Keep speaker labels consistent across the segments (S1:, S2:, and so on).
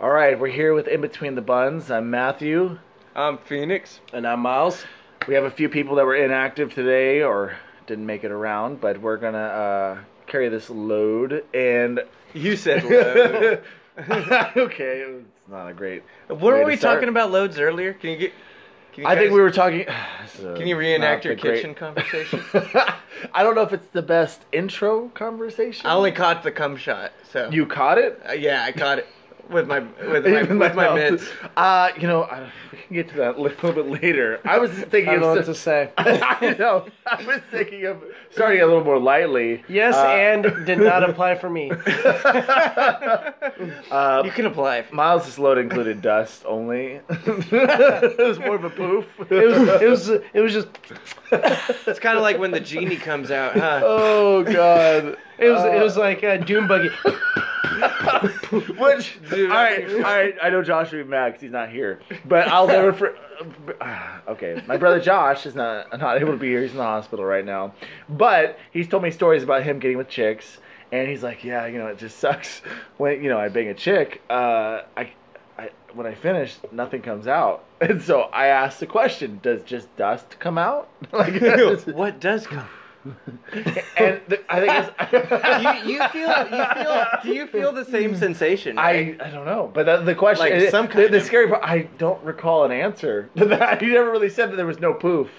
S1: All right, we're here with In Between the Buns. I'm Matthew.
S2: I'm Phoenix.
S3: And I'm Miles.
S1: We have a few people that were inactive today or didn't make it around, but we're going to uh, carry this load. And
S2: You said load.
S1: okay, it's not a great.
S2: what
S1: way
S2: were
S1: to
S2: we
S1: start.
S2: talking about loads earlier? Can you get? Can you
S1: I think
S2: guys-
S1: we were talking.
S2: Can you reenact your kitchen conversation?
S1: I don't know if it's the best intro conversation.
S2: I only caught the cum shot. So
S1: You caught it?
S2: Uh, yeah, I caught it with my with my
S1: Even
S2: with my
S1: mouth.
S2: mitts.
S1: Uh, you know, I, we can get to that a little bit later. I was thinking
S3: I don't know
S1: of
S3: what to say.
S1: I know. I was thinking of starting a little more lightly.
S3: Yes,
S1: Uh,
S3: and did not apply for me.
S1: Uh,
S2: You can apply.
S1: Miles' load included dust only. it was more of a poof.
S3: It was, it was, it was just,
S2: It's kind of like when the genie comes out, huh?
S1: oh god. Uh,
S3: it was, it was like a doom buggy.
S1: Which,
S2: Dude,
S1: all
S2: I
S1: right,
S2: think-
S1: all right. I know Josh would be mad 'cause he's not here, but I'll never. For, okay, my brother Josh is not not able to be here. He's in the hospital right now, but he's told me stories about him getting with chicks, and he's like, yeah, you know, it just sucks when you know I bang a chick. Uh, I, I when I finish, nothing comes out, and so I asked the question: Does just dust come out? like,
S2: What does come?
S1: and the, I think it's,
S2: You, you feel you feel do you feel the same sensation? right?
S1: I, I don't know, but the, the question
S2: Like,
S1: it-
S2: some
S1: the-
S2: kind
S1: the,
S2: of-
S1: scary part. I don't recall an answer. to that. he never really said that there was no poof,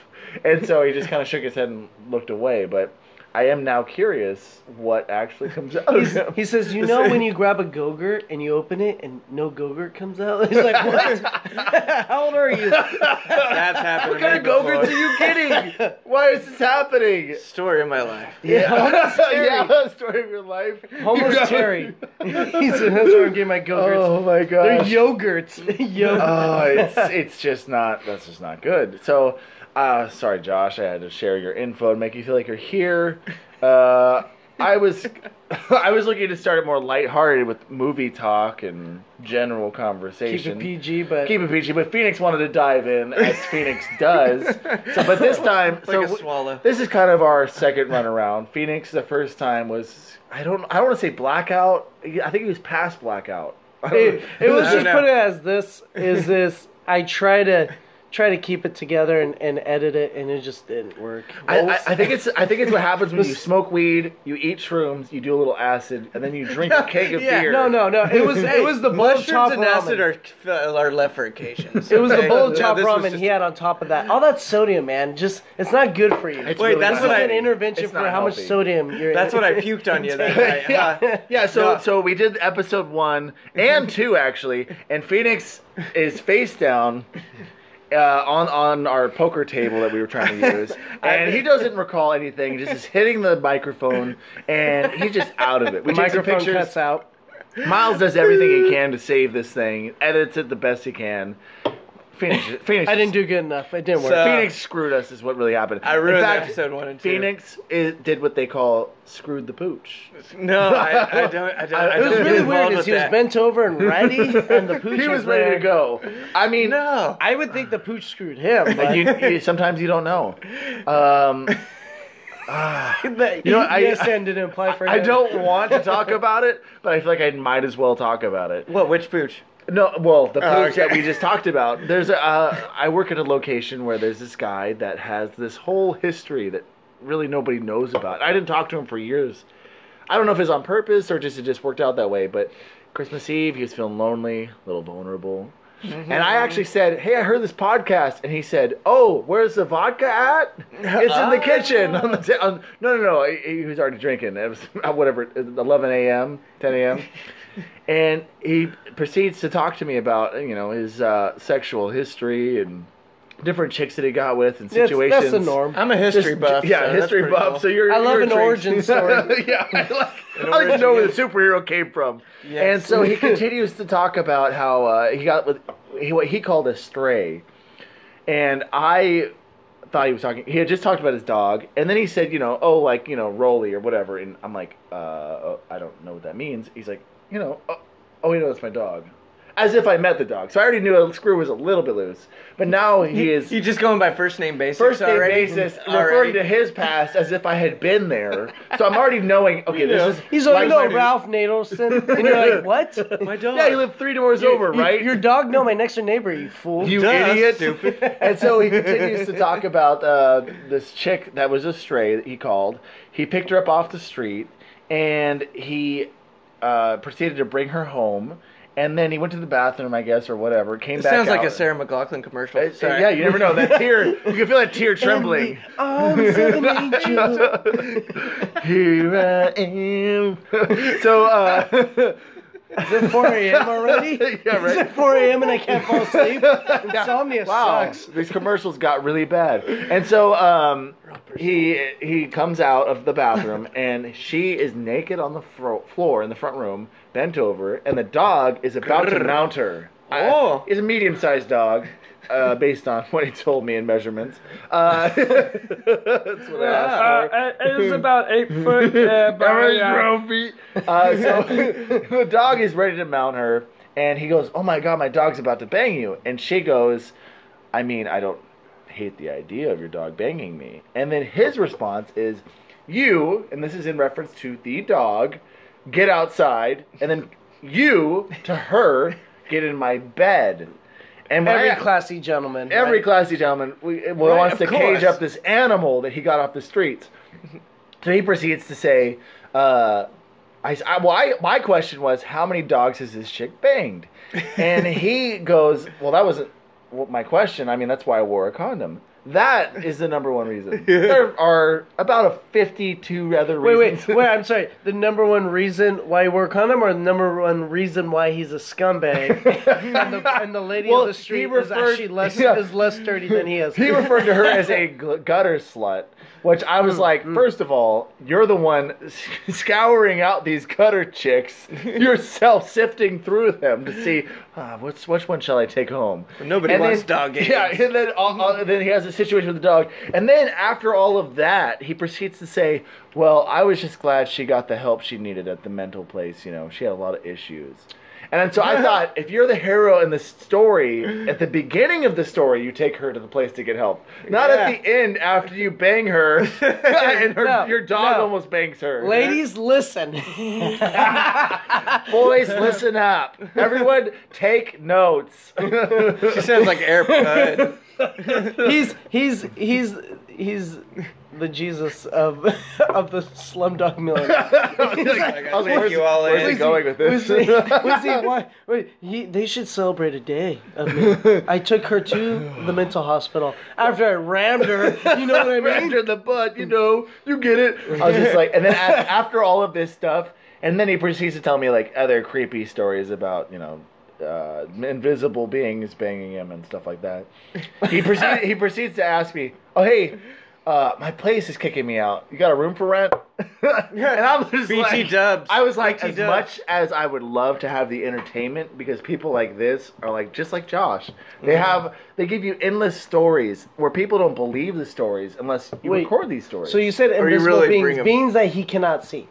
S1: and so he just kind of shook his head and looked away. But I am now curious what actually comes out of him.
S3: He says, you know when you grab a Go-Gurt and you open it and no Go-Gurt comes out? He's like, what? How old are you?
S2: that's happened.
S1: what kind of go-gurts are you getting? Why is this happening?
S2: Story of my life.
S3: Yeah, homeless Terry.
S1: yeah, story of your life.
S3: Homeless
S1: You got-
S3: Terry. he said, that's where I'm getting my Go-Gurts.
S1: Oh my
S3: They're
S1: gosh.
S3: yogurts. Yogurt.
S1: oh, it's it's just not. That's just not good. So, uh, sorry, Josh. I had to share your info and make you feel like you're here. Uh, I was I was looking to start it more lighthearted with movie talk and general
S3: Keep
S1: conversation.
S3: it PG, but
S1: Keep it PG, but Phoenix wanted to dive in as Phoenix does. So, but this time, so
S2: Like a
S1: w-
S2: swallow.
S1: this is kind of our second run around. Phoenix, the first time was I don't I don't want to say blackout. I think it was past blackout. I don't
S3: it,
S1: know.
S3: it was
S2: I don't
S3: just
S2: know.
S3: put it as this is this i try to try to keep it together and, and edit it and it just didn't work
S1: I, I, I think it's I think it's what happens when you smoke weed, you eat shrooms, you do a little acid, and then you drink a keg of
S2: Yeah,
S1: beer.
S3: no no no it was it was the bowl of
S2: mushrooms
S3: top
S2: and acid
S3: ramen
S2: are, are left for occasions.
S3: it was the
S2: okay?
S3: bowl of
S2: No,
S3: top
S2: this was
S3: ramen
S2: just-
S3: he had on top of that all that sodium man just it's not good for you
S1: It's
S3: it's
S2: Wait,
S1: really
S2: that's
S1: not
S2: what I-
S3: an
S1: healthy.
S3: intervention
S1: It's
S3: for
S1: not
S3: how much
S1: healthy.
S3: sodium you're
S2: That's what I puked on you that night. huh?
S3: yeah.
S1: Yeah, so
S2: No.
S1: so we did episode one and two actually, and Phoenix is face down uh, on on our poker table that we were trying to use, and he doesn't recall anything. He just is hitting the microphone, and he's just out of it. We
S3: the
S1: take some
S3: microphone
S1: pictures.
S3: cuts out
S1: Miles does everything he can to save this thing, edits it the best he can. Phoenix, Phoenix
S3: i
S1: is
S3: didn't do good enough it didn't work
S2: So-
S1: Phoenix screwed us is what really happened.
S2: I ruined
S1: In fact,
S2: episode one and two.
S1: Phoenix is, did what they call screwed the pooch.
S2: No, I, I don't. I don't. I
S3: it
S2: don't
S3: was
S2: get
S3: really
S2: involved
S3: weird as
S2: with
S3: he was
S2: that.
S3: bent over and ready and the pooch
S1: He was
S3: there.
S1: ready to go. I mean,
S2: No,
S3: I would think the pooch screwed him. But
S1: you, you, sometimes you don't know. Um,
S3: you
S1: know,
S3: know,
S1: I-
S3: I, ESN didn't apply for him.
S1: I don't want to talk about it, but I feel like I might as well talk about it.
S2: What? Which pooch?
S1: No, well, the
S2: Oh,
S1: pooch
S2: okay.
S1: that we just talked about. There's a. Uh, I work at a location where there's this guy that has this whole history that really nobody knows about. I didn't talk to him for years. I don't know if it's on purpose or just it just worked out that way. But Christmas Eve, he was feeling lonely, a little vulnerable,
S3: Mm-hmm.
S1: and I actually said, "Hey, I heard this podcast," and he said, "Oh, where's the vodka at? It's in the kitchen
S3: Oh.
S1: on the ta- on, no, no, no. He, he was already drinking. It was whatever, 11 a.m., 10 a.m." and he proceeds to talk to me about you know his uh, sexual history and different chicks that he got with and
S3: That's,
S1: situations.
S3: that's the norm.
S2: I'm a history
S1: Just-
S2: buff.
S1: yeah,
S2: so that's
S1: history
S2: pretty
S1: buff.
S2: cool.
S1: So you're.
S3: I love
S1: you're
S3: an
S1: intrigued.
S3: origin story.
S1: yeah, I like. I like to know where the superhero came from.
S2: Yes.
S1: And so he continues to talk about how uh, he got with he, what he called a stray, and I thought he was talking. He had just talked about his dog, and then he said, you know, oh, like you know, Rolly or whatever. And oh, I'm like, uh, I don't know what that means. He's like, you know, oh, oh you know, that's my dog. as if I met the dog. So I already knew a screw was a little bit loose. But now he is
S2: You're just going by first name basis
S1: first name
S2: already. Mm,
S1: basis, referring
S2: Already.
S1: to his past as if I had been there. So I'm already knowing. Okay,
S2: Yeah.
S1: this is
S3: He's like,
S1: like-
S3: you know, Ralph Nadelson. And you're like, what?
S2: My dog.
S1: Yeah, you live three doors over,
S3: Your-
S1: right?
S3: Your dog? No, my next door neighbor, you fool.
S1: You
S2: Duh,
S1: idiot.
S2: stupid.
S1: and so he continues to talk about uh, this chick that was a stray that he called. He picked her up off the street and he uh, proceeded to bring her home. And then he went to the bathroom, I guess, or whatever. Came
S2: It
S1: back.
S2: sounds like
S1: out.
S2: a Sarah McLaughlin commercial.
S1: Uh,
S2: Sorry.
S1: yeah, you never know. That tear, you can feel that tear trembling.
S3: arms of an angel.
S1: Here I am. so, uh,
S3: Is it 4 a.m. already?
S1: Yeah,
S3: Is
S1: right.
S3: it 4 a.m. and I can't fall asleep? Insomnia
S1: wow,
S3: sucks.
S1: these commercials got really bad. And so, um, he he comes out of the bathroom, and she is naked on the fro- floor in the front room, bent over, and the dog is about to mount her. I-
S2: Oh.
S1: it's a medium-sized dog. Uh, based on what he told me in measurements, uh, that's what I asked for.
S4: Uh, it is about eight foot uh, by uh,
S1: Uh, so the dog is ready to mount her, and he goes, "Oh my god, my dog's about to bang you!" And she goes, "I mean, I don't hate the idea of your dog banging me." And then his response is, "You," and this is in reference to the dog, "get outside," and then you to her, "get in my bed." And when
S3: Every
S1: I-
S3: classy gentleman.
S1: Every
S3: right?
S1: classy gentleman we, we
S2: Right,
S1: wants
S2: of
S1: to
S2: course.
S1: cage up this animal that he got off the streets. So he proceeds to say, uh, I, s- I- well, I- my question was, how many dogs has this chick banged? And he goes, well, that wasn't w- my question. I mean, that's why I wore a condom. That is the number one reason. There are about a 52 other
S3: Wait,
S1: reasons.
S3: wait, wait! I'm sorry. The number one reason why you work on him, or the number one reason why he's a scumbag, and the, and the lady
S1: Well,
S3: of the street
S1: he
S3: is
S1: referred-
S3: actually less
S1: yeah.
S3: is less dirty than he is.
S1: He referred to her as a gl- gutter slut, which I was like, first of all, you're the one scouring out these gutter chicks yourself, sifting through them to see ah, which which one shall I take home.
S2: Nobody
S1: And
S2: wants
S1: then-
S2: dog games.
S1: Yeah, and then all, all-
S2: Mm-hmm.
S1: then he has a situation with the dog, and then after all of that, he proceeds to say, "Well, I was just glad she got the help she needed at the mental place. You know, she had a lot of issues." And so I thought, if you're the hero in the story, at the beginning of the story, you take her to the place to get help, not
S2: Yeah.
S1: at the end after you bang her and her,
S3: No,
S1: your dog
S3: no.
S1: almost bangs her.
S3: Ladies, listen.
S1: Boys, listen up. Everyone, take notes.
S2: She sounds like Air Bud.
S3: he's he's he's he's the Jesus of of the slumdog millionaire.
S1: I was
S2: Take you all
S1: where's
S2: in.
S1: he going with this?
S3: Was he, was he, why, wait, he, they should celebrate a day of me. I took her to the mental hospital after I rammed her. You know what I mean?
S1: Rammed her in the butt, you know, you get it. I was just like, and then a- after all of this stuff, and then he proceeds to tell me like other creepy stories about you know uh, invisible beings banging him and stuff like that. He proceeds he proceeds to ask me, oh hey. Uh, my place is kicking me out. You got a room for rent? and I'm just
S2: BT
S1: like,
S2: dubs.
S1: I was like,
S2: BT
S1: as
S2: dubs.
S1: much as I would love to have the entertainment, because people like this are like just like Josh. They have they give you endless stories where people don't believe the stories unless you
S3: Wait,
S1: record these stories.
S3: So you said
S2: Or you
S3: invisible
S2: really bring
S3: beings,
S2: 'em-
S3: beings that he cannot see.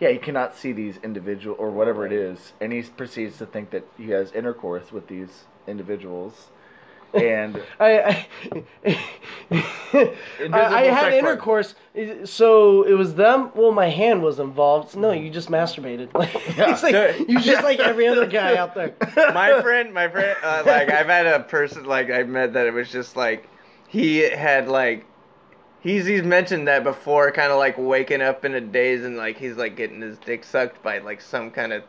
S1: yeah, you cannot see these individual or whatever it is, and he proceeds to think that he has intercourse with these individuals, and
S3: I I, I, I had
S1: sex
S3: intercourse, so it was them. Well, my hand was involved. No, you just masturbated. Like, it's like you just like every other guy out there.
S2: my friend, my friend, uh, like I've had a person like I met that it was just like he had like he's he's mentioned that before, kind of like waking up in a daze and like he's like getting his dick sucked by like some kind of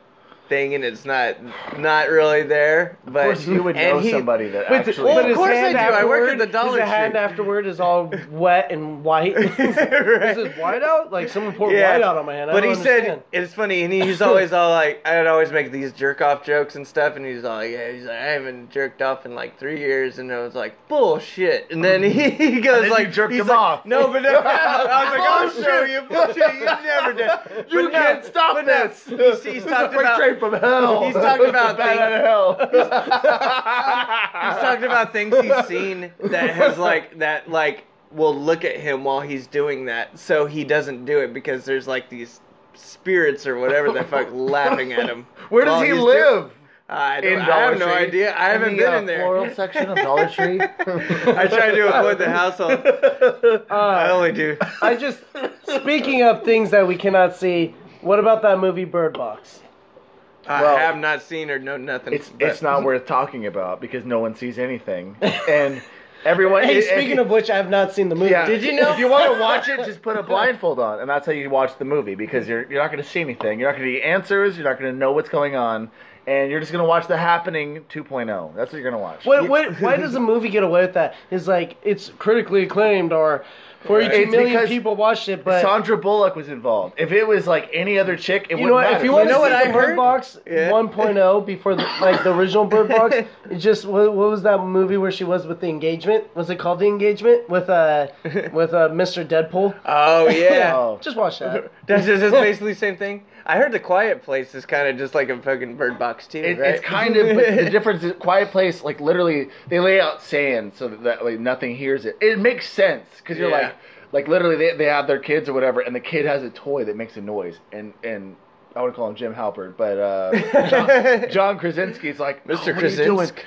S2: thing and it's not not really there. But
S1: of course you would
S2: and
S1: know
S2: he-
S1: somebody that
S3: But,
S1: actually.
S2: well,
S3: but
S2: of
S3: his
S2: course I
S3: hand
S2: do. I work
S3: afterward-
S2: at the Dollar
S3: His hand
S2: Tree.
S3: afterward is all wet and white.
S2: Right.
S3: Is it white out? Like someone poured
S2: Yeah.
S3: white out on my hand. I
S2: But
S3: don't
S2: he
S3: understand.
S2: said it's funny, and he's always all like, I'd always make these jerk off jokes and stuff, and he's all like, yeah, he's like, I haven't jerked off in like three years, and I was like, bullshit. And then he, he goes
S1: then
S2: like,
S1: you jerked
S2: he's
S1: him
S2: like,
S1: off.
S2: No, but no, I was like, I'll
S1: Bullshit.
S2: show you, bullshit, you never did.
S1: you
S2: But no,
S1: can't stop
S2: but no,
S1: this.
S2: he's-
S1: This
S2: he's
S1: is
S2: talking
S1: a freight
S2: about-
S1: train from hell.
S2: he's talking about
S1: Bad
S2: things-
S1: out of hell.
S2: He's talking about things he's seen that has like that like will look at him while he's doing that, so he doesn't do it because there's like these spirits or whatever that fuck laughing at him.
S1: Where does
S2: while
S1: he
S2: he's do-
S1: live?
S2: I, don't,
S1: In
S2: I
S1: Dollar
S2: have no
S1: Tree.
S2: idea. I haven't
S1: in the,
S2: been
S1: uh,
S2: in there.
S1: floral section of Dollar Tree.
S2: I try to avoid the household.
S1: Uh,
S2: I only do.
S3: I just speaking of things that we cannot see. What about that movie Bird Box?
S2: I
S1: Well,
S2: have not seen or know nothing.
S1: It's
S2: but-
S1: it's not worth talking about because no one sees anything, and everyone.
S3: Hey,
S1: and-
S3: speaking
S1: and-
S3: of which, I have not seen the movie.
S1: yeah.
S3: Did you
S1: If you want to watch it, just put a blindfold on, and that's how you watch the movie because you're you're not going to see anything. You're not going to get answers. You're not going to know what's going on, and you're just going to watch The Happening 2.0. That's what you're going to watch.
S3: What, what, why does a movie get away with that? It's like it's critically acclaimed, or forty-two
S1: It's
S3: million
S1: because
S3: people watched it, but
S1: Sandra Bullock was involved. If it was like any other chick, it
S3: you
S1: wouldn't
S3: know what?
S1: matter.
S3: If you want
S2: You know
S3: to
S2: what
S3: see
S2: I
S3: the Bird
S2: heard?
S3: Box
S2: Yeah.
S3: 1.0 before the, like the original Bird Box, it just what, what was that movie where she was with the engagement? Was it called the engagement with uh with uh Mr. Deadpool?
S2: Oh yeah,
S1: Oh.
S3: Just watch that.
S2: that's just that's basically the same thing. I heard the Quiet Place is kind of just like a fucking Bird Box too,
S1: It,
S2: right?
S1: It's kind of but the difference. Is Quiet Place, like literally, they lay out sand so that, that like nothing hears it. It makes sense because you're
S2: Yeah.
S1: like, like literally, they, they have their kids or whatever, and the kid has a toy that makes a noise, and and I would call him Jim Halpert, but uh, John, John Krasinski's like,
S2: Mr.
S1: "Oh, what are you doing?"
S2: Krasinsk.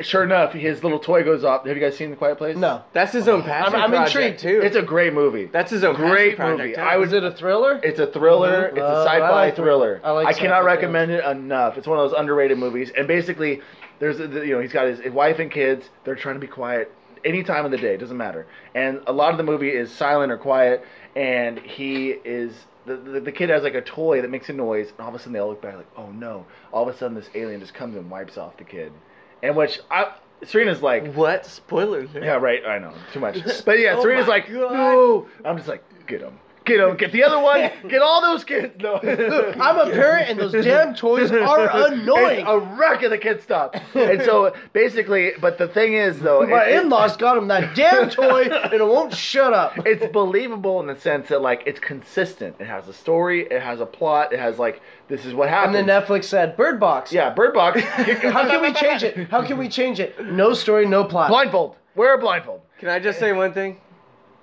S1: Sure enough, his little toy goes off. Have you guys seen the Quiet Place?
S3: No,
S2: That's his own passion.
S3: I'm
S2: project,
S3: intrigued.
S2: too.
S1: It's a great movie.
S2: that's his own
S1: great
S2: passion
S1: movie.
S2: Project,
S1: I was
S3: is it a thriller?
S1: It's a thriller. It's a
S3: Uh,
S1: sci-fi
S3: I like thr-
S1: thriller.
S3: I
S1: I,
S3: like
S1: cannot
S3: sci-fi
S1: recommend it enough. It's one of those underrated movies. And basically, there's a, you know he's got his, his wife and kids. They're trying to be quiet any time of the day. Doesn't matter. And a lot of the movie is silent or quiet. And he is the, the the kid has like a toy that makes a noise. And all of a sudden they all look back like oh no. All of a sudden this alien just comes and wipes off the kid. And which I Serena's like
S2: what spoilers?
S1: yeah, right. I know too much. But yeah,
S2: Oh
S1: Serena's
S2: my
S1: like,
S2: God.
S1: no. I'm just like, get him, get him, get the other one, get all those kids. No,
S3: I'm a parent, and those damn toys are annoying.
S1: It's a wreck of the kid stuff. And so basically, but the thing is though, it-
S3: My
S1: it-
S3: in-laws got him that damn toy, and it won't shut up.
S1: it's believable in the sense that like it's consistent. It has a story. It has a plot. It has like this is what
S3: And
S1: happened.
S3: then Netflix said, "Bird Box."
S1: yeah, Bird Box.
S3: How can we change it? How can we change it? No story, no plot.
S1: Blindfold. Wear a blindfold.
S2: Can I just say one thing?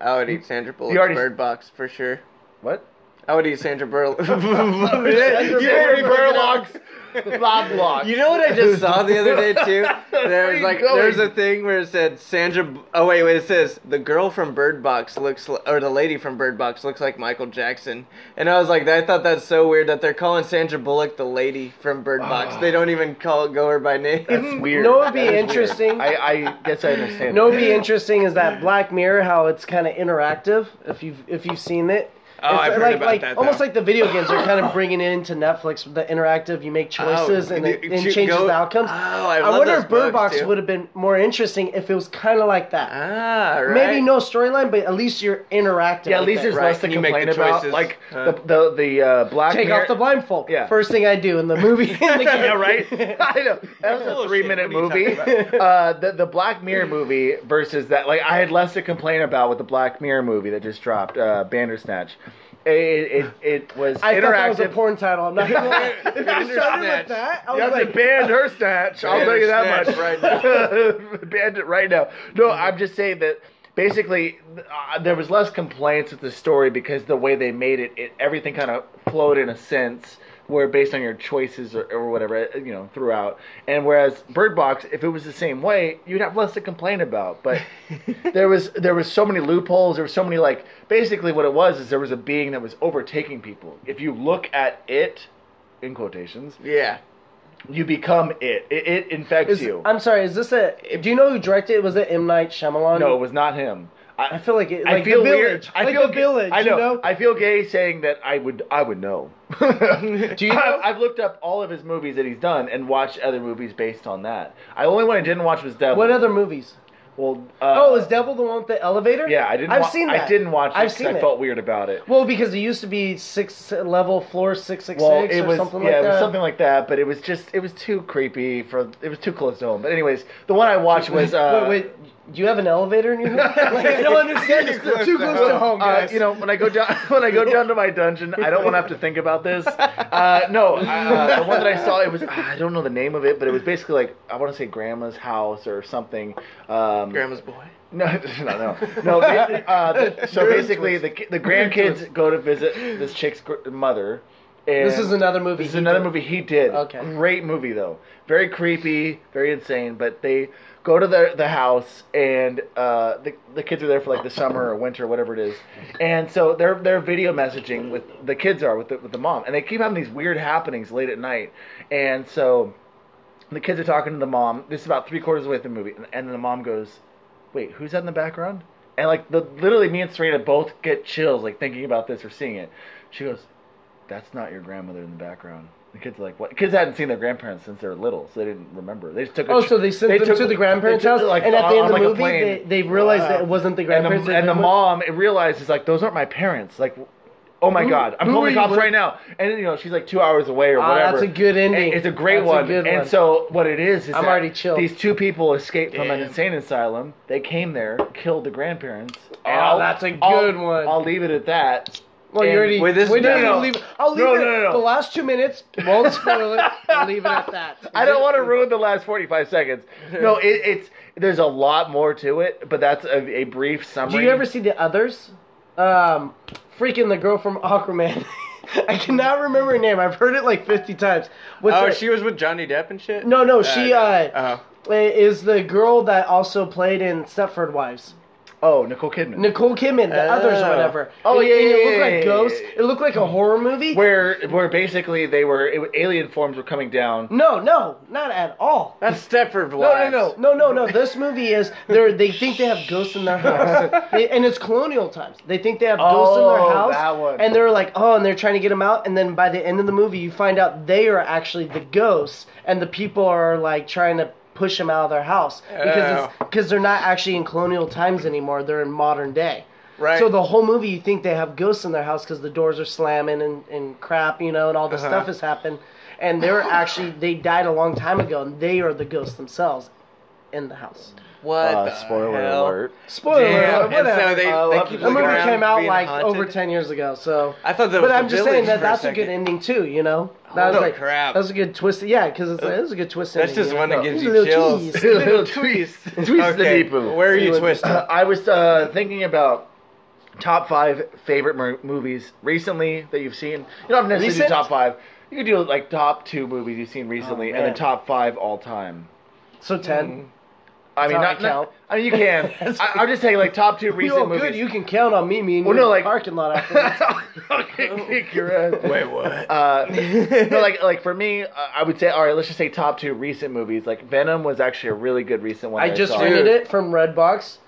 S2: I would eat Sandra Bullock's
S1: You already-
S2: Bird Box for sure.
S1: What?
S2: I would eat Sandra Burl.
S1: Jerry Burlock's Loblocks.
S2: You know what I just saw the other day too?
S1: Where
S2: There was
S1: you
S2: like
S1: going?
S2: there's a thing where it said Sandra. Oh wait, wait. It says the girl from Bird Box looks li- or the lady from Bird Box looks like Michael Jackson. And I was like, I thought that's so weird that they're calling Sandra Bullock the lady from Bird Box. They don't even call go her by name.
S1: That's weird.
S3: know what'd be
S1: That is weird.
S3: interesting?
S1: I, I guess I understand.
S3: No,
S1: that.
S3: be interesting is that Black Mirror, how it's kind of interactive. If you've if you've seen it,
S2: Oh,
S3: It's
S2: I've heard
S3: like,
S2: about
S3: like,
S2: that,
S3: Almost
S2: though.
S3: like the video games are kind of bringing it into Netflix. The interactive, you make choices
S2: Oh,
S3: and it
S2: you-
S3: and
S2: you
S3: changes
S2: go-
S3: the outcomes.
S2: Oh, I love
S3: wonder
S2: those
S3: if
S2: bugs,
S3: Bird Box
S2: too.
S3: would have been more interesting if it was kind of like that.
S2: ah, right.
S3: Maybe no storyline, but at least you're interactive.
S1: Yeah, at
S3: with
S1: least
S3: it.
S1: there's
S2: Right,
S1: less to
S2: and you make
S1: complain
S2: the
S1: about.
S2: choices.
S1: Like
S2: Uh.
S1: the the the uh, black
S3: take
S1: mirror-
S3: off the blindfold.
S1: Yeah.
S3: First thing I do in the movie. In the game.
S1: yeah, right. I know that was a
S2: Bullshit,
S1: three minute
S2: what are
S1: movie.
S2: you
S1: Uh, the the Black Mirror movie versus that. Like I had less to complain about with the Black Mirror movie that just dropped, uh, Bandersnatch. It it, it was
S3: I thought that was a
S1: interactive.
S3: porn title. I'm not gonna lie. If you started
S2: Bandersnatch.
S3: with that, I
S1: You
S3: was
S1: have
S3: like,
S1: to ban her snatch. I'll tell you that much.
S2: Bandersnatch
S1: Banned it right now. No, I'm just saying that basically uh, there was less complaints with the story because the way they made it, it everything kind of flowed in a sense where based on your choices or, or whatever uh, you know throughout and whereas bird box if it was the same way you'd have less to complain about but there was there was so many loopholes there were so many like basically what it was is there was a being that was overtaking people if you look at it in quotations
S2: Yeah.
S1: you become it. It, it infects
S3: is-
S1: you.
S3: I'm sorry. Is this a? Do you know who directed it? Was it M Night Shyamalan?
S1: no, it was not him.
S3: I
S1: I,
S3: feel like it. Like
S1: I feel
S3: the
S1: weird.
S3: village.
S1: I
S3: like
S1: feel
S3: the
S1: ga-
S3: village.
S1: I know,
S3: You know?
S1: I feel gay saying that I would. I would know. Do
S3: you know?
S1: I've looked up all of his movies that he's done and watched other movies based on that. I only one I didn't watch was Devil.
S3: What other movies?
S1: Well, uh,
S3: oh, is Devil the one with the elevator?
S1: yeah, I didn't.
S3: I've
S1: wa-
S3: seen
S1: I
S3: that.
S1: didn't watch. It
S3: I've
S1: 'cause
S3: seen
S1: I
S3: it.
S1: felt weird about it.
S3: Well, because it used to be six level floor six six
S1: Well,
S3: six
S1: it
S3: or
S1: was
S3: something
S1: yeah,
S3: like
S1: it
S3: that.
S1: was something like that, but it was just it was too creepy for it was too close to home. But anyways, the one I watched was uh,
S3: wait, wait. Do you have an elevator in your home? like, I don't understand. It's too close to home,
S1: Uh,
S3: guys.
S1: you know, when I go down when I go down to my dungeon, I don't want to have to think about this. Uh, no, uh, the one that I saw it was I don't know the name of it, but it was basically like I want to say grandma's house or something. Um,
S2: Grandma's boy.
S1: no, no, no, no. ba- uh, the- so basically, the ki- the grandkids go to visit this chick's gr- mother, And
S3: This is another movie.
S1: This is
S3: he
S1: another
S3: did.
S1: movie he did.
S3: Okay.
S1: Great movie though. Very creepy, very insane. But they go to the the house and uh, the the kids are there for like the summer or winter, whatever it is. And so they're they're video messaging with the kids are with the, with the mom, and they keep having these weird happenings late at night. And so the kids are talking to the mom. This is about three quarters of the way through the movie, and, and then the mom goes, "Wait, who's that in the background?" And like the literally me and Serena both get chills like thinking about this or seeing it. She goes, "That's not your grandmother in the background." The kids are like, "What?" Kids hadn't seen their grandparents since they were little, so they didn't remember. They just took. A
S3: Oh, so they sent them
S1: took-
S3: to the grandparents'
S1: they took
S3: house,
S1: it, like,
S3: and at the end
S1: on,
S3: of the
S1: like, a
S3: movie, they,
S1: plane.
S3: they realized
S1: Wow.
S3: that it wasn't the
S1: and
S3: grandparents.
S1: the,
S3: they
S1: and the
S3: went with.
S1: mom it realizes like those aren't my parents. Like, oh my
S3: Who-
S1: god, I'm
S3: who were
S1: calling
S3: you
S1: the cops
S3: with?
S1: right now. And you know she's like two hours away or
S3: Ah,
S1: whatever.
S3: that's a good ending.
S1: And it's a great
S3: That's a
S1: one.
S3: good
S1: and
S3: one.
S1: so what it is is
S3: I'm
S1: that
S3: already chilled.
S1: These two people escaped from an
S2: Damn.
S1: insane asylum. They came there, killed the grandparents.
S3: Oh,
S1: And I'll-
S3: that's a
S1: I'll-
S3: good one.
S1: I'll leave it at that.
S3: Well, you
S1: and
S3: already.
S2: with this-
S3: we didn't
S1: no, no.
S3: leave. I'll leave
S1: No,
S3: it.
S1: no, no, no.
S3: The last two minutes won't spoil it. I'll leave it at that.
S1: I don't want to ruin the last 45 seconds. No, it, it's there's a lot more to it, but that's a, a brief summary.
S3: Do you ever see the others? Um, freaking the girl from Aquaman. I cannot remember her name. I've heard it like fifty times. What's
S2: oh,
S3: her-
S2: she was with Johnny Depp and shit.
S3: No, no, she, uh,
S1: Uh-huh.
S2: oh.
S3: is the girl that also played in Stepford Wives.
S1: Oh, Nicole Kidman.
S3: Nicole Kidman, the
S2: Oh.
S3: others or whatever.
S1: Oh,
S3: It-
S1: yeah,
S3: it,
S1: yeah,
S3: looked
S1: yeah,
S3: like
S1: yeah,
S3: ghosts.
S1: yeah, yeah.
S3: It looked like a horror movie.
S1: where where basically they were it, alien forms were coming down.
S3: No, no, not at all.
S2: that's Stepford Wives.
S1: no.
S3: No, no, no. This movie is they they think they have ghosts in their house, They- and it's colonial times. They think they have ghosts in
S1: Oh,
S3: their house,
S1: that one.
S3: and they're like, oh, and they're trying to get them out. And then by the end of the movie, you find out they are actually the ghosts, and the people are like trying to push them out of their house because
S2: Oh.
S3: because they're not actually in colonial times anymore. They're in modern day.
S2: Right.
S3: So the whole movie, you think they have ghosts in their house because the doors are slamming and, and crap, you know, and all this
S2: Uh-huh.
S3: stuff has happened. And they were actually they died a long time ago, and they are the ghosts themselves in the house.
S2: What?
S1: Uh,
S2: the
S1: spoiler
S2: hell?
S1: alert.
S3: Spoiler
S2: Damn.
S3: alert!
S2: And
S3: Whatever.
S2: so they,
S1: Uh,
S2: they
S1: well,
S2: keep
S1: the
S3: the
S2: looking
S3: movie
S2: around
S3: came out
S2: being
S3: like
S2: haunted.
S3: over ten years ago, so.
S2: I thought that was
S3: But I'm
S2: The
S3: just
S2: Village
S3: saying that
S2: for
S3: that's a,
S2: second.
S3: good ending too, you know. That was
S2: Holy
S3: like
S2: crap.
S3: That was a good twist. Yeah, because it's, like, it was a good twist.
S2: That's
S3: ending,
S2: just
S3: you
S2: one
S3: know?
S2: that gives you
S3: Little
S2: chills.
S3: cheese.
S1: Little twist. Twist
S2: Okay,
S1: the deepu.
S2: Where are you
S3: Anyway,
S2: twisting?
S1: Uh, I was uh, thinking about top five favorite mo- movies recently that you've seen. You don't have to necessarily
S3: Recent?
S1: do top five. You could do like top two movies you've seen recently, and
S3: Oh, man.
S1: then top five all time.
S3: So
S2: Mm-hmm.
S3: ten.
S1: I mean,
S3: how I
S1: not, not-
S3: count.
S1: I mean, you can. I, I'm just saying, like top two
S3: You
S1: recent
S3: all
S1: movies.
S3: good? You can count on me. Me and
S1: Well,
S3: you
S1: no,
S3: in
S1: like-
S3: the parking lot after this. Oh.
S1: okay, kick your ass.
S2: Wait, what?
S1: Uh, no, like like for me, uh, I would say all right. Let's just say top two recent movies. Like Venom was actually a really good recent one.
S3: I
S1: that
S3: just
S1: saw.
S3: rented it from Redbox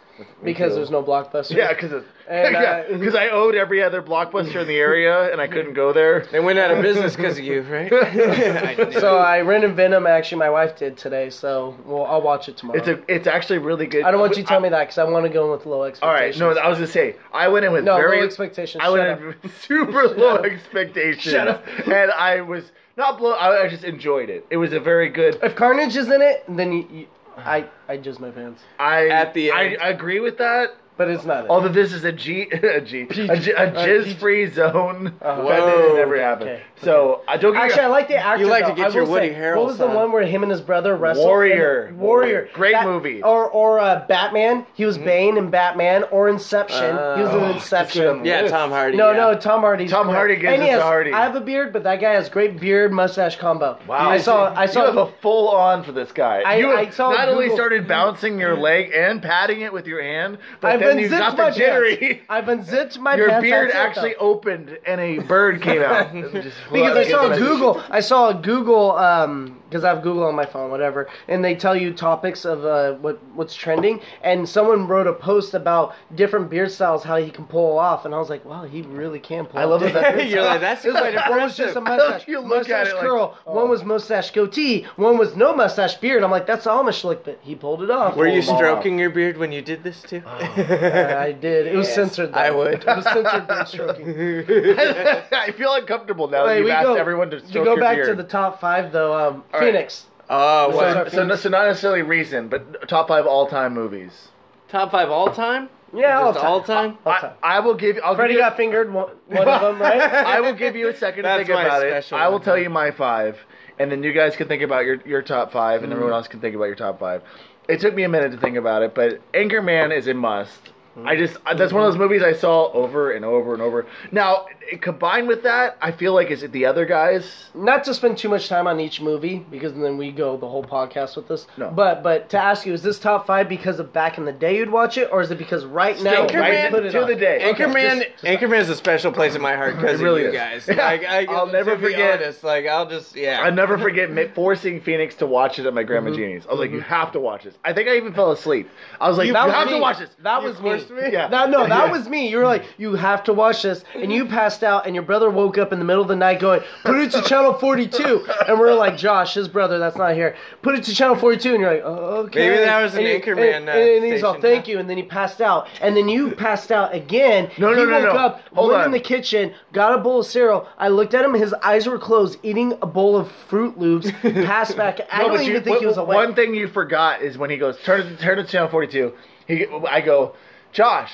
S3: because
S1: too.
S3: there's no blockbuster.
S1: Yeah, because
S3: And, uh,
S1: I owed every other blockbuster in the area, and I couldn't go there.
S2: they went out of business because of you, right? I knew.
S3: so I rented Venom. Actually, my wife did today, so well, I'll watch it tomorrow.
S1: It's a, it's actually really good.
S3: I don't want you to tell
S1: I-
S3: me that because I want to go in with low
S1: All right,
S3: expectations.
S1: no, I was gonna say I went in with
S3: no,
S1: very
S3: low expectations.
S1: I went
S3: Shut up.
S1: in with super low expectations,
S3: Shut up.
S1: and I was not blown. I I just enjoyed it. It was a very good.
S3: If Carnage is in it, then you, you, I I jizz my pants.
S1: I
S2: At the end.
S1: I, I agree with that.
S3: But it's not. It.
S1: Although this is a G, a G, a, G, a jizz-free zone.
S3: Uh-huh.
S1: That
S2: Whoa.
S1: never happened.
S3: Okay.
S1: So I don't. get-
S3: Actually, I like the actor.
S2: like to
S3: though.
S2: get
S3: I
S2: your
S3: will
S2: Woody
S3: say,
S2: Harrelson
S3: What was the
S2: on.
S3: one where him and his brother wrestled?
S1: Warrior.
S3: And- Warrior.
S1: Great movie.
S3: Or or uh, Batman. He was Bane in Batman or Inception. he was
S2: Hmm? Oh,
S3: in Inception.
S2: yeah, Tom Hardy.
S3: No,
S2: yeah.
S3: no, Tom Hardy's
S1: Tom
S3: great.
S1: Hardy gives
S3: And he
S1: it to
S3: has-
S1: Hardy.
S3: I have a beard, but that guy has great beard mustache combo.
S1: Wow.
S3: I saw. I saw.
S1: You have a full on for this guy.
S3: I-
S1: you
S3: I saw
S1: not only
S3: Google-
S1: started bouncing your leg and patting it with your hand, but
S3: I've
S1: then you
S3: unzipped
S1: got
S3: my
S1: the jittery.
S3: pants. I've unzipped my
S1: Your
S3: pants.
S1: beard
S3: That's it,
S1: actually
S3: though.
S1: opened and a bird came out.
S3: Because I saw a Google, I saw a Google, um, because I have Google on my phone, whatever, and they tell you topics of uh, what what's trending, and someone wrote a post about different beard styles, how he can pull off, and I was like, wow, he really can pull.
S1: I love
S3: off.
S1: that.
S2: You're like that's quite
S3: One was just
S2: impressive.
S3: a mustache,
S1: You look at
S3: mustache
S1: it like, oh.
S3: curl. One was mustache goatee. One was no mustache beard. I'm like, that's Amish look, but he pulled it off. Oh
S2: Were you
S1: Hold on.
S2: stroking your beard when you did this too?
S3: I did. It was censored. Though.
S2: I would.
S3: It was censored. beard stroking.
S1: I feel uncomfortable now that
S3: Wait,
S1: you've
S3: we
S1: asked
S3: go.
S1: everyone to
S3: To
S1: stroke
S3: go
S1: your
S3: back
S1: beard.
S3: to the top five though, um,
S1: All right.
S3: Phoenix.
S2: oh,
S3: Those
S2: what?
S3: are-
S1: so, so not necessarily recent, but top five all time movies.
S2: Top five all time?
S3: Yeah, all
S2: Just
S3: time.
S2: all time?
S3: All
S1: I,
S3: time.
S1: I will give. I'll
S3: Freddie
S1: give you,
S3: got fingered one, one of them, right?
S1: I will give you a second to
S2: That's
S1: think
S2: my
S1: about it.
S2: special
S1: I will
S2: one.
S1: tell you my five, and then you guys can think about your, your top five,
S2: Mm.
S1: and everyone else can think about your top five. It took me a minute to think about it, but Anchorman is a must.
S2: Mm.
S1: I just I- that's one of those movies I saw over and over and over. Now it- combined with that, I feel like is it the other guys?
S3: Not to spend too much time on each movie because then we go the whole podcast with this.
S1: No.
S3: But but to ask you, is this top five because of back in the day you'd watch it, or is it because right now
S2: Anchorman-
S3: you
S1: right
S3: put it
S1: to
S3: on?
S1: the day.
S2: Anchorman, Anchorman is a special place in my heart because
S1: It really is.
S2: of you guys. Like, I,
S1: I'll never
S2: to be
S1: forget.
S2: Honest, like I'll just yeah.
S1: I never forget ma- forcing Phoenix to watch it at my grandma
S2: Mm-hmm.
S1: Jeannie's. I was like, "You have to watch this." I think I even fell asleep. I was like, "You,
S3: That was
S1: have to
S3: me.
S1: watch this."
S3: That
S1: You
S3: was me.
S1: forced Yeah.
S3: No, no, that
S1: Yeah.
S3: was me. You were like, you have to watch this, and you passed out, and your brother woke up in the middle of the night going, put it to channel 42, and we're like, Josh, his brother, that's not here. Put it to channel 42, and you're like, oh, okay.
S2: Maybe that was an
S3: And you-
S2: Anchorman,
S3: And,
S2: uh,
S3: and he's all,
S2: station,
S3: thank
S2: huh?
S3: you, and then he passed out, and then you passed out again.
S1: No, no,
S3: he
S1: no,
S3: woke
S1: no.
S3: up,
S1: Hold
S3: went
S1: on.
S3: in the kitchen, got a bowl of cereal. I looked at him, his eyes were closed, eating a bowl of Fruit Loops, passed back. I
S1: No,
S3: don't
S1: but
S3: even
S1: you-
S3: think
S1: one-
S3: he was awake.
S1: One thing you forgot is when he goes, turn, turn to channel 42. He, I go, Josh,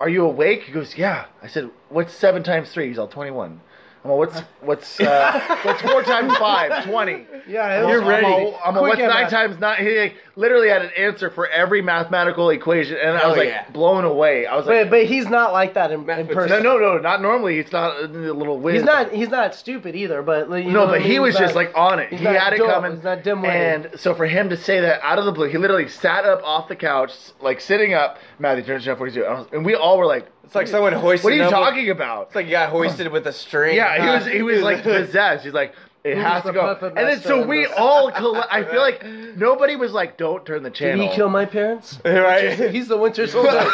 S1: are you awake? He goes, yeah. I said, what's seven times three? He's all 21. I'm all, what's, what's, uh, what's four times five? 20.
S3: yeah, it
S1: You're
S3: was-
S1: ready. I'm all, I'm all,
S3: Quick
S1: what's
S3: at
S1: nine
S3: math.
S1: times nine? He like, literally had an answer for every mathematical equation. And I
S2: Hell
S1: was like
S2: yeah.
S1: blown away. I was like,
S3: But, but he's not like that in, in
S2: Mathematician.
S3: person.
S1: no, no, no, not normally. It's not a little whiz.
S3: He's not. He's not stupid either. But like, you know
S1: No,
S3: what I
S1: but he
S3: mean?
S1: was
S3: He's
S1: just
S3: not-
S1: like on it.
S3: he's
S1: He
S3: not
S1: had it
S3: dumb,
S1: coming.
S3: he's not dim-witted.
S1: and so for him to say that out of the blue, he literally sat up off the couch, like sitting up. Matthew turns down forty-two, I was- and we all were like,
S2: it's like someone hoisted.
S1: "What are you
S2: up with-
S1: talking about?"
S2: It's like you got hoisted with a string.
S1: Yeah, he
S2: huh?
S1: was he was like possessed. He's like. It
S3: Who's
S1: has
S3: the
S1: to go,
S3: puppet
S1: and then so
S3: master in
S1: we
S3: this?
S1: all. Coll- I feel like nobody was like, "Don't turn the
S3: Did
S1: channel."
S3: he kill my parents?
S2: right.
S3: He's the Winter Soldier.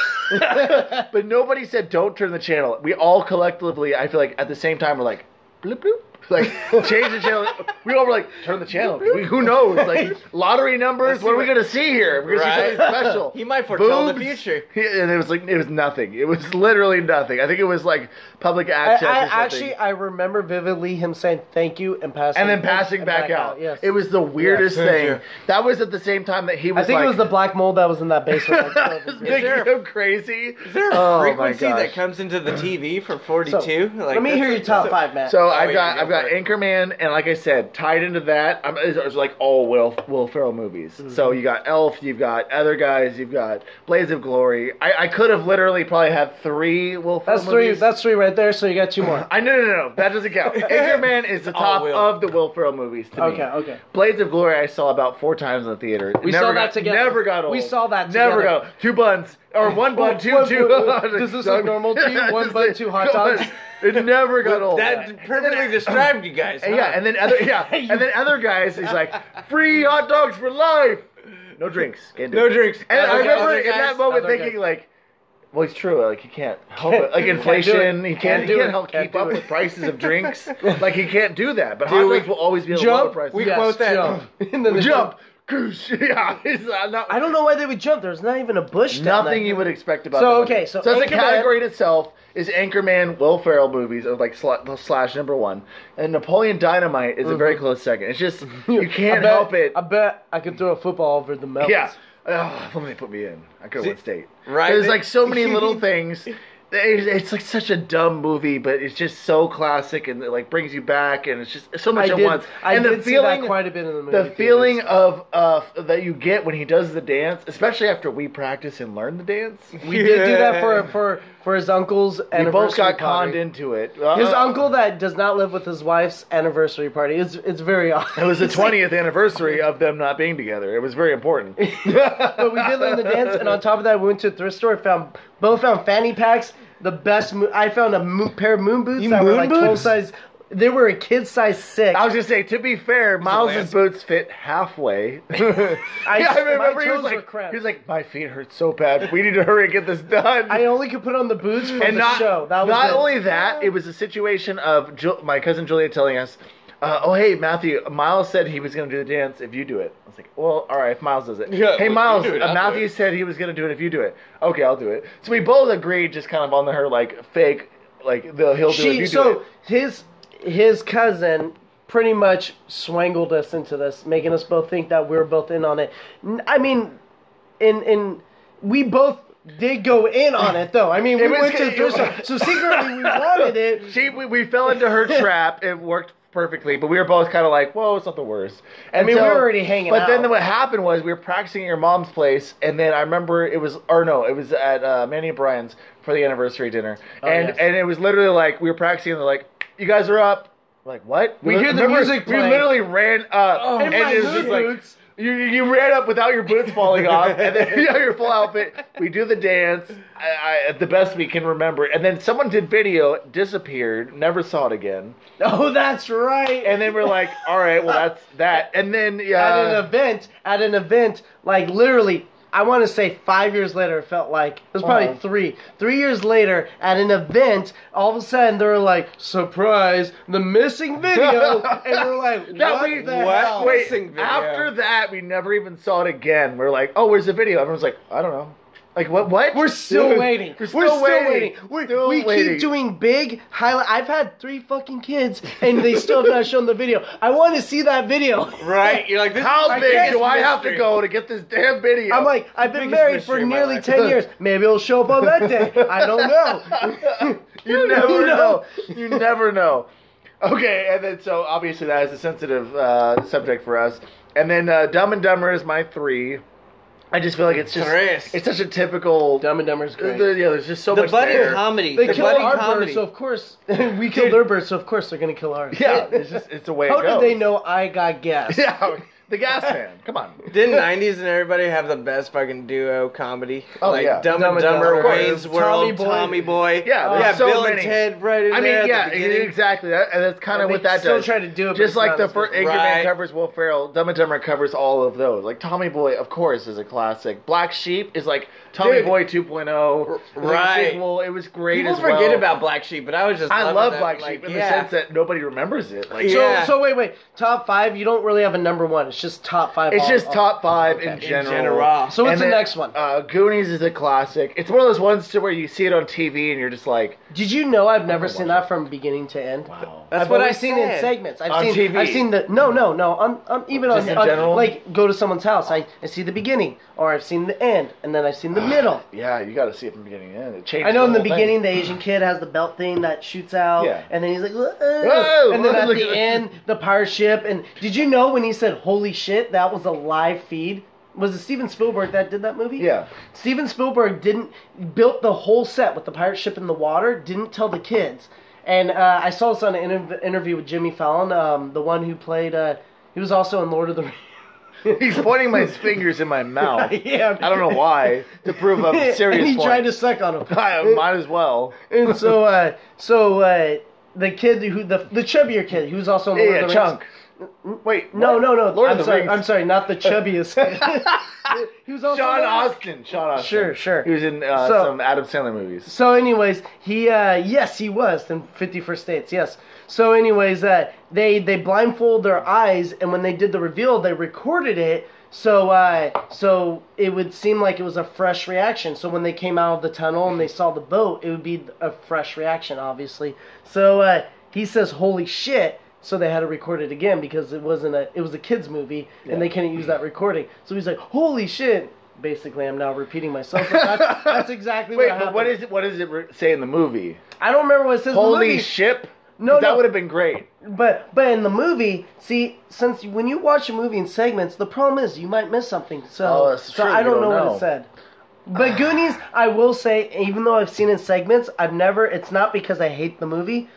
S1: but nobody said, "Don't turn the channel." We all collectively, I feel like, at the same time, we're like, "Bloop bloop." Like change the channel. We all were like, turn the channel. We- who knows? Like lottery numbers. What are we gonna see here? We're gonna see something
S2: Right.
S1: special.
S2: He might foretell the
S1: Boobs.
S2: future.
S1: Yeah, and it was like it was nothing. It was literally nothing. I think it was like public
S3: I,
S1: access.
S3: I
S1: or something.
S3: actually I remember vividly him saying thank you and passing
S1: and then passing
S3: and
S1: back, out.
S3: Yes,
S1: It was the weirdest
S2: Yeah.
S1: thing. That was at the same time that he was.
S3: I think
S1: like,
S3: it was the black mold that was in that basement.
S1: That was
S3: Like, oh,
S1: making
S2: there a-
S1: him crazy.
S2: Is there a
S1: Oh, my
S2: frequency
S1: gosh.
S2: that comes into the TV for
S3: so,
S2: 42?
S3: let me
S2: that's
S3: hear
S2: a-
S3: your top
S2: that's a-
S3: five, Matt.
S1: So
S2: Oh,
S1: I've
S2: yeah,
S1: got
S2: go
S1: I've got
S2: for it.
S1: Anchorman, and like I said, tied into that, I'm, it's, it's like all Will Will Ferrell movies. So
S2: Mm-hmm.
S1: you got Elf, you've got other guys, you've got Blades of Glory. I, I could have literally probably had three Will Ferrell
S3: that's three.
S1: movies.
S3: That's three right there. So you got two more.
S1: I no no no, no that doesn't count. Anchorman is the
S2: all
S1: top
S2: Will.
S1: of the Will Ferrell movies. To me.
S3: Okay, okay.
S1: Blades of Glory, I saw about four times in the theater.
S3: We
S1: Never
S3: saw
S1: got-
S3: that together.
S1: Never got old.
S3: We saw that
S1: Never
S3: together.
S1: got old. two buns or one bun, two
S3: One-
S1: two.
S3: does this look normal to you? One bun, two hot dogs?
S1: It never got old.
S2: That perfectly described you guys.
S1: And yeah,
S2: huh?
S1: and then other yeah, and then other guys is like free hot dogs for life. No drinks. Can't do
S2: No
S1: it.
S2: drinks.
S1: And I
S2: Other guys-
S1: remember
S2: other
S1: in
S2: guys-
S1: that moment
S3: other
S1: thinking
S3: guys.
S1: like, well, it's true. Like he can't help it. Like inflation, he can't,
S3: Can't do
S1: he can't
S3: it.
S1: help
S3: Can't
S1: keep
S3: do
S1: up
S3: it.
S1: with prices of drinks. like he can't do that. But
S2: Dude,
S1: hot dogs
S2: we-
S1: will always be a lower
S3: jump.
S1: price.
S2: We
S3: Yes,
S2: quote that.
S3: Jump. And then they
S1: jump. Goosh. Yeah, it's not,
S3: I don't know why they would jump. There's not even a bush. down
S1: nothing
S3: there.
S1: you would expect about.
S3: So,
S1: that
S3: okay,
S1: movie.
S3: so
S1: so as a
S3: Anchorman-
S1: category in itself is Anchorman, Will Ferrell movies of like sl- slash number one, and Napoleon Dynamite is a
S3: Mm-hmm.
S1: very close second. It's just you can't
S3: I bet,
S1: help it.
S3: I bet I could throw a football over the mountains.
S1: yeah, Ugh, if only they put me in, I could have
S2: See,
S1: won state.
S2: right?
S1: There's like so many little things. It's it's, like such a dumb movie, but it's just so classic and it like brings you back, and it's just so much
S3: I
S1: at
S3: did.
S1: once.
S3: I
S1: and
S3: did
S1: the
S3: see
S1: feeling,
S3: that quite a bit in the movie.
S1: the
S3: theaters.
S1: feeling of uh, that you get when he does the dance, especially after we practice and learn the dance.
S3: we did do that for for for his uncle's
S1: We
S3: anniversary
S1: both got conned
S3: party.
S1: into it.
S3: His
S1: Uh,
S3: uncle that does not live with his wife's anniversary party. It's it's very odd.
S1: It was the twentieth anniversary of them not being together. It was very important.
S3: but we did learn the dance, and on top of that, we went to a thrift store. Found both found fanny packs. The best. Mo- I found a mo- pair of moon boots
S1: You
S3: that were
S1: moon
S3: like
S1: boots?
S3: twelve size. They were a kid size six.
S1: I was gonna say, to be fair, Miles's
S2: last-
S1: boots fit halfway.
S3: I-
S1: Yeah, I remember
S3: my
S1: he was
S3: toes were
S1: like,
S3: cramped.
S1: he was like, my feet hurt so bad. We need to hurry and get this done.
S3: I only could put on the boots for
S1: and
S3: the
S1: not,
S3: show. That was
S1: not
S3: it.
S1: only that, it was a situation of Ju- my cousin Julia telling us, uh, "Oh hey Matthew, Miles said he was going to do the dance if you do it." I was like, "Well, all right, if Miles does it."
S2: Yeah,
S1: hey
S2: if
S1: Miles,
S2: you do it,
S1: uh,
S2: I'll do
S1: Matthew
S2: it."
S1: said he was going to do it if you do it. Okay, I'll do it. So we both agreed, just kind of on the her like fake, like the he'll do it if
S3: she
S1: you do
S3: so
S1: it.
S3: his his cousin pretty much swangled us into this, making us both think that we were both in on it. N- I mean, in in we both did go in on it though. I mean, we
S1: was-
S3: went to the thrift store, so secretly we wanted it.
S1: She we, we fell into her trap. It worked perfectly, but we were both kind of like, "Whoa, it's not the worst." And
S3: mean, we were already hanging
S1: But
S3: out.
S1: then what happened was we were practicing at your mom's place, and then I remember it was, or no, it was at uh, Manny and Brian's for the anniversary dinner, and
S3: Oh, yes.
S1: and it was literally like we were practicing, and they're like, "You guys are up." We're like what?
S3: We hear the
S1: Remember,
S3: music
S1: We
S3: playing.
S1: literally ran up,
S4: Oh,
S1: and
S4: In my
S1: it was just like. You, you ran up without your boots falling off, and then you know, your full outfit. We do the dance, I, I, the best we can remember, and then someone did video, disappeared, never saw it again,
S3: Oh, that's right.
S1: and then we're like, all right, well that's that, and then uh,
S3: at
S2: Uh,
S3: an
S1: yeah,
S3: event, at an event, like literally, I want to say five years later, it felt like it was probably
S1: Oh.
S2: Uh-huh.
S3: three. Three years later, at an event, all of a sudden they were like, "Surprise! The missing video!" and we're like, "What
S1: that we
S3: the
S2: what?
S3: hell?"
S1: wait,
S2: Missing video.
S1: after that we never even saw it again. We're like, oh, where's the video? Everyone's like, I don't know, like what? What?
S3: We're still waiting.
S1: We're still waiting.
S3: We're,
S1: Still
S3: we
S1: waiting.
S3: keep doing big highlight. I've had three fucking kids, and they still have not shown the video. I want to see that video.
S2: Right? You're like, this is
S1: How
S2: my
S1: big
S2: biggest
S1: do I have to
S2: mystery.
S1: go to get this damn video?
S3: I'm like, I've been
S2: biggest
S3: married
S2: mystery
S3: for
S2: in my
S3: nearly
S2: life.
S3: 10 years. Maybe it'll show up on that day. I don't know.
S1: you never know. You never know. Okay, and then so obviously that is a sensitive uh, subject for us. And then uh, Dumb and Dumber is my three. I just feel like it's just
S2: Tres.
S1: it's such a typical.
S3: Dumb and Dumber's
S1: the,
S3: great.
S1: yeah, there's just so
S2: The
S1: much
S2: buddy
S1: there.
S2: comedy.
S3: they
S2: the
S3: killed
S2: buddy
S3: our
S2: comedy.
S3: bird, so of course. we killed their bird, so of course they're going to kill ours.
S1: Yeah, it's just it's the way.
S3: How
S1: it goes.
S3: did they know I got gas?
S1: Yeah, the gas man. Come on.
S2: Didn't '90s and everybody have the best fucking duo comedy?
S1: Oh,
S2: like
S1: yeah.
S2: Dumb,
S3: Dumb
S2: and
S3: and
S2: Dumber,
S3: Dumber, of course.
S2: Wayne's World,
S3: Tommy
S2: Tommy
S3: Boy.
S2: Boy.
S1: Yeah, there's
S2: yeah,
S1: so
S2: Bill
S1: many.
S2: and Ted, right in
S1: I mean,
S2: there at
S1: yeah, e-
S2: the beginning.
S1: exactly. That, and that's kind of
S3: And
S1: what
S3: they
S1: that
S3: still
S1: does.
S3: try to do it, but
S1: just
S3: it's
S1: like
S3: not
S1: the
S3: as good.
S1: first Angry Man
S2: Right.
S1: covers Will Ferrell, Dumb and Dumber covers all of those. Like Tommy Boy, of course, is a classic. Black Sheep is like Tommy
S2: Dude.
S1: Boy oh. 2.0. It was a
S2: right.
S1: sequel. It was great
S2: People
S1: as well.
S2: forget about Black Sheep, but I was just
S1: I
S2: loving
S1: love
S2: that,
S1: Black
S2: like,
S1: Sheep in
S2: yeah.
S1: the sense that nobody remembers it. Like
S3: So,
S2: Yeah.
S3: so wait, wait. Top five, you don't really have a number one. It's just top five.
S1: it's
S3: all-
S1: just
S3: all-
S1: top five in
S2: In
S1: general.
S2: general.
S3: So what's
S1: And
S3: the
S1: then,
S3: next one?
S1: Uh, Goonies is a classic. It's one of those ones to where you see it on TV and you're just like,
S3: Did you know I've never
S1: watch
S3: seen
S1: it.
S3: that from beginning to end?
S1: wow.
S2: That's
S3: I've
S2: what
S3: only
S2: I
S3: seen in
S2: said.
S3: segments. I've
S1: On
S3: seen
S1: TV.
S3: I've seen the no no no. I'm I'm even
S1: Just
S3: on,
S1: in
S3: on-
S1: general?
S3: like go to someone's house. I, I see the beginning or I've seen the end and then I've seen the middle.
S1: Yeah, you got to see it from beginning to end. It changes.
S3: I know in the
S1: whole thing.
S3: beginning the Asian kid has the belt thing that shoots out
S1: Yeah.
S3: and then he's like whoa,
S1: Whoa,
S3: and then at
S1: look
S3: the
S1: at-
S3: end the pirate ship and did you know when he said holy shit that was a live feed? Was it Steven Spielberg that did that movie?
S1: Yeah.
S3: Steven Spielberg didn't built the whole set with the pirate ship in the water. Didn't tell the kids. And uh, I saw this on an interv- interview with Jimmy Fallon, um, the one who played. Uh, he was also in Lord of the Rings.
S1: He's pointing my fingers in my mouth.
S3: yeah,
S1: Oh. I don't know why to prove a serious
S3: and he
S1: point.
S3: tried to suck on him.
S1: I might as well.
S3: and so, uh, so uh, the kid who the the chubbier kid who was also in Lord
S1: Yeah,
S3: of the
S1: chunk.
S3: Rings.
S1: Wait,
S3: No,
S1: what?
S3: no, no.
S1: Lord
S3: I'm
S1: of the
S3: sorry.
S1: Rings.
S3: I'm sorry. Not the chubbiest. he was also
S1: Sean
S3: in-
S1: Austin. Sean Austin.
S3: Sure, sure.
S1: He was in uh,
S3: So-
S1: some Adam Sandler movies.
S3: So, anyways, he uh, yes, he was in Fifty First States. Yes. So, anyways, uh, they they blindfold their eyes, and when they did the reveal, they recorded it. So, uh, so it would seem like it was a fresh reaction. So when they came out of the tunnel and they saw the boat, it would be a fresh reaction, obviously. So uh, he says, "Holy shit!" So they had to record it again because it wasn't a it was a kids movie, and they couldn't use that recording. So he's like, "Holy shit!" Basically, I'm now repeating myself. But that's, that's exactly
S1: Wait,
S3: what
S1: but
S3: happened.
S1: what is it? What does it re- say in the movie?
S3: I don't remember what it says. in the
S1: Holy
S3: movie,
S1: ship.
S3: No,
S1: 'Cause that
S3: no.
S1: would have been great.
S3: But but in the movie, see, since when you watch a movie in segments, the problem is you might miss something. So
S1: Oh, that's
S3: so
S1: true,
S3: I
S1: you
S3: don't,
S1: don't
S3: know,
S1: know.
S3: what it said. But Goonies, I will say, even though I've seen it in segments, I've never. It's not because I hate the movie.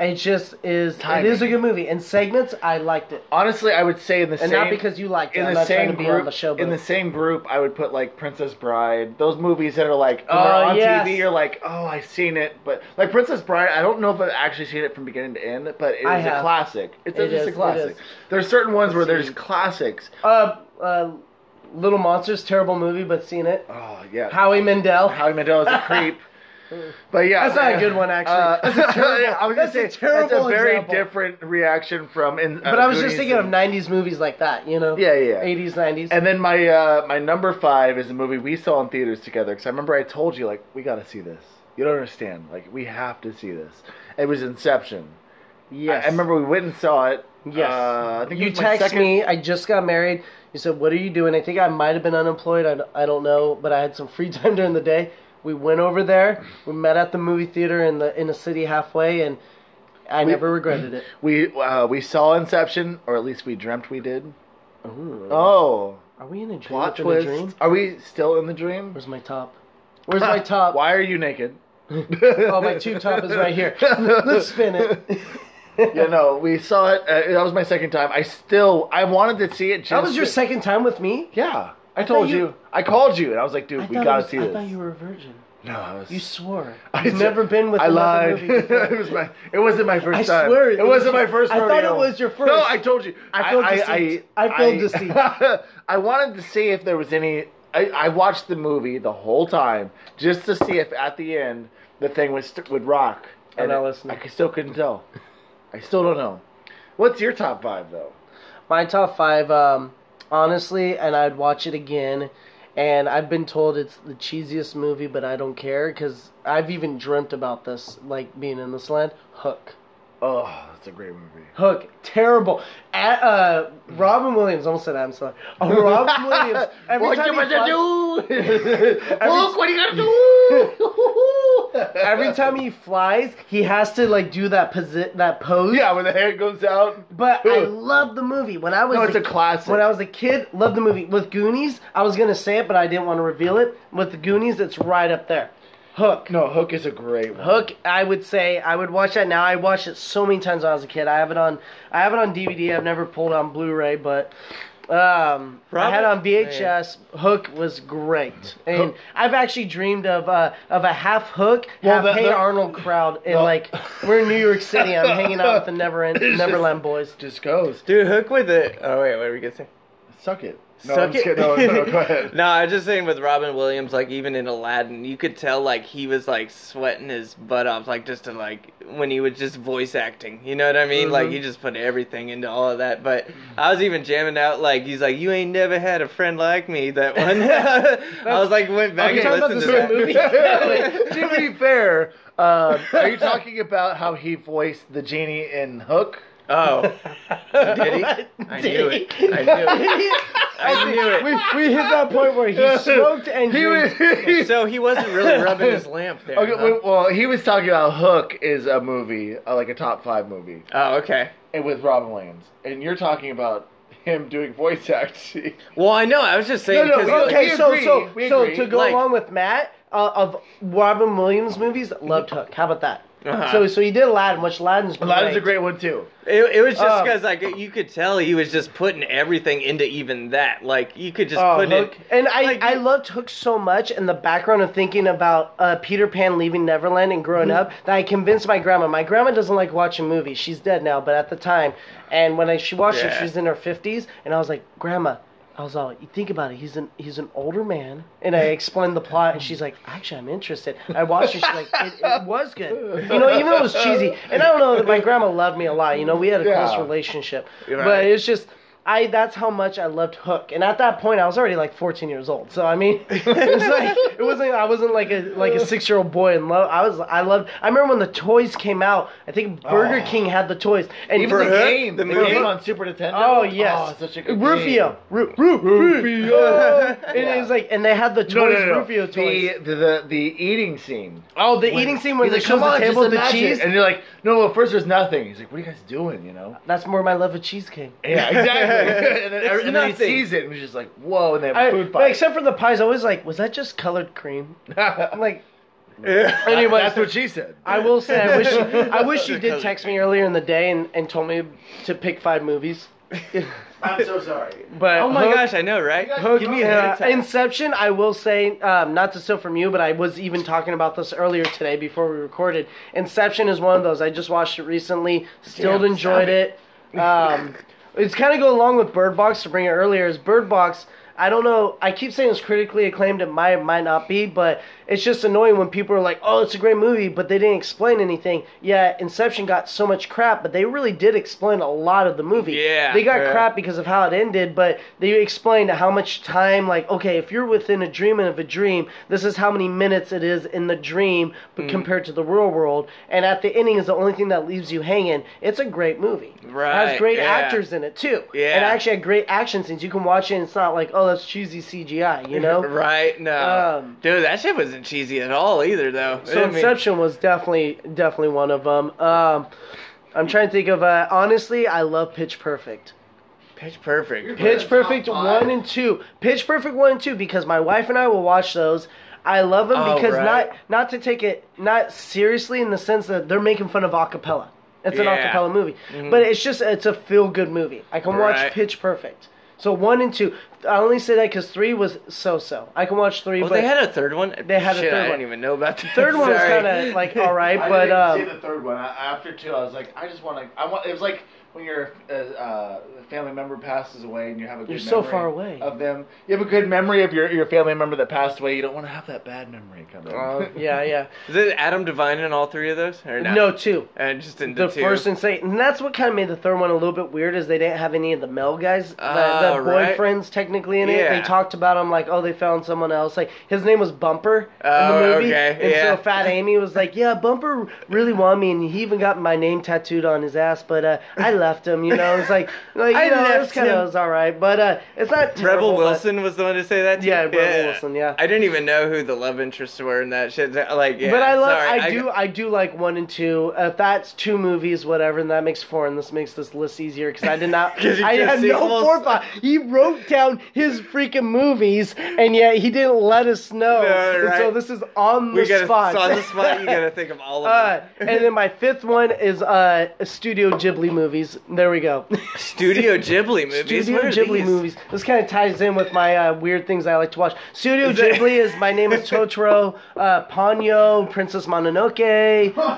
S3: It just is.
S1: Timing.
S3: It is a good movie. In segments, I liked it,
S1: Honestly, I would say in the
S3: and
S1: same
S3: not because you liked it.
S1: in
S3: I'm
S1: the
S3: not
S1: same
S3: trying to be
S1: group
S3: on the show, but
S1: in the same group, I would put like Princess Bride. Those movies that are like when they're
S3: Oh,
S1: on
S3: yes.
S1: TV, you're like, oh, I've seen it, but like Princess Bride, I don't know if I've actually seen it from beginning to end, but it is
S3: I
S1: a
S3: have.
S1: classic. It's
S3: It
S1: just
S3: is,
S1: a
S3: it
S1: classic.
S3: is.
S1: There's certain ones where
S3: Let's
S1: there's classics.
S3: uh, uh, Little Monsters, terrible movie, but seen it.
S1: Oh yeah,
S3: Howie Mandel.
S1: Howie Mandel is a creep. But yeah, Uh,
S3: That's not a good one, actually. That's a terrible-
S1: I was
S3: that's
S1: gonna
S3: a
S1: say, that's
S3: terrible
S1: a very
S3: example.
S1: different reaction from. In, uh,
S3: but I was
S1: Goonies
S3: just thinking of
S1: and-
S3: '90s movies like that, you know?
S1: Yeah, yeah, yeah.
S3: '80s, '90s.
S1: And then my uh, my number five is a movie we saw in theaters together because I remember I told you like we gotta see this. You don't understand. Like we have to see this. It was Inception.
S3: yes,
S1: I, I remember we went and saw it.
S3: Yes.
S1: Uh, I think it
S3: you
S1: was my
S3: text
S1: second-
S3: me. I just got married. You said, "What are you doing?" I think I might have been unemployed. I, d- I don't know, but I had some free time during the day. We went over there. We met at the movie theater in the in the city halfway, and I never regretted it.
S1: We uh, we saw Inception, or at least we dreamt we did.
S3: Oh,
S1: Oh,
S3: are we in a dream?
S1: plot
S3: within a
S1: twist!
S3: dream?
S1: Are we still in the dream?
S3: Where's my top? Where's my top?
S1: Why are you naked?
S3: Oh, my tube top is right here. Let's spin it.
S1: yeah, no, we saw it. Uh, that was my second time. I still, I wanted to see it. Just
S3: That was your
S1: to-
S3: second time with me.
S1: Yeah, I,
S3: I
S1: told
S3: thought
S1: you,
S3: you-
S1: I called you, and I was like, dude,
S3: I
S1: we
S3: thought it
S1: gotta
S3: was-
S1: see
S3: I
S1: this.
S3: thought you were a virgin.
S1: no, I was,
S3: You swore.
S1: I
S3: I've
S1: did-
S3: never been with
S1: I
S3: another
S1: lied.
S3: movie before.
S1: it was my. It wasn't my first
S3: I
S1: time.
S3: swear
S1: it
S3: it was
S1: wasn't my
S3: your-
S1: first.
S3: I thought
S1: rodeo.
S3: it was your
S1: No,
S3: first.
S1: I told you.
S3: I feel deceived. I feel deceived.
S1: I wanted to see if there was any. I, I watched the movie the whole time just to see if at the end the thing would st- would rock.
S3: I'm
S1: And
S3: not
S1: it-
S3: listening.
S1: I c- still couldn't tell. I still don't know. What's your top five though?
S3: My top five, um, honestly, and I'd watch it again. And I've been told it's the cheesiest movie, but I don't care because I've even dreamt about this, like being in this land. Hook.
S1: Oh, that's a great movie.
S3: Hook, terrible. At, uh, Robin Williams, almost said Adam Sandler. Oh, Robin Williams. Every
S1: what
S3: time
S1: you
S3: he
S1: gonna
S3: fights-
S1: do? Look, what are you gonna do?
S3: Every time he flies, he has to like do that posi- that pose.
S1: yeah, when the hand goes out.
S3: But I love the movie. When I was
S1: No, it's a classic.
S3: When I was a kid, loved the movie. With Goonies, I was gonna say it, but I didn't want to reveal it. With the Goonies, it's right up there. Hook.
S1: no, Hook is a great one.
S3: Hook, I would say I would watch that now. I watched it so many times when I was a kid. I have it on I have it on DVD. I've never pulled on Blu-ray, but um, I had it on VHS. Hook was great, and
S1: Hook-
S3: I've actually dreamed of uh, of a half Hook,
S1: Well,
S3: half
S1: the-
S3: Hey
S1: the-
S3: Arnold crowd, and
S1: Well-
S3: like we're in New York City. I'm hanging out with the Never End,
S1: It's just-
S3: Neverland Boys.
S1: just goes.
S2: Dude, hook with it. Oh wait, what were we gonna say?
S1: Suck it.
S2: Suck it.
S1: kidding. No, no, go ahead.
S2: No, I was just saying with Robin Williams, like even in Aladdin, you could tell like he was like sweating his butt off, like just to like when he was just voice acting. You know what I mean? Like
S1: Mm-hmm.
S2: he just put everything into all of that. But I was even jamming out like he's like, "You ain't never had a friend like me." That one. I was like, went back
S1: Okay,
S2: and listened to that.
S1: to be fair, uh, are you talking about how he voiced the genie in Hook?
S2: Oh, did he? I knew it. I knew I knew it.
S3: We, we hit that point where he smoked and
S1: he was.
S3: drank-
S2: it. So he wasn't really rubbing his lamp there.
S1: Okay,
S2: huh?
S1: wait, well, he was talking about Hook is a movie, uh, like a top five movie,
S2: Oh, okay.
S1: and with Robin Williams, and you're talking about him doing voice acting.
S2: Well, I know. I was just saying.
S1: No, no,
S2: 'cause,
S1: we-
S2: like,
S3: Okay,
S1: we
S3: so
S1: agree,
S3: so
S1: we
S3: so
S1: agree.
S3: to go
S2: Like-
S3: along with Matt uh, of Robin Williams movies, loved Hook. How about that?
S2: Uh-huh.
S3: So so he did Aladdin, which Aladdin's great.
S1: Aladdin's a great one too.
S2: It, it was just
S3: Um,
S2: because like you could tell he was just putting everything into even that. Like you could just
S3: Oh,
S2: put
S3: Hook.
S2: it.
S3: And I,
S2: like,
S3: I loved Hook so much in the background of thinking about uh, Peter Pan leaving Neverland and growing
S2: Mm-hmm.
S3: up that I convinced my grandma. My grandma doesn't like watching movies. She's dead now, but at the time, and when I, she watched it,
S2: Yeah.
S3: she was in her 50s, and I was like, Grandma, I was all, you think about it, he's an, he's an older man. And I explained the plot, and she's like, actually, I'm interested. I watched it, she's like, it, it was good. You know, even though it was cheesy, and I don't know, that my grandma loved me a lot. You know, we had a
S1: Yeah.
S3: close relationship.
S2: You're
S3: But
S2: right.
S3: it's just I that's how much I loved Hook. And at that point I was already like 14 years old. So I mean, it was like it wasn't I wasn't like a like a 6-year-old boy in love. I was I loved I remember when the toys came out. I think Burger King had the toys. And
S1: Even the
S2: For Hook?
S1: game,
S2: The
S1: the,
S2: movie?
S1: game on Super Nintendo.
S3: Oh yes,
S1: such a good
S3: Rufio,
S1: game.
S3: Ru- Ru- Rufio, and
S1: Yeah.
S3: it was like, and they had the toys,
S1: No, no, no, no.
S3: Rufio
S1: The-
S3: toys.
S1: the the the eating scene.
S3: oh, the
S1: When-
S3: eating scene where
S1: he's
S3: they
S1: like,
S3: shows the table
S1: just
S3: with the
S1: imagine it.
S3: cheese.
S1: and you're like, no, well, first there's nothing. He's like, what are you guys doing? You know?
S3: That's more my love of cheesecake.
S1: Yeah, exactly. and, then,
S2: It's
S1: and then he
S2: nothing.
S1: sees it and he's just like, whoa, and they have
S3: I,
S1: food
S3: but
S1: fight.
S3: except for the pies, I was like, was that just colored cream? I'm like, Oh
S2: Yeah.
S1: anyway, that's what she said.
S3: I will say I wish you, I wish you did text me earlier in the day and, and told me to pick five movies.
S1: I'm so sorry.
S3: But
S2: Oh my
S3: Hook-
S2: gosh, I know, right?
S1: Hook-
S2: Give me a
S3: yeah,
S2: head attack.
S3: Inception, I will say, um, not to steal from you, but I was even talking about this earlier today before we recorded. Inception is one of those. I just watched it recently, still
S2: Damn,
S3: enjoyed
S2: stop
S3: it. Um, it's kind of go along with Bird Box to bring it earlier. Is Bird Box? I don't know. I keep saying it's critically acclaimed. It might might not be, but it's just annoying when people are like, "Oh, it's a great movie," but they didn't explain anything. Yeah, Inception got so much crap, but they really did explain a lot of the movie.
S2: Yeah,
S3: they got
S2: yeah.
S3: crap because of how it ended, but they explained how much time, like, okay, if you're within a dream and of a dream, this is how many minutes it is in the dream but
S2: Hmm.
S3: compared to the real world. And at the ending is the only thing that leaves you hanging. It's a great movie. It has
S2: Right,
S3: great
S2: yeah.
S3: actors in it, too.
S2: Yeah.
S3: And actually had great action scenes. You can watch it and it's not like, oh, that's cheesy CGI, you know?
S2: Right? No,
S3: Um,
S2: dude, that shit wasn't cheesy at all either, though.
S3: So
S2: I mean,
S3: Inception was definitely definitely one of them. Um, I'm trying to think of. Uh, honestly, I love Pitch Perfect.
S2: Pitch Perfect.
S3: Pitch
S5: Top
S3: Perfect
S5: five.
S3: one and two. Pitch Perfect one and two because my wife and I will watch those. I love them
S2: Oh,
S3: because
S2: right.
S3: not not to take it not seriously in the sense that they're making fun of acapella. It's an
S2: Yeah. Mm-hmm.
S3: acapella movie, but it's just it's a feel good movie. I can watch
S2: Right.
S3: Pitch Perfect. So one and two. I only say that because three was so so. I can watch three,
S2: Well,
S3: but
S2: they had a third one.
S3: They had a
S2: Shit,
S3: third
S2: I
S3: one.
S2: didn't even know about the
S3: third one was kind of like all right,
S1: I
S3: but
S1: didn't
S3: um,
S1: see the third one. I, after two, I was like, I just want to. I want. It was like when your uh, uh, family member passes away and you have a good.
S3: You're so
S1: memory
S3: far away.
S1: of them. You have a good memory of your your family member that passed away. You don't want to have that bad memory come
S3: Uh,
S1: in.
S2: Oh.
S3: yeah, yeah.
S2: Is it Adam Devine in all three of those? Or not?
S3: No, two.
S2: And just in the,
S3: The
S2: two.
S3: first and second, and that's what kind of made the third one a little bit weird is they didn't have any of the male guys, the,
S2: Oh,
S3: the
S2: right.
S3: boyfriends technically in it. They
S2: Yeah.
S3: talked about him like, oh, they found someone else. Like his name was Bumper
S2: Oh,
S3: in the movie,
S2: okay,
S3: and
S2: yeah.
S3: so Fat Amy was like, yeah, Bumper really wanted me, and he even got my name tattooed on his ass, but uh, I left him. You know, it's like, like you
S2: I
S3: know, it was
S2: left
S3: kind
S2: him.
S3: of was all right, but uh, it's not terrible,
S2: Rebel
S3: but-
S2: Wilson was the one to say that. to
S3: Yeah,
S2: you?
S3: Rebel Wilson, yeah.
S2: I didn't even know who the love interests were in that shit. Like, yeah,
S3: but I love,
S2: sorry,
S3: I, do, I do like one and two. If that's two movies, whatever, and that makes four, and this makes this list easier because I did not,
S2: 'Cause you
S3: I
S2: just
S3: had
S2: see
S3: no
S2: almost-
S3: forethought. He wrote down his freaking movies, and yet he didn't let us know.
S2: No,
S3: And so
S2: right.
S3: this is on the
S2: we gotta
S3: spot.
S2: on the spot. You gotta think of all
S3: Uh,
S2: of them.
S3: and then my fifth one is uh, Studio Ghibli movies. There we go.
S2: Studio Ghibli movies.
S3: Studio
S2: What are
S3: Ghibli
S2: these?
S3: movies. This kind of ties in with my uh, weird things I like to watch. Studio
S2: Is that-
S3: Ghibli is my name is Totoro, uh, Ponyo, Princess Mononoke, uh,
S1: Oh,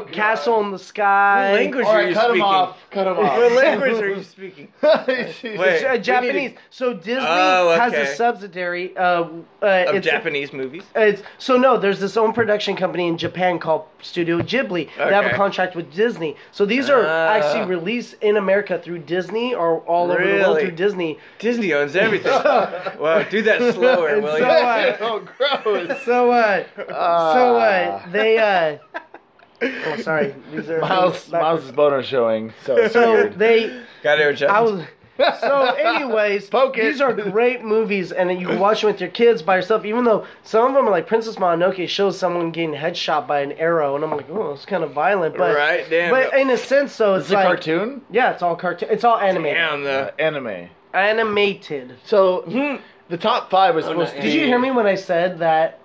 S1: God.
S3: Castle in the Sky.
S2: What language
S1: All
S2: are
S1: right,
S2: you
S1: cut
S2: speaking?
S1: him off. Cut him off.
S2: What language are you speaking?
S1: Wait.
S3: It's, uh,
S2: we need to-
S3: Japanese. So Disney
S2: Oh,
S3: has a
S2: okay.
S3: subsidiary. Uh, uh,
S2: Of
S3: it's,
S2: Japanese movies.
S3: It's, so no, there's this own production company in Japan called Studio Ghibli. They have a
S2: Okay.
S3: contract with Disney. So these are
S2: Ah.
S3: actually released in America through Disney or all over the world
S2: Really?
S3: through Disney.
S2: Disney owns everything. wow, do that slower,
S3: And
S2: will
S3: so,
S2: you?
S3: uh,
S1: oh, gross.
S3: So uh, so uh,
S1: Ah.
S3: they uh, oh sorry, these are
S1: Miles, Miles' boner showing. So, it's
S3: So
S1: weird.
S3: they,
S2: Gotta adjust.
S3: I was. So, anyways,
S1: Poke it.
S3: these are great movies, and you can watch them with your kids by yourself. Even though some of them are like Princess Mononoke shows someone getting headshot by an arrow, and I'm like, oh, it's kind of violent, but
S2: right, damn.
S3: but in a sense, though, it's,
S1: it's a
S3: like
S1: cartoon,
S3: yeah, it's all cartoon, it's all animated,
S2: damn
S1: uh,
S2: though.
S1: anime.
S3: animated.
S1: So
S3: Hmm.
S1: the top five was
S2: Oh,
S1: supposed
S2: no.
S1: to.
S3: Did
S1: be-
S3: you hear me when I said that?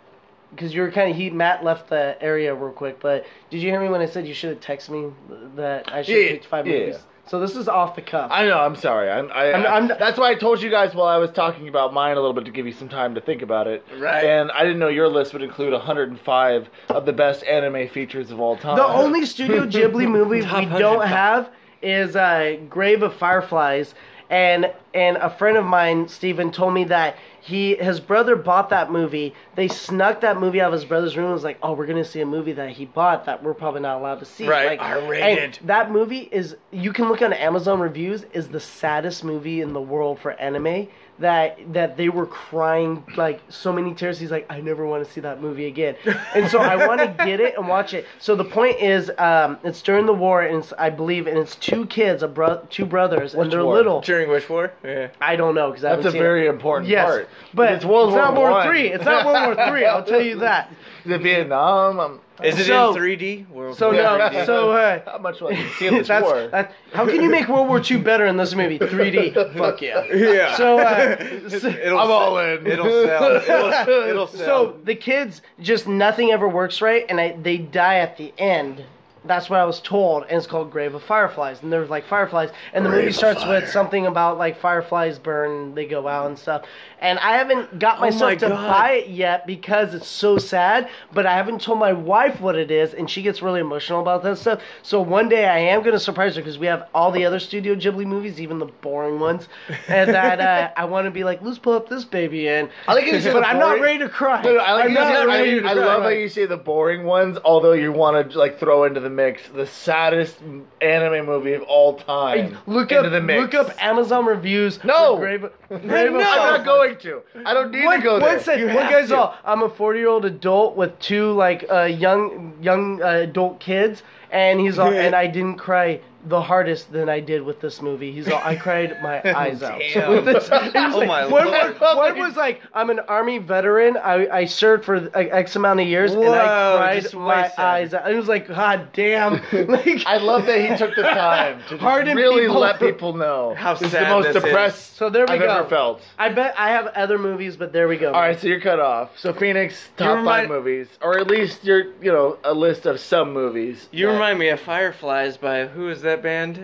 S3: Because you were kind of he Matt left the area real quick, but did you hear me when I said you should have texted me that I should have
S1: Yeah,
S3: picked five
S1: yeah.
S3: movies? So this is off the cuff.
S1: I know. I'm sorry. I'm. I,
S3: I'm- I'm-
S1: that's why I told you guys while I was talking about mine a little bit to give you some time to think about it.
S2: Right.
S1: And I didn't know your list would include 105 of the best anime features of all time.
S3: the only Studio Ghibli movie
S2: Top
S3: we
S2: 100
S3: don't
S2: top.
S3: have is uh, Grave of Fireflies, and and a friend of mine, Steven, told me that he his brother bought that movie. They snuck that movie out of his brother's room. and was like, oh, we're gonna see a movie that he bought that we're probably not allowed to see.
S2: Right,
S3: Like,
S2: R-rated.
S3: and that movie is you can look on Amazon reviews is the saddest movie in the world for anime. That that they were crying like so many tears. He's like, I never want to see that movie again. And so I want to get it and watch it. So the point is, um, it's during the war, and it's, I believe, and it's two kids, a bro- two brothers,
S1: Which
S3: and they're
S1: war?
S3: little.
S2: During which war? Yeah.
S3: I don't know because
S1: That's a very
S3: it.
S1: important
S3: yes,
S1: part.
S3: but
S1: it's World War
S3: not World War
S1: One.
S3: Three. It's not World War Three. I'll tell you that.
S1: the Vietnam. Um,
S2: Is it
S3: So-
S2: in 3D? World
S3: So
S2: War
S3: Oh, no,
S2: 3D?
S3: so uh,
S1: how much was it? See in this
S3: that's,
S1: war.
S3: that- how can you make World War II better in this movie? 3D. Fuck yeah.
S2: yeah.
S3: So, uh, so-
S2: it'll
S1: I'm
S2: sell.
S1: all in.
S2: It'll sell. It'll, it'll sell.
S3: So the kids just nothing ever works right, and I, they die at the end. That's what I was told, and it's called Grave of Fireflies, and there's like fireflies, and the movie starts with something about like fireflies burn, they go out and stuff. And I haven't got myself
S2: Oh my
S3: to
S2: God.
S3: buy it yet because it's so sad, but I haven't told my wife what it is, and she gets really emotional about that stuff. So one day I am gonna surprise her because we have all the other Studio Ghibli movies, even the boring ones, and that uh, I want to be like, let's pull up this baby in.
S1: I like how you said
S3: but
S1: the
S3: I'm
S1: boring-
S3: not ready to cry.
S1: No, no, I like
S3: I'm
S1: you
S3: not
S1: said- I-
S3: ready to
S1: I
S3: cry.
S1: love how you say the boring ones, although you want to like throw into the mix the saddest anime movie of all time.
S3: Look
S1: into
S3: up,
S1: the mix.
S3: look up Amazon reviews.
S1: No.
S3: for Grave, Grave
S1: I'm
S3: of
S1: not
S3: Fireflies.
S1: going to. I don't need
S3: One,
S1: to go there.
S3: one said,
S2: You
S3: one
S2: have
S3: guy's
S2: to.
S3: all, I'm a 40 year old adult with two like uh, young young uh, adult kids, and he's all, and I didn't cry the hardest than I did with this movie. He's all, I cried my eyes out.
S2: Damn.
S3: with this. It was
S2: Oh
S3: like,
S2: my
S3: one,
S2: lord.
S3: one was like, I'm an army veteran. I, I served for like, X amount of years, and I
S2: Whoa,
S3: cried
S2: just
S3: my
S2: wasted.
S3: eyes out. It was like, God damn. Like,
S1: I love that he took the time to just
S3: Harden
S1: really
S3: people.
S1: let people know
S2: How
S1: this is
S2: sad
S1: the most
S2: this is.
S1: depressed
S3: So there we
S1: I've
S3: go.
S1: ever felt.
S3: I bet I have other movies, but there we go.
S1: All right, so you're cut off. So Phoenix
S2: You
S1: top five
S2: remind-
S1: movies, or at least your you know a list of some movies.
S2: You
S1: that-
S2: remind me of Fireflies by who is that band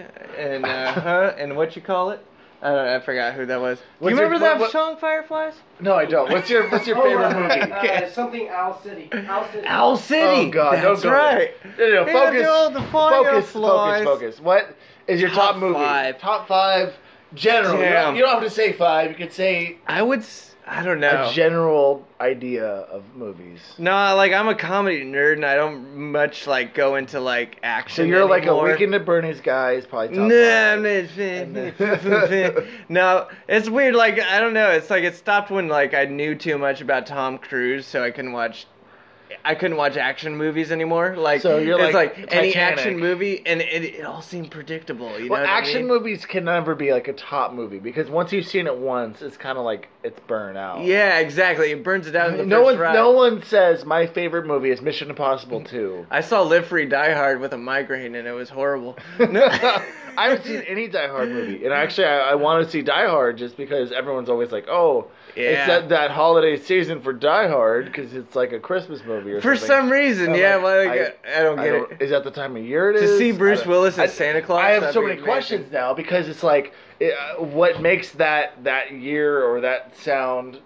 S2: and uh, huh and what you call it? I don't know, I forgot who that was. Do
S1: What's
S2: you
S1: your-
S2: remember that
S1: what- what-
S2: song Fireflies?
S1: No, I don't. What's your what's your favorite movie?
S3: Uh, something Owl City. Owl City.
S2: Owl City.
S1: Oh God,
S2: that's
S1: don't go
S2: right.
S1: There. No, no,
S2: Yeah,
S1: focus,
S2: they're all the
S1: focus,
S2: Fireflies.
S1: focus, focus. What is your top,
S2: Top
S1: movie?
S2: five.
S1: Top five. General. You
S2: Damn.
S1: don't, you don't have to say five. You could say
S2: I would. s- I don't know.
S1: a general idea of movies.
S2: no, like I'm a comedy nerd and I don't much like go into like action.
S1: So you're like
S2: anymore.
S1: a Weekend at Bernie's guy is probably top
S2: No,
S1: five. uh,
S2: no, no, it's weird. Like I don't know. It's like it stopped when like I knew too much about Tom Cruise, so I couldn't watch. I couldn't watch action movies anymore. Like
S1: So you're
S2: it's
S1: like
S2: like, any
S1: Titanic.
S2: action movie, and it, it all seemed predictable. You
S1: Well,
S2: know,
S1: action
S2: movies.
S1: movies can never be like a top movie because once you've seen it once, it's kind of like it's burned out.
S2: Yeah, exactly. It burns it down. in the
S1: No
S2: first
S1: one,
S2: round.
S1: no one says my favorite movie is Mission Impossible Two.
S2: I saw Live Free Die Hard with a migraine, and it was horrible.
S1: I haven't seen any Die Hard movie, and actually, I, I want to see Die Hard just because everyone's always like, "Oh,
S2: Yeah.
S1: it's that, that holiday season for Die Hard because it's like a Christmas movie." Or
S2: For
S1: something.
S2: some reason,
S1: I'm
S2: yeah,
S1: like,
S2: like, I, don't
S1: I
S2: get
S1: don't-
S2: it.
S1: Is that the time of year it
S2: To
S1: is?
S2: see
S1: I
S2: Bruce
S1: don't-
S2: Willis as
S1: I-
S2: Santa Claus,
S1: I have
S2: that'd
S1: so
S2: be
S1: many
S2: amazing.
S1: questions now because it's like, uh, what makes that that year or that sound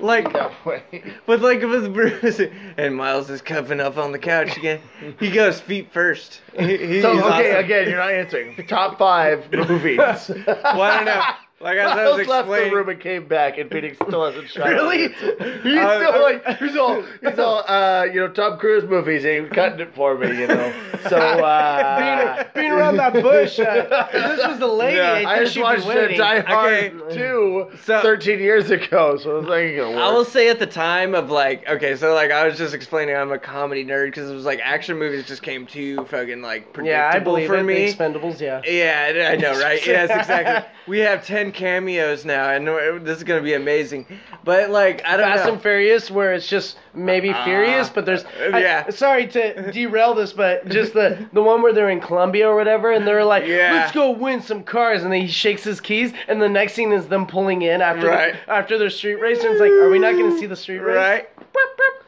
S2: Like,
S1: that way?
S2: But like with Bruce and Miles is cuffing up on the couch again. He goes feet first. He, he's
S1: so okay,
S2: awesome.
S1: again, you're not answering. Top five movies.
S2: Well, I don't know. Like as I was
S1: Miles left the
S2: explaining,
S1: room and came back, and Phoenix still hasn't shot.
S2: Really?
S1: He's still
S2: I- I-
S1: like, he's all, he's all, uh, you know, Tom Cruise movies ain't cutting it for me, you know. So uh,
S3: Being around that bush, uh, if this was the lady.
S2: Yeah,
S3: I, think
S1: I just
S3: she'd be
S1: watched uh,
S3: waiting.
S1: Die
S2: Okay.
S1: Hard 2
S2: So-
S1: 13 years ago, so it's like, gonna work.
S2: I will say at the time of like, okay, so like I was just explaining I'm a comedy nerd because it was like action movies just came too fucking like predictable
S3: yeah, I believe
S2: for
S3: it.
S2: me.
S3: The Expendables, yeah.
S2: Yeah, I- I know, right? yes, exactly. We have ten cameos now, and we're- this is gonna be amazing. But like, I don't
S3: Fast
S2: know.
S3: and Furious, where it's just maybe
S2: Ah.
S3: furious, but there's I-
S2: Yeah.
S3: sorry to derail this, but just the the one where they're in Colombia or whatever, and they're like,
S2: Yeah.
S3: let's go win some cars, and then he shakes his keys, and the next scene is them pulling in after
S2: Right.
S3: after their street race, and it's like, are we not going to see the street race?
S2: right?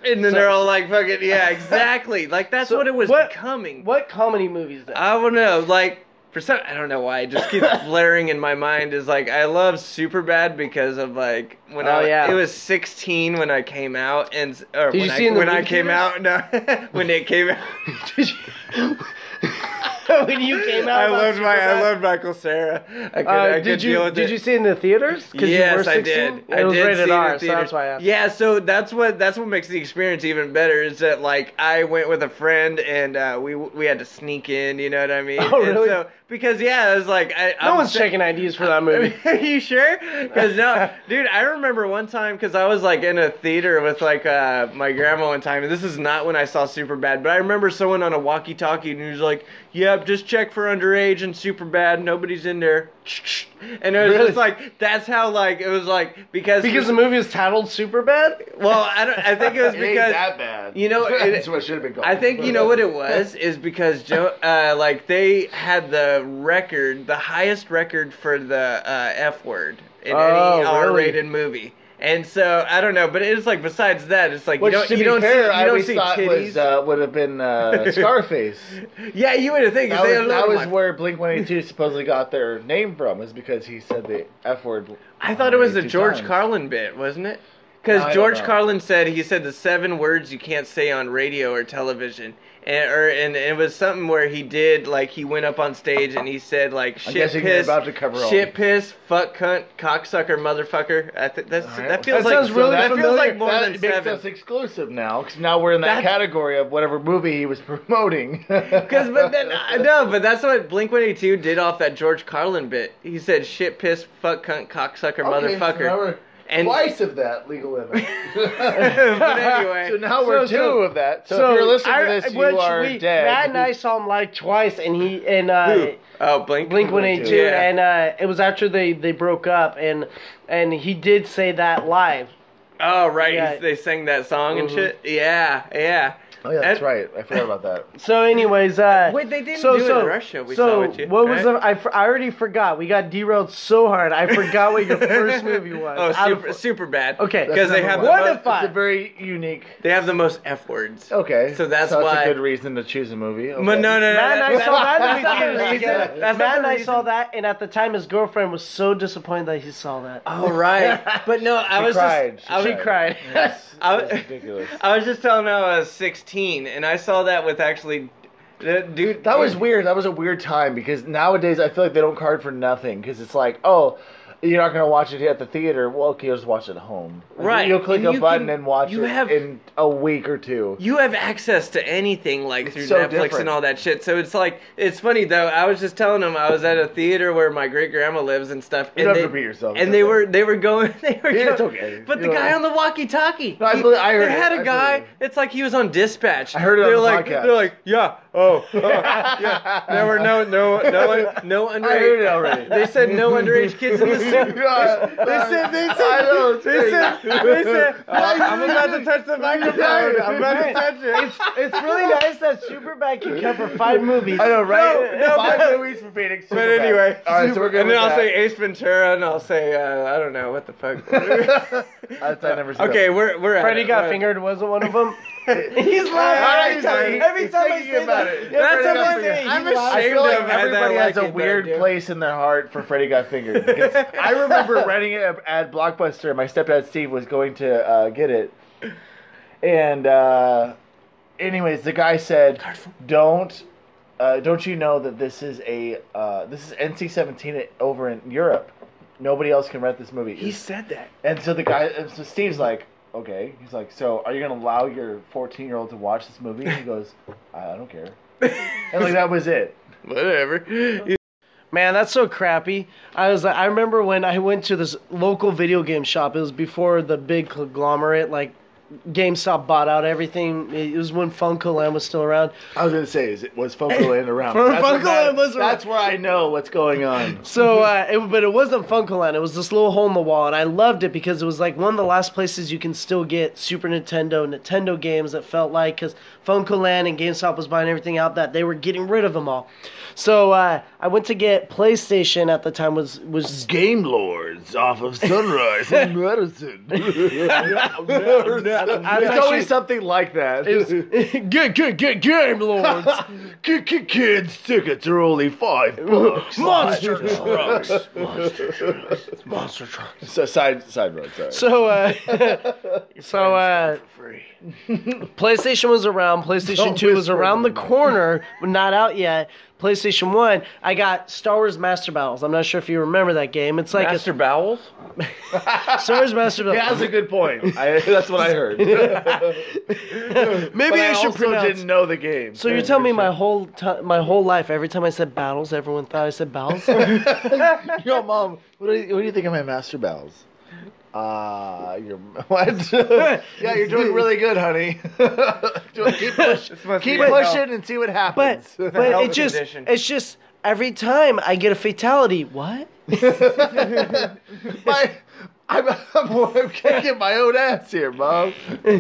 S2: And then
S3: So-
S2: they're all like, "Fucking yeah, exactly." Like that's
S3: So
S2: what it was
S3: what-
S2: becoming.
S3: What comedy movies? Then?
S2: I don't know. Like for some, I don't know why. It just keeps blaring in my mind. Is like I love Superbad because of like when
S3: Oh,
S2: I
S3: yeah.
S2: it was 16 when I came out and s- or
S3: Did
S2: when
S3: you
S2: I,
S3: see it in the
S2: when I
S3: movie
S2: came out no when it came out.
S3: when you came out,
S2: I
S3: about
S2: loved my I
S3: Superbad?
S2: loved Michael Sarah. I could,
S3: Uh,
S2: I could
S3: did
S2: deal
S3: you
S2: with
S3: did
S2: it.
S3: you see it in the theaters? 'Cause you were
S2: Yes, I
S3: 16?
S2: did.
S3: It
S2: I
S3: was
S2: did see it
S3: rated
S2: in
S3: R, so
S2: theaters.
S3: that's why I asked.
S2: Yeah, so that's what that's what makes the experience even better is that like I went with a friend and uh, we we had to sneak in. You know what I mean?
S3: Oh,
S2: And
S3: really?
S2: so, because yeah, I was like, I,
S3: No
S2: I'm
S3: one's
S2: sa-
S3: checking IDs for that movie.
S2: Are you sure? 'Cause no, dude, I remember one time because I was like in a theater with like uh, my grandma one time, and this is not when I saw Superbad, but I remember someone on a walkie-talkie and he was like, "Yep, just check for underage and Superbad, nobody's in there," and it was
S3: Really?
S2: just like that's how like it was like because
S3: Because the movie is titled Superbad?
S2: well I don't I think it was
S1: it ain't
S2: because
S1: that bad.
S2: you know, it-
S1: that's what it should have been called.
S2: I think you know what it was is because Joe, uh, like they had the record, the highest record for the uh, F word in
S3: Oh, really?
S2: any R-rated movie. And so I don't know, but it's like besides that, it's like
S1: Which,
S2: you don't
S1: to
S2: you
S1: be
S2: don't
S1: fair,
S2: see
S1: I
S2: you don't
S1: always
S2: see
S1: thought
S2: titties.
S1: was uh, would have been uh, Scarface.
S2: yeah, you would have think
S1: that
S2: they
S1: was, that
S2: little
S1: was where Blink One Eighty Two supposedly got their name from, is because he said the F word.
S2: I thought it was a
S1: 182
S2: George
S1: times.
S2: Carlin bit, wasn't it?
S1: I
S2: Because
S1: don't
S2: George
S1: know.
S2: Carlin said he said the seven words you can't say on radio or television, and or and, it was something where he did like he went up on stage and he said like
S1: I'm
S2: shit
S1: guessing you're
S2: piss,
S1: about to cover all
S2: shit
S1: of
S2: piss, fuck cunt, cocksucker, motherfucker. I th- that's,
S1: All right.
S2: that feels
S3: That
S2: like
S3: sounds really
S2: that feels
S3: familiar.
S2: like more
S1: that
S2: than
S1: makes
S2: seven.
S1: us exclusive now, because now we're in that
S2: That's-
S1: category of whatever movie he was promoting.
S2: Because, but then uh, I know, but that's what Blink One Eighty Two did off that George Carlin bit. He said shit, piss, fuck, cunt, cocksucker,
S1: Okay, so
S2: motherfucker.
S1: now we're-
S2: And
S1: Twice of that legal limit.
S2: but anyway,
S1: so now we're
S3: So-
S1: two
S3: so-
S1: of that. So, if you're listening
S3: I-
S1: to this,
S3: which
S1: you are
S3: we-
S1: dead.
S3: Matt and I saw him live twice, and he and uh,
S2: Who? oh, Blink.
S3: Blink One Eight Two,
S2: Yeah.
S3: and uh, it was after they they broke up, and and he did say that live.
S2: Oh, right.
S3: Yeah.
S2: he's- They sang that song and
S3: Mhm.
S2: shit. Yeah, yeah.
S1: oh yeah, that's
S2: and-
S1: right. I forgot about that.
S3: So, anyways, uh,
S2: Wait, they didn't
S3: so,
S2: do it in
S3: so,
S2: Russia, we
S3: so
S2: saw it, yeah,
S3: what was
S2: right?
S3: the? I, fr- I already forgot. We got derailed so hard. I forgot what your first movie was.
S2: Oh,
S3: Out of-
S2: super, super bad.
S3: Okay.
S1: That's
S2: because they
S1: number
S2: have
S1: one.
S2: the
S3: What
S2: most,
S3: if I-
S1: It's a very unique.
S2: they have the most f words.
S1: Okay,
S2: So that's why-
S1: a good reason to choose a movie. Oh, Okay.
S2: But no, no, no.
S3: Matt and I
S2: that-
S3: saw that in
S2: that's not the
S3: the theaters
S2: reason.
S3: together.
S2: That's not
S3: Matt
S2: the
S3: and I
S2: reason.
S3: saw that, and at the time, his girlfriend was so disappointed that he saw that.
S2: Oh right, but no, I
S1: She
S2: was
S1: cried.
S2: just I was,
S3: she cried.
S1: Yes,
S2: I
S1: that's
S2: was-
S1: ridiculous.
S2: I was just telling her I was 16, and I saw that with actually, the dude.
S1: That was weird. That was a weird time because nowadays I feel like they don't card for nothing because it's like, oh, you're not gonna watch it at the theater. Well, okay, you'll just watch it at home. Like,
S2: Right,
S1: You'll click
S2: and
S1: a
S2: you
S1: button
S2: can-
S1: and watch
S2: you
S1: it
S2: have-
S1: in a week or two.
S2: you have access to anything like through
S1: so
S2: Netflix
S1: different.
S2: and all that shit. So it's like it's funny though. I was just telling them I was at a theater where my great grandma lives and stuff.
S1: You
S2: and
S1: don't
S2: they,
S1: have to beat yourself.
S2: And
S1: It's
S2: they
S1: okay.
S2: were they were going they were.
S1: Yeah, it's
S2: going-
S1: okay.
S2: But the
S1: You know.
S2: guy on the walkie-talkie,
S1: No, I
S2: he-
S1: believe- I heard
S2: they
S1: it.
S2: had
S1: I
S2: a guy.
S1: believe
S2: It's like he was on dispatch.
S1: I heard it on
S2: They're
S1: the
S2: like
S1: podcast.
S2: they're like yeah oh, oh yeah there were no no no one- no underage.
S1: I heard it already.
S2: They said no underage kids in the suit. They said, they
S1: I know,
S2: said,
S1: it's
S2: they said, they said, I'm about to touch the microphone. I'm about to touch it.
S3: it's really nice that Superbad can cover five movies.
S1: I know, right?
S2: No, no,
S1: Five
S2: but-
S1: movies for Phoenix.
S2: But anyway,
S1: all right, so we're good.
S2: and then I'll say
S1: with
S2: Ace Ventura, and I'll say, uh, I don't know, what the fuck.
S1: that. That's- I never. seen
S2: okay,
S1: that.
S2: we're we're. at
S3: Freddy
S2: it.
S3: got
S2: We're-
S3: fingered wasn't one of them.
S2: He's laughing.
S1: All right,
S2: every time,
S1: Tony.
S2: every
S1: He's
S2: time I
S1: thinking
S2: say
S1: about
S2: that.
S1: it.
S2: That's
S1: Freddy
S2: what
S1: got
S2: I'm
S1: fingered.
S2: saying.
S1: I'm
S2: He's
S1: I
S2: ashamed
S1: feel like
S2: of that I
S1: everybody has
S2: like
S1: a
S2: it,
S1: weird
S2: dude.
S1: place in their heart for Freddy Got Fingered. Because I remember renting it at Blockbuster. and My stepdad Steve was going to uh, get it, and uh, anyways, the guy said, "Don't." Uh, don't you know that this is a uh, this is NC-17 over in Europe? Nobody else can rent this movie.
S2: He said that.
S1: And so the guy, and so Steve's like, okay. He's like, so are you gonna allow your 14 year old to watch this movie? And he goes, I I don't care. And like that was it.
S2: Whatever.
S3: Man, that's so crappy. I was like, I remember when I went to this local video game shop. It was before the big conglomerate, like GameStop bought out everything. It was when Funko Land was still around.
S1: I was gonna say, is it was Funko Land around?
S3: For
S1: That's when
S3: Funko
S1: that-
S3: Land was around.
S1: That's where I know what's going on.
S3: So, uh, it, but it wasn't Funkoland. It was this little hole in the wall, and I loved it because it was like one of the last places you can still get Super Nintendo, Nintendo games. It felt like because Funkoland and GameStop was buying everything out that they were getting rid of them all. So uh, I went to get PlayStation at the time was was
S1: Game Lords off of Sunrise and Madison.
S3: was
S1: it's
S3: actually-
S1: always something like that.
S3: good, good, good Game Lords.
S1: K- k- kids tickets are only five bucks.
S3: Monster
S1: trucks. Monster trucks. Monster trucks. So side side road. Sorry.
S3: So, uh, so uh,
S1: free.
S3: PlayStation was around. PlayStation
S1: Don't
S3: 2 was
S1: whisper
S3: around the
S1: in my mic.
S3: corner, but not out yet. PlayStation 1, I got Star Wars Master Battles. I'm not sure if you remember that game. It's like
S2: Master Bowels?
S3: a Star Wars Master
S1: Yeah,
S3: Battles.
S1: that's a good point. I, that's what I heard. Maybe
S3: I should pronounce-
S1: didn't know the game.
S3: so you're telling me my whole ti my whole life, every time I said battles, everyone thought I said battles?
S1: Yo, mom, what do you, what do you think of my master bells? Uh, you're what? yeah, you're doing really good, honey. Do- keep push,
S2: must
S1: keep
S2: be a health-
S1: pushing and see what
S3: but
S1: happens.
S3: but
S2: health
S3: it just
S2: condition.
S3: it's just every time I get a fatality. What?
S1: my, I'm, I'm, I'm kicking my own ass here, mom.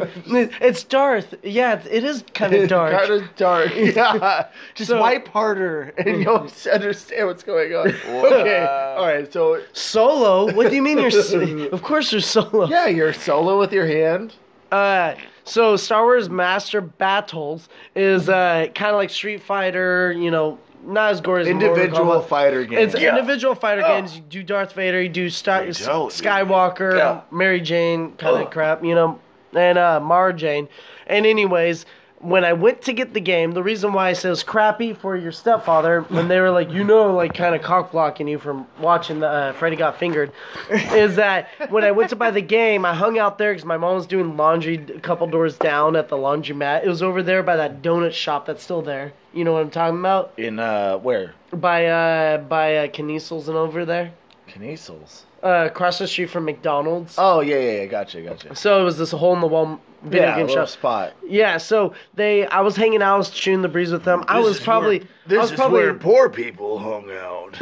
S3: it's Darth. Yeah, it's- it is kind of dark.
S1: Kind of dark. Yeah. Just
S3: So-
S1: wipe harder, and you'll understand what's going on. Okay. All right. So
S3: Solo? What do you mean you're? s- of course you're solo.
S1: yeah, you're solo with your hand.
S3: Uh, so Star Wars Master Battles is uh, kind of like Street Fighter, you know, not as gory as Mortal
S1: Individual
S3: Kombat.
S1: fighter game.
S3: It's individual fighter games. You do Darth Vader, you do Star-
S1: Fatality.
S3: Skywalker,
S2: Yeah.
S3: Mary Jane kind of crap, you know, and uh, Mara Jane. And anyways, when I went to get the game, the reason why I said it was crappy for your stepfather, when they were like, you know, like kind of cock blocking you from watching the uh, Freddy Got Fingered, is that when I went to buy the game, I hung out there because my mom was doing laundry a couple doors down at the laundromat. It was over there by that donut shop that's still there. You know what I'm talking about?
S1: in uh where?
S3: by uh by uh, Kniesel's and over there.
S1: Canasals.
S3: uh, across the street from McDonald's.
S1: Oh yeah, yeah, yeah. Gotcha, gotcha.
S3: So it was this hole in the wall video
S1: yeah,
S3: game
S1: little
S3: shop.
S1: spot.
S3: Yeah, so they, I was hanging out, I was chewing the breeze with them. I
S1: This
S3: was
S1: is
S3: probably,
S1: where- this
S3: I was
S1: is
S3: probably,
S1: where poor people hung out.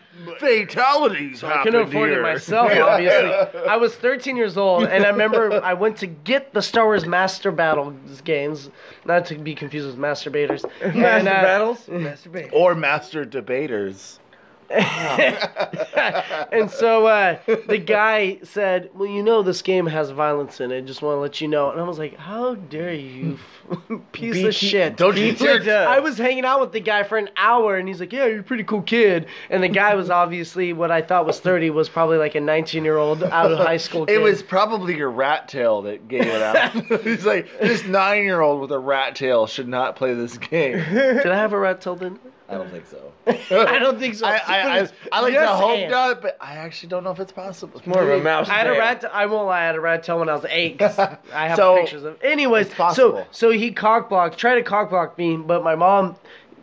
S1: Fatalities
S3: I couldn't afford it myself, obviously. I was 13 years old, and I remember I went to get the Star Wars Master Battles games, not to be confused with masturbators. And,
S2: Master
S3: uh,
S2: battles. Master battles.
S1: Or master debaters.
S3: and so uh, the guy said, "Well, you know this game has violence in it. Just want to let you know." And I was like, "How dare you, f- piece
S2: BT
S3: of shit!"
S1: Don't you
S2: Pizza
S1: jerk.
S2: does.
S3: I was hanging out with the guy for an hour, and he's like, "Yeah, you're a pretty cool kid." And the guy was obviously what I thought was 30 was probably like a 19 year old out of high school. Kid.
S1: It was probably your rat tail that gave it out. He's like, this nine year old with a rat tail should not play this game.
S3: Did I have a rat tail then?
S1: I don't think so.
S3: I don't think so.
S1: I, I, I, I like
S3: Yes,
S1: to hope
S3: and.
S1: not, but I actually don't know if it's possible. It's
S2: More of a mouse.
S3: I had a
S2: tail.
S3: rat. I won't lie. I had a rat tail when I was eight. 'cause I have
S1: So,
S3: pictures of. Anyways,
S1: it's
S3: so
S1: possible.
S3: so he cock blocked, tried to cock block me, but my mom,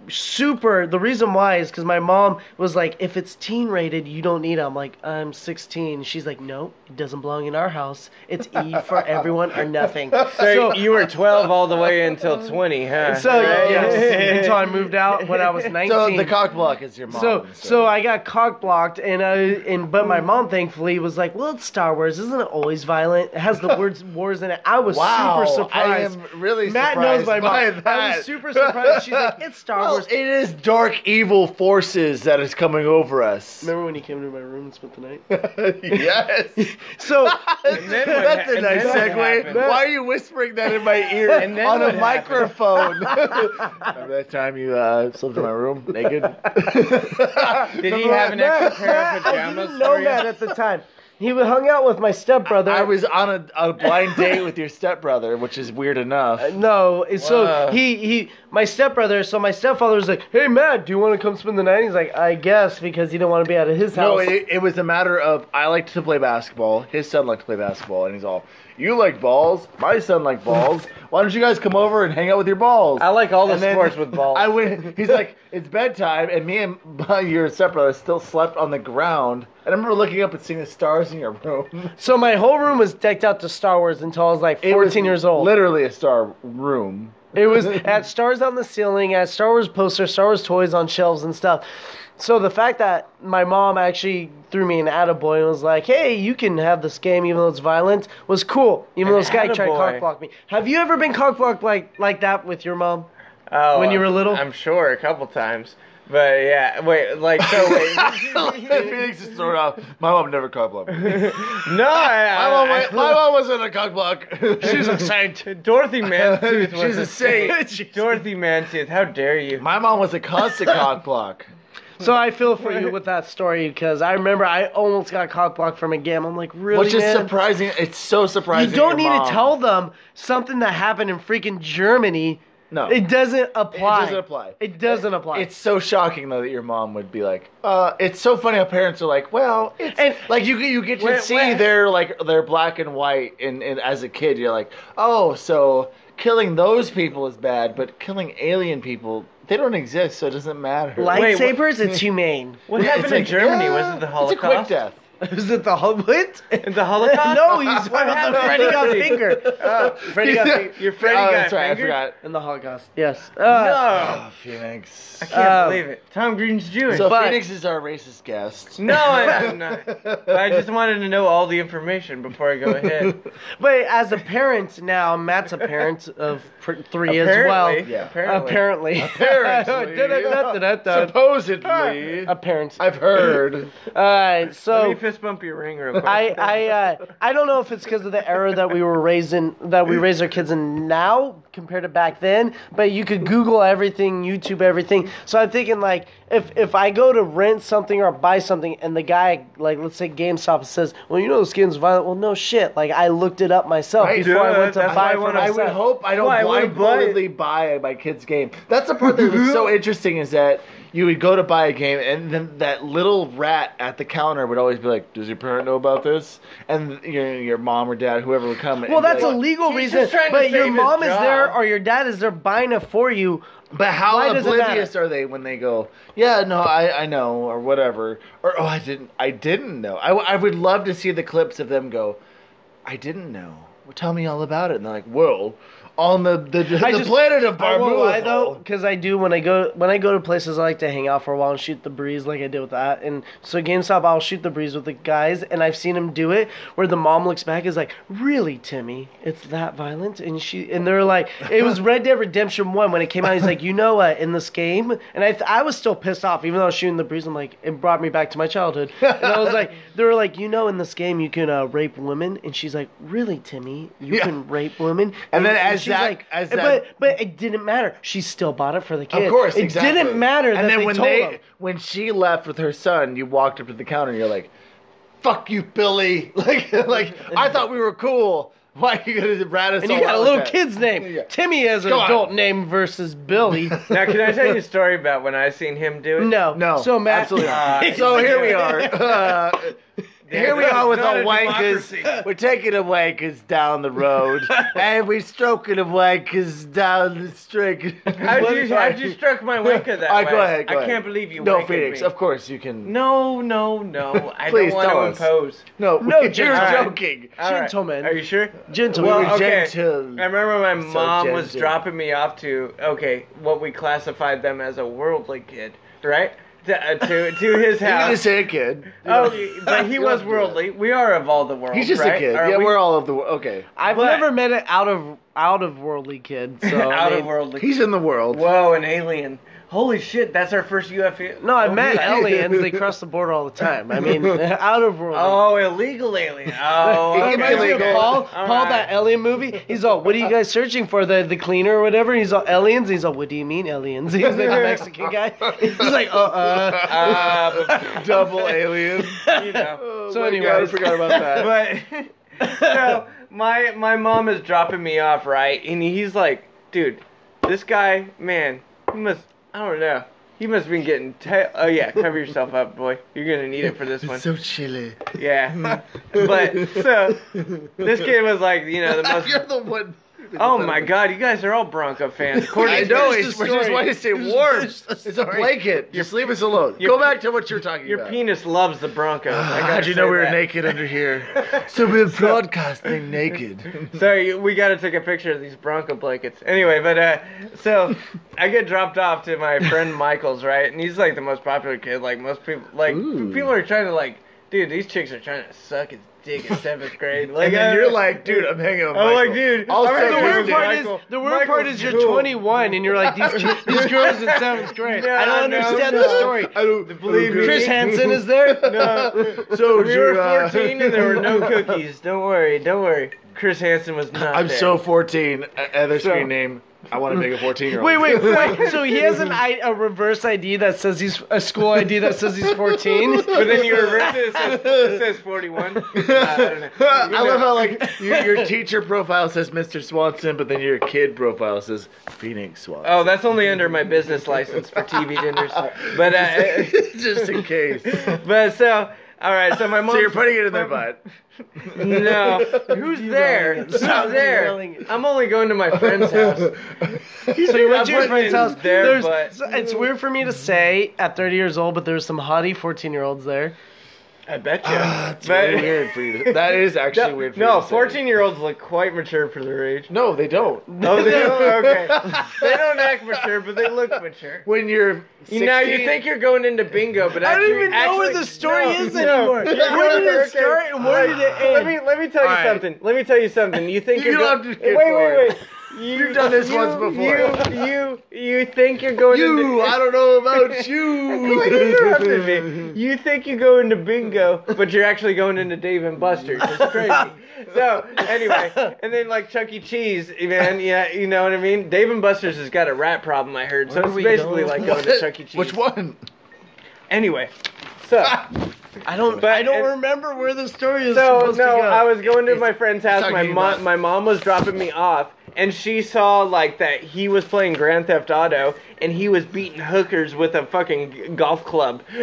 S3: super. The reason why is because my mom was like, if it's teen rated, you don't need it. I'm like, I'm 16. She's like, no, it doesn't belong in our house. It's E for everyone or nothing.
S2: So,
S1: E
S2: you were 12 all the way until 20, huh?
S3: So yes, until I moved out when I was 19.
S1: So the cock block is your mom.
S3: So, so I got cock blocked, and I, and but my mom thankfully was like, "Well, it's Star Wars, isn't it always violent? It has the words wars in it." I was
S1: wow,
S3: super surprised.
S1: I am really
S3: Matt
S1: surprised
S3: knows my
S1: by
S3: mom. I
S1: that.
S3: was super surprised. She's like, "It's Star
S1: Well,
S3: Wars."
S1: it is dark evil forces that is coming over us.
S3: Remember when he came to my room and spent the night?
S1: yes.
S3: So
S2: then what
S1: That's a
S2: hap- and
S1: nice
S2: then what
S1: segue.
S2: happened?
S1: Why are you whispering that in my ear
S2: And then
S1: on a
S2: what happened?
S1: microphone? Remember that time you uh, slept in my room naked?
S2: Did he have an extra pair of
S3: I
S2: pajamas
S3: didn't know
S2: for you?
S3: that at the time. He hung out with my stepbrother.
S1: I was on a, a blind date with your stepbrother, which is weird enough.
S2: Uh,
S3: Uh, No, and so
S2: Wow.
S3: he he my stepbrother. So my stepfather was like, "Hey Matt, do you want to come spend the night?" He's like, "I guess," because he didn't want to be out of his
S1: No,
S3: house.
S1: it, it was a matter of I liked to play basketball. His son liked to play basketball, and he's all, "You like balls? My son liked balls. Why don't you guys come over and hang out with your balls?"
S2: I like all the
S1: And then
S2: sports with balls.
S1: I went. He's like, "It's bedtime," and me and my, your stepbrother still slept on the ground. And I remember looking up and seeing the stars in your room.
S3: so my whole room was decked out to Star Wars until I was like
S1: It
S3: 14
S1: was
S3: years old.
S1: Literally a star room.
S3: It was at stars on the ceiling, at Star Wars posters, Star Wars toys on shelves and stuff. So the fact that my mom actually threw me an attaboy and was like, "Hey, you can have this game even though it's violent," was cool. Even though
S2: An
S3: this guy tried to
S2: attaboy.
S3: cock block me. Have you ever been cock blocked like like that with your mom?
S2: Oh,
S3: when you were
S2: I'm-
S3: little?
S2: I'm sure a couple times. But yeah, wait, like so wait.
S1: Phoenix is thrown off. My mom never cock blocked. me.
S2: no,
S1: My mom, wa-
S2: I,
S1: my mom wasn't a cock block. She was a
S2: I, Dorothy Mantooth was
S1: She's a saint.
S2: Dorothy Mantooth, how dare you?
S1: My mom was a constant cock block.
S3: So I feel for you with that story because I remember I almost got cock blocked from a game. I'm like, really,
S1: Which is
S3: man?
S1: surprising. It's so
S3: you
S1: surprising.
S3: don't need
S1: your
S3: to
S1: mom-
S3: tell them something that happened in freaking Germany.
S1: No,
S3: It doesn't apply.
S1: doesn't apply.
S3: It doesn't apply.
S1: It's so shocking though that your mom would be like, uh, it's so funny how parents are like, well, it's
S3: And-
S1: like you you get to
S2: Where-
S1: see
S2: where-
S1: their like their black and white and, and as a kid you're like, oh, so killing those people is bad, but killing alien people they don't exist, so it doesn't matter.
S2: Wait, what-
S3: lightsabers. it's humane.
S2: What
S1: It's
S2: happened in
S1: like,
S2: Germany?
S1: yeah,
S2: Was it
S1: It's
S2: the
S1: a quick
S2: Holocaust?
S1: death.
S3: Is it the Hobbit?
S2: The Holocaust?
S3: no, he's talking about the Freddy got
S2: happened?
S3: finger.
S2: Oh,
S3: Freddy got fi-
S2: your Freddy
S1: oh,
S2: got
S1: that's right.
S2: fingered?
S1: I forgot.
S3: In the Holocaust. Yes. Uh,
S2: No,
S1: Oh, Phoenix.
S2: I can't
S3: Um,
S2: believe it. Tom Green's Jewish.
S1: So
S3: But-
S1: Phoenix is our racist guest.
S2: no, I, I'm not. But I just wanted to know all the information before I go ahead.
S3: But as a parent now, Matt's a parent of pr- three as well.
S2: Apparently,
S1: Yeah.
S2: Apparently.
S1: Apparently.
S3: Da-da-da-da-da.
S1: Supposedly.
S3: A parent.
S1: I've heard.
S3: Uh,
S2: Let me
S3: so
S2: fist bump your ring real quick.
S3: I I uh, I don't know if it's because of the era that we were raised in that we raise our kids in now compared to back then, but you could Google everything, YouTube everything. So I'm thinking like if if I go to rent something or buy something and the guy like let's say GameStop says, well you know this game's violent. Well no shit, like I looked it up myself
S1: Right,
S3: before I
S2: dude,
S3: went to
S2: that's
S3: buy
S2: why I
S3: for
S2: wanna-
S1: I
S3: myself.
S1: would hope I don't
S2: Why, I wouldn't buy
S1: blindfoldedly buy my kid's game. That's the part that was so interesting is that you would go to buy a game and then that little rat at the counter would always be like, "Does your parent know about this?" And your your mom or dad, whoever would come.
S3: well, that's a
S1: like,
S3: legal
S2: He's
S3: reason,
S2: just trying to
S3: but your
S2: save his
S3: mom is
S2: job.
S3: there or your dad is there buying it for you.
S1: But how
S3: Why does it
S1: oblivious
S3: matter?
S1: are they when they go? yeah, no, I, I know, or whatever, or oh, I didn't, I didn't know. I, w- I would love to see the clips of them go, I didn't know. Well, tell me all about it. And they're like, well, on the the, the,
S3: I just-
S1: planet of
S3: I won't lie though,
S1: Barbulo.
S3: because I do when I go when I go to places I like to hang out for a while and shoot the breeze like I did with that. And so GameStop, I'll shoot the breeze with the guys, and I've seen them do it where the mom looks back and is like, "Really, Timmy? It's that violent?" And she and they're like, "It was Red Dead Redemption One when it came out." He's like, "You know what? In this game," and I th- I was still pissed off even though I was shooting the breeze. I'm like, it brought me back to my childhood, and I was like, they were like, "You know, in this game you can uh, rape women," and she's like, "Really, Timmy? You
S1: Yeah.
S3: can rape women?"
S1: And then as
S3: she's
S1: that- as that-
S3: but but it didn't matter. She still bought it for the kid.
S1: Of course,
S3: it
S1: exactly.
S3: didn't matter that
S1: And then
S3: they
S1: when
S3: told
S1: they
S3: him.
S1: when she left with her son, you walked up to the counter and you're like, "Fuck you, Billy!" Like like I thought we were cool. Why are you gonna rat us?
S3: And you
S1: all
S3: got a
S1: out
S3: little
S1: like that?"
S3: kid's name,
S1: Yeah.
S3: Timmy, as an
S1: Come on.
S3: adult name versus Billy.
S2: Now, can I tell you a story about when I seen him do it?
S3: no,
S1: No,
S3: So Matt,
S1: absolutely
S2: Uh,
S1: not. so here we are. Uh, here we
S2: this
S1: are
S2: is
S1: with the
S2: not a
S1: wankers.
S2: democracy.
S1: We're taking the wankers down the road, and we're stroking the wankers down the street.
S2: How'd you, how'd you struck my wanker that
S1: All right,
S2: way?
S1: go ahead. go
S2: I
S1: ahead.
S2: can't believe you
S1: No,
S2: wankered
S1: Phoenix.
S2: me.
S1: Of course you can.
S2: No, no, no. I
S1: Please
S2: don't want
S1: tell
S2: to
S1: us.
S2: impose.
S1: No,
S3: No,
S1: you're
S3: just-
S2: all right.
S1: joking.
S2: All right.
S3: Gentlemen.
S2: Are you sure?
S3: Gentlemen.
S1: We were
S2: okay.
S1: gentle.
S2: I remember my
S1: So
S2: mom was
S1: gentle.
S2: dropping me off to okay, what we classified them as a worldly kid, right? To uh, to, to his
S1: You're gonna
S2: house.
S1: say it, kid.
S2: Oh, but he
S1: You don't do
S2: was
S1: that.
S2: worldly. We are of all the world.
S1: He's just
S2: right?
S1: a kid.
S2: Are
S1: yeah,
S2: we-
S1: we... are all of the world. Okay,
S3: I've
S2: But-
S3: never met an out of out of worldly kid. So I
S2: out of
S3: mean-
S2: worldly.
S1: he's in the world.
S2: Whoa, an alien! Holy shit, that's our first UFO.
S3: No, I
S2: Oh,
S3: met
S2: yeah.
S3: aliens. They cross the border all the time. I mean, out of worldly.
S2: Oh, illegal alien. Oh,
S1: He
S2: okay.
S1: can be
S3: Reminds me of
S1: illegal.
S3: Paul,
S2: All
S3: Paul,
S2: right.
S3: that alien movie. He's all, "What are you guys searching for? The the cleaner or whatever?" And he's all, "Aliens." He's all, "What do you mean aliens?" He's like the Mexican guy. He's like, "Uh, uh."
S2: Uh, but-
S1: Double alien.
S2: you know.
S1: Oh,
S3: So
S1: my God, I
S3: anyways.
S1: forgot about that.
S2: but so my my mom is dropping me off right and he's like dude this guy man he must i don't know he must have been getting te- oh yeah cover yourself up boy you're gonna need it for this one
S1: so chilly.
S2: yeah but so this kid was like you know the most
S1: You're the one.
S2: oh my god you guys are all bronco fans according
S1: I
S2: to
S1: know.
S3: finish
S1: It's,
S3: the
S1: we're just
S3: story.
S1: wanting to stay
S3: Just
S1: warm.
S3: finish the
S1: It's a
S3: story.
S1: blanket. Just leave us alone.
S2: your
S1: Go
S2: pe-
S1: back to what you're talking
S2: your
S1: about. Ah,
S2: penis loves the broncos I gotta
S1: How'd you
S2: say
S1: know we were
S2: that.
S1: naked under here? so we're broadcasting naked.
S2: So you- we got to take a picture of these Bronco blankets. Anyway, but uh, so I get dropped off to my friend Michael's, right? And he's like the most popular kid. Like most people, like
S1: Ooh.
S2: people are trying to like, dude, these chicks are trying to suck his dick in seventh grade. Like,
S1: And then
S2: I-
S1: you're like, dude, I'm hanging on.
S2: I'm
S1: Michael.
S2: like, dude,
S1: Also,
S2: I'm
S3: the
S2: hanging
S1: dude,
S2: out
S3: weird
S2: with
S1: dude,
S3: part
S2: Michael.
S3: is the weird part
S2: Michael's
S3: is you're
S2: cool.
S3: 21 and you're like these ki- these girls in seventh grade.
S2: Yeah,
S3: I don't
S2: I know.
S3: understand the story.
S1: I don't
S2: Believe me.
S3: Chris Hansen is there.
S2: No.
S1: So
S2: we were
S1: you're, uh,
S2: 14 and there were no cookies. Don't worry, don't worry. Chris Hansen was not.
S1: I'm
S2: there.
S1: so 14. Uh, Other screen name. I want to make a 14 year old.
S3: Wait, wait, wait. So he has an I, a reverse ID that says he's a school ID that says he's 14.
S2: But then you reverse it. It says, it says 41. Uh, I don't know.
S1: I love how like your, your teacher profile says Mr. Swanson, but then your kid profile says Phoenix Swanson.
S2: Oh, that's only under my business license for TV dinners. But uh,
S1: just in case. So
S2: but so all right. So my mom.
S1: you're putting it in their butt.
S2: No, who's there?
S3: it.
S2: Who's
S3: Stop
S2: there?
S3: derailing it.
S2: I'm only going to my friend's house.
S3: So you went
S2: I'm
S3: to your
S2: putting
S3: friend's
S2: it
S3: house.
S2: there,
S3: There's-
S2: but-
S3: so it's weird for me to say at 30 years old, but there's some hottie 14 year olds there.
S2: I bet you.
S1: That's really weird for you. to- That is actually weird. for you
S2: No,
S1: to say.
S2: 14 year olds look quite mature for their age.
S1: No, they don't.
S2: Oh, they do? Okay. They don't act mature, but they look mature.
S1: When you're 16,
S2: You know, you think you're going into bingo, but
S3: I don't
S2: actually-
S3: even know where
S2: actually-
S3: the story
S2: No,
S3: is
S2: no.
S3: anymore. Where did it
S2: Okay.
S3: start and where did it
S2: Let
S3: end?
S2: me let me tell you
S1: All right.
S2: something. Let me tell you something. You think
S1: You
S2: you're
S1: don't
S2: go-
S1: have to
S2: wait,
S1: get
S2: wait,
S1: bored.
S2: wait. You,
S1: You've done this
S2: you-
S1: once before.
S2: You you you think you're going
S1: you,
S2: into
S1: I don't know about you.
S2: Like, you interrupted me. You think you go into bingo, but you're actually going into Dave and Buster's. It's crazy. So anyway, and then like Chuck E. Cheese, man, yeah, you know what I mean. Dave and Buster's has got a rat problem, I heard. So
S3: Where are
S2: it's
S3: we
S2: basically
S3: going?
S2: like going to Chuck E. Cheese.
S1: Which one?
S2: Anyway, so
S3: I don't.
S2: But-
S3: I don't
S2: and-
S3: remember where the story is
S2: So
S3: supposed
S2: no,
S3: to go.
S2: I was going to my friend's house.
S1: Chuck
S2: My
S1: E.
S2: mom,
S1: Cheese.
S2: my mom was dropping me off, and she saw like that he was playing Grand Theft Auto, and he was beating hookers with a fucking g- golf club.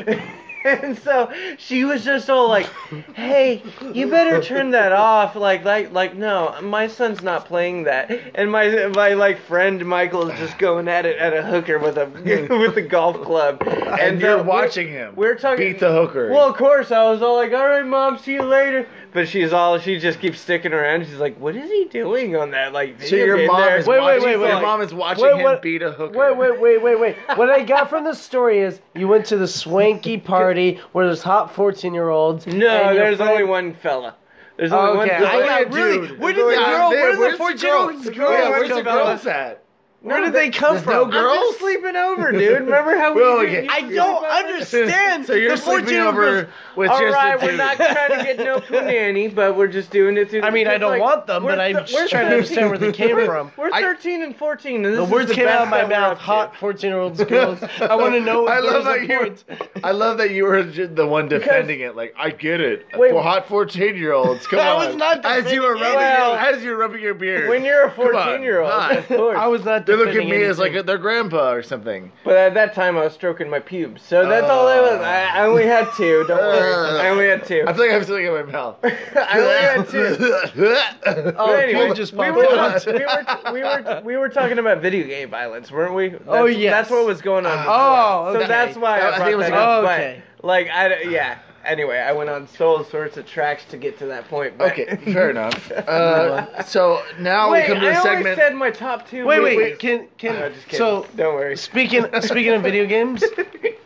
S2: and so she was just all like, "Hey, you better turn that off." Like, like, like, no, my son's not playing that. And my my like friend Michael is just going at it at a hooker with a with a golf club,
S1: And,
S2: so
S1: you're
S2: uh, we're-
S1: watching him.
S2: We're talking
S1: beat the hooker.
S2: Well, of course, I was all like, "All right, mom, see you later." But she's all she just keeps sticking around. She's like, "What is he doing on that?" Like,
S1: so
S2: video
S1: your
S2: game
S1: mom
S2: there?"
S1: is
S3: Wait, wait,
S1: watching,
S3: wait, wait.
S1: Your
S2: Like,
S1: mom is watching
S3: Wait,
S1: him
S3: what-
S1: beat a hooker.
S3: Wait, wait, wait, wait, wait. What I got from the story is you went to the swanky party where there's hot 14 year olds.
S2: No, there's only one fella. There's only
S3: Oh, Okay,
S2: one.
S3: I
S2: Fella.
S3: got
S1: Dude,
S2: really. Where did the
S1: God damn,
S2: girl? Where did
S1: where's
S2: the fourteen-year-old
S1: girls?
S2: girl?
S1: Yeah,
S2: Where's the girls?
S1: at?
S2: Where did they come
S3: There's
S2: from?
S3: no
S2: I'm
S1: girls?
S2: just sleeping over, dude. Remember how we?
S1: Well,
S2: did-
S1: okay.
S2: you-
S1: I
S2: you-
S1: don't
S2: understand.
S1: so you're
S2: The
S1: sleeping
S2: 14-year-old
S1: over
S2: goes,
S1: with
S2: All
S1: just
S2: right,
S1: a
S2: we're
S1: dude.
S2: not trying to get no punani, but we're just doing it through.
S3: I mean, I
S2: it's
S3: don't
S2: like,
S3: want them,
S2: we're
S3: but I'm
S2: th- we're
S3: just trying to understand where they came from.
S2: We're
S1: I-
S2: 13 and 14, and this
S3: The
S2: is
S3: words
S2: the
S3: came out
S2: best
S3: of my
S2: that we're
S3: mouth.
S2: up to.
S3: Hot 14 year olds, girls. I want to know. If
S1: I love
S3: there's
S1: that
S3: a
S1: you.
S3: point.
S1: I love that you were ju- the one defending it. Like I get it
S2: Wait.
S1: for hot fourteen-year-olds. Come
S3: I
S1: on,
S3: was not
S1: as you were rubbing
S2: Well,
S1: your, as you were rubbing your beard.
S2: When you're a
S1: Come on,
S2: 14 year old,
S1: hi.
S2: of course.
S3: I was not.
S1: they look at me
S3: defending
S1: as like
S3: anything.
S1: their grandpa or something.
S2: But at that time, I was stroking my pubes, so that's all I was. I, I only had two. Don't worry, I only had two.
S1: I feel like I have something in my mouth.
S2: I only had two.
S3: Oh,
S2: But anyway,
S3: you just
S2: we,
S3: popped
S2: were,
S3: out.
S2: we, were, we, were, we were talking about video game violence, weren't we? That's,
S3: Oh, yes.
S2: That's what was going on.
S3: Oh,
S2: before.
S3: okay.
S2: So that's why I,
S1: I think it was
S2: brought
S1: like
S2: that
S1: a-
S2: up, but,
S3: Okay.
S2: Like, I, don't- yeah. Anyway, I went on all sorts of tracks to get to that point. But
S1: okay, fair enough. Uh, so now
S2: Wait,
S1: we come to
S2: I
S1: a
S2: always
S1: segment.
S2: said my top two.
S3: Wait,
S2: movies.
S3: wait, Can can
S2: No, just kidding.
S3: so
S2: don't worry.
S3: speaking speaking of video games,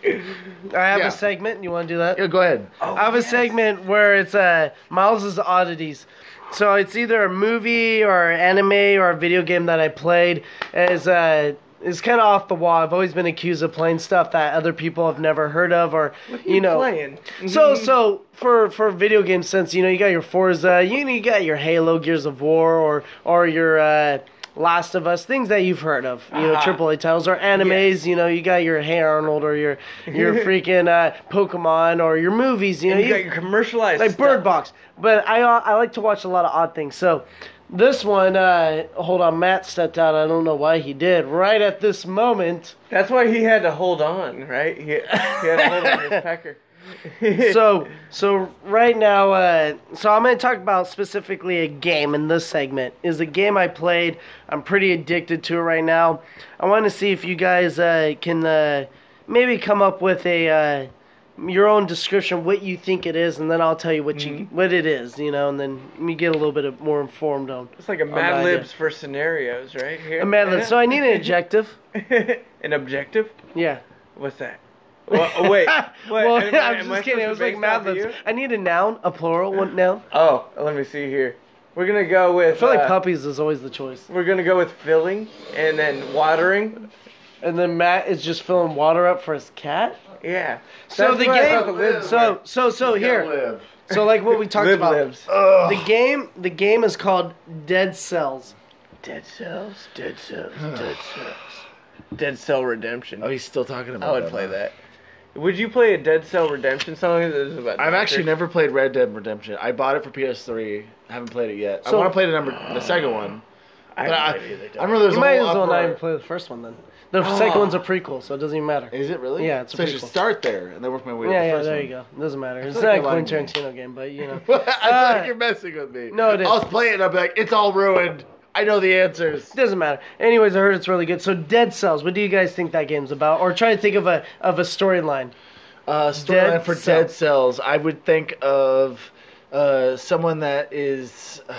S3: I have
S1: Yeah.
S3: a segment. You want to do that?
S1: Yeah, go ahead.
S3: I have a segment where it's uh, Miles' oddities. So it's either a movie or anime or a video game that I played. As uh, it's kind of off the wall. I've always been accused of playing stuff that other people have never heard of, or you, know.
S2: playing.
S3: So so for for video game sense, you know, you got your Forza, you you got your Halo, Gears of War, or or your uh, Last of Us, things that you've heard of, you know,
S2: Ah.
S3: AAA titles or animes. You know, you got your Hey Arnold or your your freaking uh, Pokemon or your movies. You know,
S2: And you got
S3: you-
S2: your commercialized
S3: like Bird
S2: stuff.
S3: Box. But I uh, I like to watch a lot of odd things. So this one, uh, hold on, Matt stepped out. I don't know why he did. Right at this moment.
S2: That's why he had to hold on, right? He, he had to hold on his pecker.
S3: so so right now uh, so i'm going to talk about specifically a game in this segment is a game i played i'm pretty addicted to it right now i want to see if you guys uh, can uh, maybe come up with a uh, your own description what you think it is and then i'll tell you what you
S2: Mm-hmm.
S3: what it is you know and then we get a little bit of- more informed on
S2: It's like a
S3: not
S2: Mad
S3: idea.
S2: Libs for scenarios, right here.
S3: a mad Lib. so i need an adjective
S2: an objective?
S3: yeah
S2: What's that? Well, oh, wait. What,
S3: well,
S2: am I-
S3: I'm
S2: am I
S3: just
S2: supposed
S3: kidding. It
S2: to
S3: was like
S2: base
S3: Mad
S2: off of
S3: Libs.
S2: you?
S3: I need a noun, a plural, one noun.
S2: Oh, let me see here. We're gonna go with.
S3: I feel like
S2: uh,
S3: puppies is always the choice.
S2: We're gonna go with filling and then watering.
S3: And then Matt is just filling water up for his cat.
S2: Yeah.
S3: So
S2: That's
S3: the
S2: what I thought the
S3: game.
S2: libs
S3: So so so here.
S1: Live.
S3: So like what we talked
S2: Lib
S3: about.
S2: libs.
S1: Ugh.
S3: The game. The game is called Dead Cells.
S2: Dead cells. Dead cells. Dead cells. Dead cell redemption.
S1: oh, he's still talking about.
S2: I would play that. Would you play a Dead Cell Redemption song? This is about
S1: I've actually
S2: doctors.
S1: never played Red Dead Redemption. I bought it for PS3. I haven't played it yet. I
S3: So-
S1: want to play the number, the second one.
S2: I
S1: But I,
S2: haven't played either.
S1: I remember there was
S3: You
S1: a
S3: might
S1: whole
S3: as well not
S1: uproar.
S3: even play the first one then. The second one's a prequel, so it doesn't even matter.
S1: Is it really?
S3: Yeah, it's a
S1: so I should
S3: prequel.
S1: start there and then work my way.
S3: Yeah,
S1: to the
S3: yeah.
S1: first
S3: There
S1: one.
S3: you go. It doesn't matter. It's
S1: like
S3: not a
S1: you're lying
S3: Quentin
S1: to
S3: Tarantino game, but you know.
S1: I feel
S3: Uh,
S1: like you're messing with me.
S3: no, it
S1: I'll
S3: isn't.
S1: play it and I'll be like, it's all ruined. I know the answers.
S3: It doesn't matter. Anyways, I heard it's really good. So Dead Cells. What do you guys think that game's about? Or try to think of a of a storyline.
S1: Uh, storyline
S3: Dead
S1: for
S3: Cell.
S1: Dead Cells, I would think of uh, someone that is uh,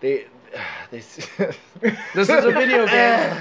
S1: they uh, they.
S3: This is a video game.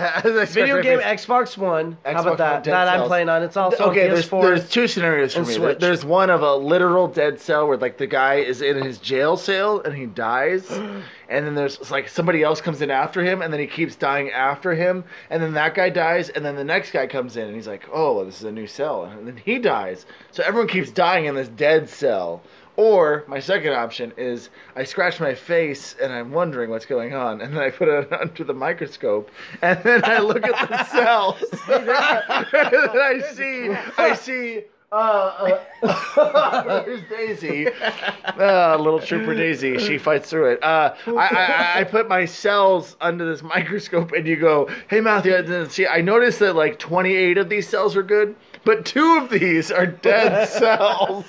S3: Video game Xbox One. How
S1: Xbox One,
S3: about that?
S1: Dead
S3: that I'm
S1: Cells.
S3: playing on. It's also
S1: okay,
S3: on
S1: there's,
S3: PS4.
S1: there's two scenarios for
S3: and
S1: me.
S3: Switch.
S1: There's one of a literal dead cell where like the guy is in his jail cell and he dies, and then there's it's like somebody else comes in after him, and then he keeps dying after him, and then that guy dies, and then the next guy comes in, and he's like, oh, well, this is a new cell, and then he dies. So everyone keeps dying in this dead cell. Or my second option is I scratch my face and I'm wondering what's going on, and then I put it under the microscope, and then I look at the cells, and then I see I see uh, uh, there's Daisy, uh, little trooper Daisy. She fights through it. Uh, I, I, I- I put my cells under this microscope, and you go, "Hey, Matthew, I didn't see. I noticed that like 28 of these cells are good, but two of these are dead cells.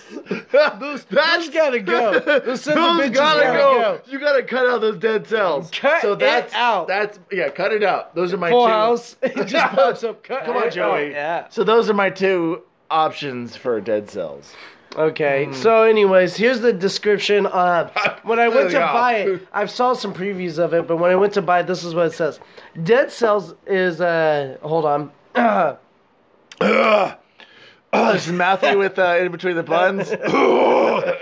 S1: those,
S5: Those gotta go. Those sons of bitches
S1: gotta
S5: gotta
S1: go.
S5: go.
S1: You gotta cut out those dead cells.
S5: Cut
S1: so
S5: it
S1: that's,
S5: out.
S1: That's yeah, cut it out. Those are my
S5: Full
S1: two.
S5: House. It just pops up. Cut
S1: Come on,
S5: it
S1: Joey.
S5: out. Yeah.
S1: So those are my two options for dead cells. Hmm.
S3: Okay. So, anyways, here's the description. Uh, when I went to
S1: Yeah.
S3: buy it, I saw some previews of it, but when I went to buy it, this is what it says: Dead Cells is uh, hold on.
S1: Ugh. Ugh, this is Matthew with uh, in between the buns. Uh,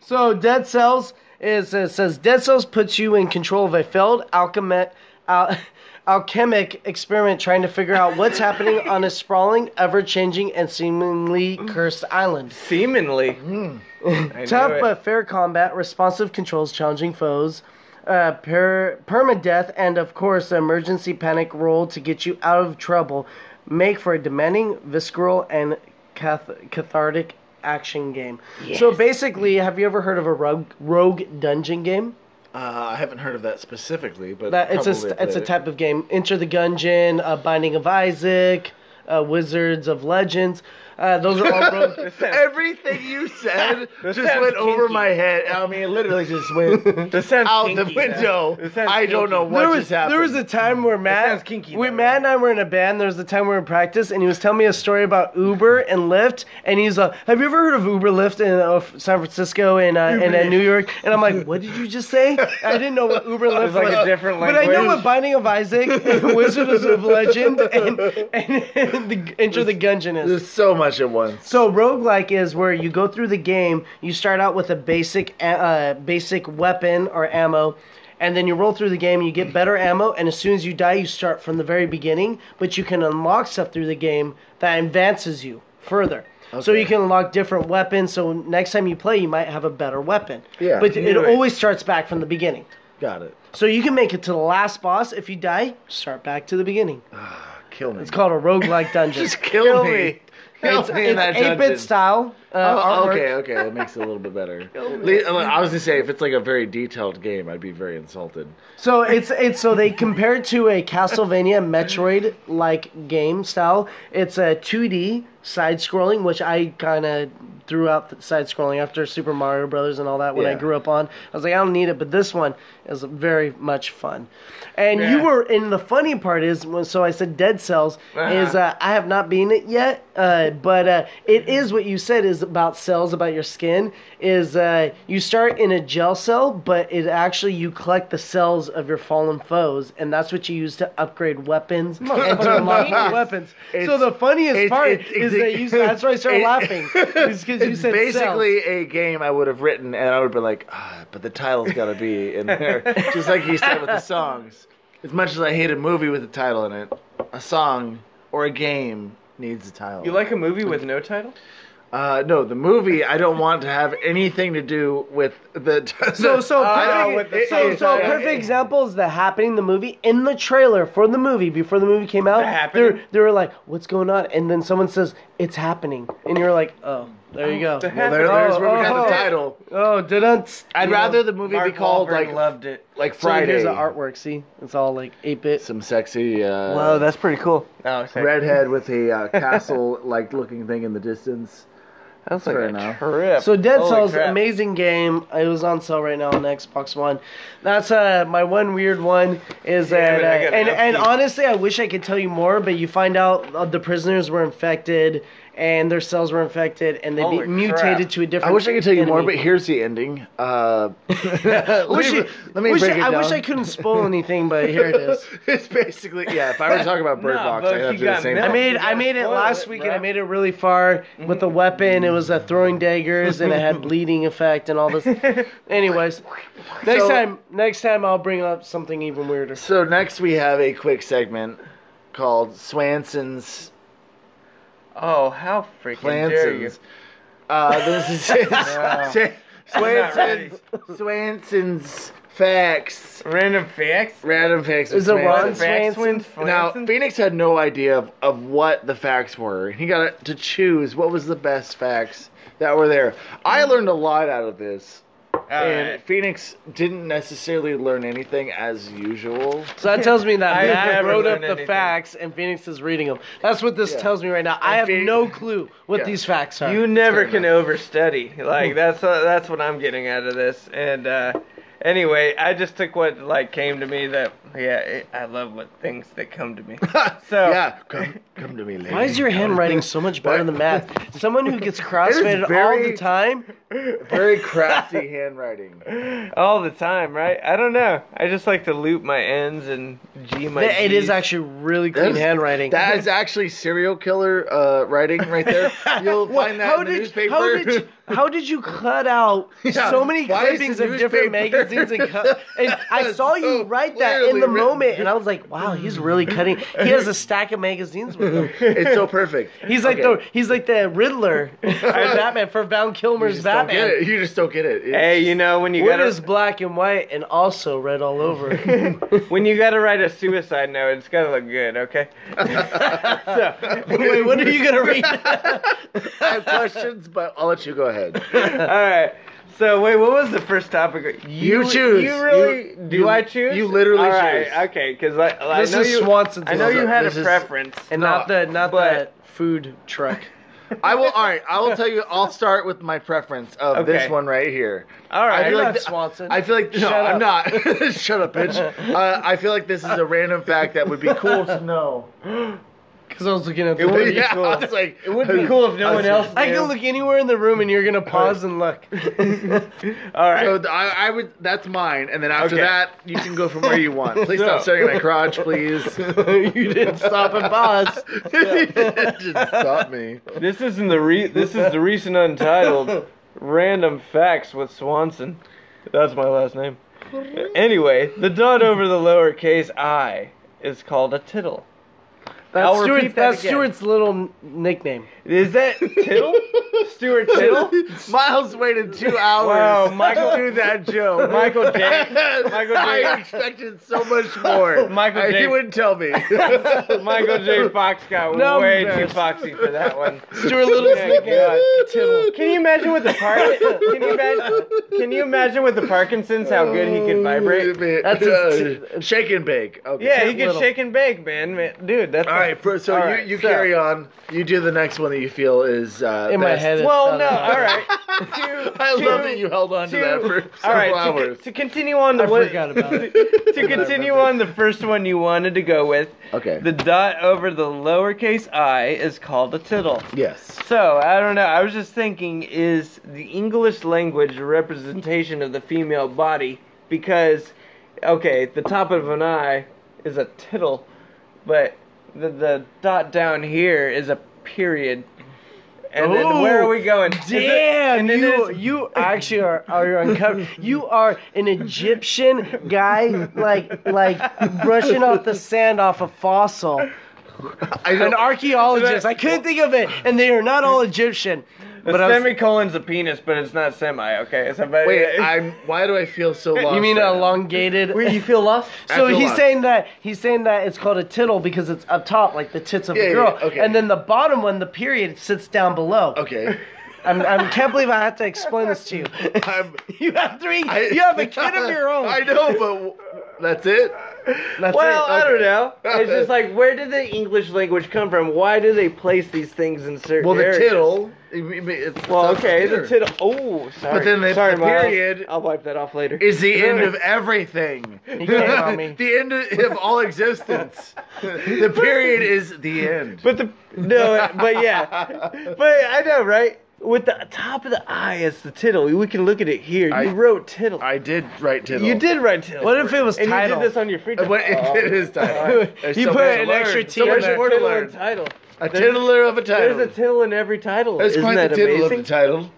S3: So Dead Cells is it says Dead Cells puts you in control of a failed alchemic al- alchemic experiment trying to figure out what's happening on a sprawling, ever-changing and seemingly cursed island.
S2: Seemingly.
S1: Hmm.
S3: Tough
S2: it.
S3: but fair combat, responsive controls, challenging foes, uh, per- permadeath, and of course, the emergency panic roll to get you out of trouble. Make for a demanding, visceral, and cath- cathartic action game. So basically, have you ever heard of a rogue, rogue dungeon game?
S1: Uh, I haven't heard of that specifically, but
S3: That it's a
S1: probably
S3: st- it's a
S1: related.
S3: type of game. Enter the Gungeon, uh, Binding of Isaac, uh, Wizards of Legends. Uh, those are all rogue.
S1: Everything you said just
S2: sounds
S1: went over
S2: kinky.
S1: my head. I mean, it literally just went
S2: This sounds
S1: out
S2: kinky,
S1: the
S2: though.
S1: window.
S2: This sounds
S1: I don't
S2: kinky.
S1: know what
S3: there was,
S1: just happened.
S3: There was a time where
S2: sounds
S3: Matt,
S2: kinky,
S3: we,
S2: though.
S3: Matt and I were in a band. There was a time we were in practice, and he was telling me a story about Uber and Lyft. And he's like, "Have you ever heard of Uber Lyft in uh, San Francisco and uh, and uh, New York?" And I'm like, "What did you just say? I didn't know what Uber Lyft was."
S2: like a different
S3: But I know
S2: language.
S3: what Binding of Isaac, and Wizard of Legend, and, and, the Enter the Gungeon is.
S1: There's so much at once.
S3: So roguelike is where you go through the game, you start out with a basic uh, basic weapon or ammo, and then you roll through the game and you get better ammo, and as soon as you die you start from the very beginning, but you can unlock stuff through the game that advances you further. So
S1: Okay.
S3: you can unlock different weapons, so next time you play you might have a better weapon.
S1: Yeah,
S3: But it
S1: knew it.
S3: always starts back from the beginning.
S1: Got it.
S3: So you can make it to the last boss. If you die, start back to the beginning.
S1: Ah, Kill me.
S3: It's called a roguelike dungeon.
S1: just kill,
S2: Kill
S1: me.
S2: me.
S1: Kill
S3: it's
S1: me in that
S3: it's 8-bit
S1: dungeon.
S3: style. Uh,
S1: Oh,
S3: artwork.
S1: okay, okay, that makes it a little bit better. Le- I was gonna say if it's like a very detailed game, I'd be very insulted.
S3: So it's it's so they compare to a Castlevania Metroid like game style. It's a 2D side scrolling, which I kind of threw out the side scrolling after Super Mario Brothers and all that when I
S1: Yeah.
S3: grew up on. I was like, I don't need it, but this one is very much fun. And you
S2: Yeah.
S3: were, and the funny part is, when so I said Dead Cells is uh, I have not been it yet, uh, but uh, it is what you said is about cells about your skin. Is uh, you start in a gel cell, but it actually you collect the cells of your fallen foes, and that's what you use to upgrade weapons and to unlock new weapons. so
S1: It's-
S3: the funniest
S1: it's-
S3: part
S1: it's-
S3: is
S1: it's-
S3: that you. That's why I started
S1: it-
S3: laughing. It's because you
S1: It's
S3: said cells.
S1: basically a game I would have written, and I would have been like, ah, but the title's got to be in there, just like you said with the songs. As much as I hate a movie with a title in it, a song or a game needs a title.
S2: You like a movie with no title?
S1: Uh, no, the movie I don't want to have anything to do with the.
S3: So so
S1: Uh,
S3: perfect,
S2: with the
S3: so,
S2: song
S3: so a
S2: title.
S3: perfect example is the happening the movie in the trailer for the movie before the movie came out.
S2: Happening?
S3: They're they were like, "What's going on?" And then someone says, "It's happening," and you're like, "Oh, there you go."
S1: Well, there, there's where we got
S3: Oh, oh.
S1: the title.
S3: Oh, didn't
S1: I'd rather the movie
S2: Mark
S1: be called
S2: Wahlberg
S1: like
S2: loved it.
S1: like
S3: so
S1: Friday.
S3: Here's the artwork. See, it's all like eight bit.
S1: Some sexy. Uh,
S3: Wow, that's pretty cool.
S2: Oh, sorry.
S1: redhead with a uh, castle like looking thing in the distance.
S2: That's
S1: Fair
S2: like
S1: enough.
S2: a trip.
S3: So Dead
S2: Holy
S3: Cells,
S2: crap.
S3: amazing game. It was on sale right now on Xbox One. That's uh, my one weird one is
S2: Yeah,
S3: that,
S2: I
S3: uh,
S2: gotta
S3: and
S2: ask
S3: and
S2: you.
S3: honestly, I wish I could tell you more, but you find out uh, the prisoners were infected and their cells were infected and they be-
S2: Holy crap.
S3: mutated to a different.
S1: I wish I could tell you more, but
S3: enemy.
S1: here's the ending. Uh, let,
S3: Wish
S1: me,
S3: I-
S1: let me
S3: wish
S1: break
S3: I,
S1: it
S3: I
S1: down.
S3: wish I couldn't spoil anything, but here it is.
S1: it's basically yeah. If I were talking about Bird
S2: No,
S1: Box,
S2: but
S1: I'd have to
S2: you
S1: do the
S2: got
S1: same.
S2: milk.
S1: thing.
S3: I made I
S2: gotta
S3: made it
S2: spoil
S3: last
S2: it,
S3: week,
S2: bro.
S3: and I made it really far
S1: Mm-hmm.
S3: with a weapon. It was a throwing daggers, and it had bleeding effect and all this. Anyways, next
S1: So-
S3: time next time I'll bring up something even weirder.
S1: So next we have a quick segment called Swanson's
S2: Oh, how freaking dare you!
S1: Planson's. Uh, this is Swanson's Swanson's facts.
S2: Random facts.
S1: Random facts. with
S3: Is it
S1: Swanson.
S3: Ron
S2: Random facts
S3: Swanson?
S2: wins
S1: Now,
S2: Flanson?
S1: Phoenix had no idea of, of what the facts were. He got
S3: Hmm.
S1: to choose what was the best facts that were there. I learned a lot out of this. and Phoenix didn't necessarily learn anything as usual.
S3: So that tells me that
S2: I've
S3: Matt
S2: never
S3: wrote up
S2: learned
S3: the
S2: anything.
S3: facts and Phoenix is reading them. That's what this
S1: Yeah.
S3: tells me right now. I
S1: And
S3: have
S1: Phoenix-
S3: no clue what
S1: Yeah.
S3: these facts are.
S2: You never can overstudy. Like
S3: Hmm.
S2: that's that's what I'm getting out of this. And uh, anyway, I just took what like came to me. That yeah, it, I love what things that come to me. So
S1: yeah, come, come to me later.
S3: Why is your handwriting so much better than Matt? Someone who gets crossfaded all
S1: very-
S3: the time.
S1: very crafty handwriting?
S2: all the time, right? I don't know. I just like to loop my ends and G my.
S3: It is
S2: Gs.
S3: actually really clean
S1: That's-
S3: handwriting.
S1: That is actually serial killer uh, writing right there. You'll
S3: What-
S1: find that
S3: how
S1: in the
S3: did,
S1: newspaper.
S3: How did, you, how did you cut out
S1: Yeah,
S3: so many
S1: why is the
S3: clippings of different
S1: newspaper-
S3: magazines? And, cut, and I saw you
S1: So
S3: write that in
S1: clearly
S3: the
S1: written.
S3: moment, and I was like, "Wow, he's really cutting." He has a stack of magazines with him.
S1: it's so perfect.
S3: He's like
S1: Okay.
S3: the he's like the Riddler for Batman for Val
S1: You
S3: Kilmer's
S1: just don't get
S3: Batman.
S1: it. You just don't get it. It's-
S2: Hey, you know when you
S3: Wood
S2: gotta
S3: is black and white and also red all over.
S2: when you gotta write a suicide note, it's gotta look good, okay?
S3: Wait, what are you gonna read?
S1: I have questions, but I'll let you go ahead.
S2: All right. So wait, what was the first topic?
S1: You, choose.
S2: You really? do
S1: you-
S2: I choose?
S1: You literally
S2: All right,
S1: choose.
S2: Okay, because I, I
S3: This
S2: know
S3: is
S2: you.
S3: Swanson's
S2: I know you had a
S1: This is-
S2: preference.
S3: and not the not
S2: but-
S3: the food truck.
S1: I will. All right. I will tell you. I'll start with my preference of this
S2: Okay.
S1: one right here.
S2: All
S1: I
S2: right.
S1: feel
S3: You're
S1: like
S3: not
S1: th-
S3: Swanson.
S1: I feel like no,
S3: Shut
S1: I'm
S3: up.
S1: not. Shut up, bitch. Uh, I feel like this is a random fact that would be cool to know.
S3: Because I was looking at the.
S2: It would be
S1: yeah,
S2: cool.
S1: I was like,
S2: it would be cool if no one else.
S3: I can
S2: knew.
S3: look anywhere in the room, and you're gonna pause and look.
S2: All right.
S1: So th- I, I would. That's mine. And then after
S2: Okay.
S1: that, you can go from where you want. Please stop
S2: So-
S1: staring at my crotch, please.
S3: you didn't stop and pause.
S1: Just stop me.
S2: this isn't the re- This is the recent untitled random facts with Swanson. That's my last name. Anyway, the dot over the lowercase i is called a tittle.
S3: That's,
S2: I'll
S3: Stuart,
S2: repeat that
S3: that's
S2: again.
S3: Stuart's little n- nickname.
S2: Is that tittle? Stuart Tittle?
S1: Miles waited two hours.
S2: Wow, Michael-
S1: to do that joke.
S2: Michael J. Michael J.
S1: I expected so much more.
S2: Michael
S1: Uh, He
S2: J.
S1: wouldn't tell me.
S2: Michael J. Fox got
S3: No, I'm
S2: way too
S3: embarrassed.
S2: foxy for that one.
S3: Stuart Little's
S2: Yeah,
S1: uh,
S3: nickname. Tittle.
S2: Can you imagine with the par- can you imagine can you imagine with the Parkinson's how good he could vibrate?
S1: That's
S3: That's his
S1: a Uh, shake and bake. Okay.
S2: Yeah, he
S3: Tit
S2: could
S3: Little.
S2: shake and bake, man. man dude, that's
S1: All right. For, so
S2: All
S1: you,
S2: right,
S1: you
S2: so-
S1: carry on. You do the next one that you feel is uh,
S3: In my
S1: best.
S3: head.
S2: Well, no, all right. To,
S1: I love
S2: to-
S1: that you held on to
S2: to-
S1: that for several
S2: All right, to,
S1: hours.
S2: con- to continue on the
S3: I
S2: one-
S3: forgot about it.
S2: to continue on the first one you wanted to go with,
S1: okay.
S2: the dot over the lowercase i is called a tittle.
S1: yes.
S2: So, I don't know. I was just thinking is the English language a representation of the female body because okay, the top of an eye is a tittle, but the, the dot down here is a period. And then where are we going? Is it-
S3: Damn,
S2: and then
S3: you,
S2: it's-
S3: you actually are, are uncovered. You are an Egyptian guy, like like brushing off the sand off a fossil.
S1: I
S3: An
S1: don't,
S3: archaeologist. I couldn't think of it, and they are not all Egyptian.
S2: the
S3: But I was-
S2: semicolon's a penis, but it's not semi, okay? So, but
S1: wait, I'm. Why do I feel so lost?
S3: you mean
S1: right now?
S3: elongated?
S2: Wait, you feel lost?
S3: So
S1: I feel
S3: he's
S1: lost.
S3: saying that he's saying that it's called a tittle because it's up top, like the tits of
S1: Yeah,
S3: a
S1: yeah,
S3: girl,
S1: okay.
S3: and then the bottom one, the period, sits down below.
S1: Okay.
S3: I'm, I can't believe I have to explain this to you.
S1: I'm,
S3: You have three.
S1: I,
S3: you have a kid of your own.
S1: I know, but w- that's it.
S3: That's
S2: Well,
S3: it.
S2: I don't know.
S1: Okay.
S2: It's just like, where did the English language come from? Why do they place these things in certain
S1: Well, the
S2: areas?
S1: tittle. I mean, It's,
S2: Well,
S1: it's
S2: okay, the
S1: considered.
S2: tittle. Oh, sorry.
S1: But then the-
S2: sorry,
S1: the
S2: Miles.
S1: period-
S2: I'll wipe that off later.
S1: is the end of everything.
S3: You can't tell me.
S1: the end of of all existence. the period is the end.
S2: But the no, but yeah, but I know, right? With the top of the eye is the tittle. We can look at it here. You
S1: I-
S2: wrote tittle.
S1: I did write tittle. Uh,
S2: You did write tittle.
S3: What if it was
S2: and
S3: title?
S2: you did this on your free time.
S1: What it is title? There's
S3: You
S1: so
S3: put
S1: much to
S3: an
S1: learn.
S3: extra T
S1: So
S3: in
S1: much
S3: there.
S1: more to
S2: tittle and
S1: learn.
S2: title.
S1: A tiddler of a title.
S2: There's a tittle in every title.
S1: That's
S2: Isn't
S1: quite
S2: that
S1: the tiddle
S2: amazing?
S1: of the title.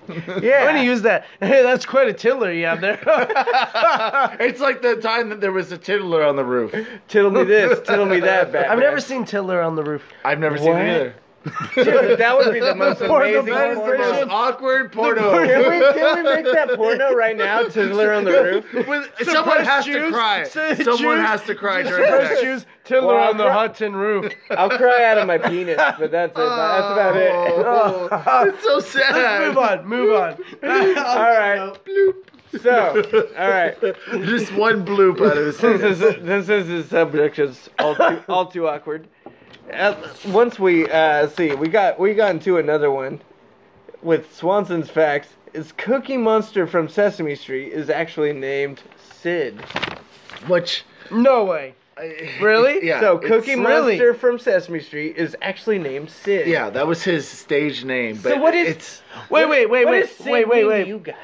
S2: Yeah.
S3: I'm gonna use that. Hey, that's quite a tiller you have there.
S1: it's like the time that there was a tiddler on the roof.
S2: Tittle me this, tittle me that. Batman.
S3: I've never seen tiller on the roof.
S1: I've never seen
S2: What?
S1: it either.
S2: Dude, that would be the most
S3: Porno
S2: amazing
S3: bed is
S1: The
S2: porno.
S1: most awkward porno.
S2: Can we, can we make that porno right now? Tiddler on the roof.
S1: With, someone has to
S3: Jews-
S1: cry.
S3: so-
S1: Someone
S3: Jews-
S1: has to cry during
S3: First
S1: sex.
S3: Jews, tiller
S2: Well, I'll
S3: on the
S2: cry-
S3: hot tin roof.
S2: I'll cry out of my penis, but that's it. That's about it. Oh.
S1: Oh, it's so sad.
S3: Let's move on. Move on.
S2: All right. So, all right.
S1: Just one bloop out of his
S2: Since
S1: head.
S2: this, since this is subject is all too, all too awkward. Uh, once we uh, see, we got we got into another one with Swanson's facts. Is Cookie Monster from Sesame Street is actually named Sid?
S1: Which
S3: No way.
S2: Really?
S1: Yeah,
S2: So
S1: it's-
S2: Cookie
S3: Really?
S2: Monster from Sesame Street is actually named Sid.
S1: yeah, that was his stage name. But
S2: what is-
S1: it's?
S3: Wait, wait, wait,
S2: What
S3: wait,
S2: does Sid
S3: wait, wait,
S2: mean to
S3: wait.
S2: You guys.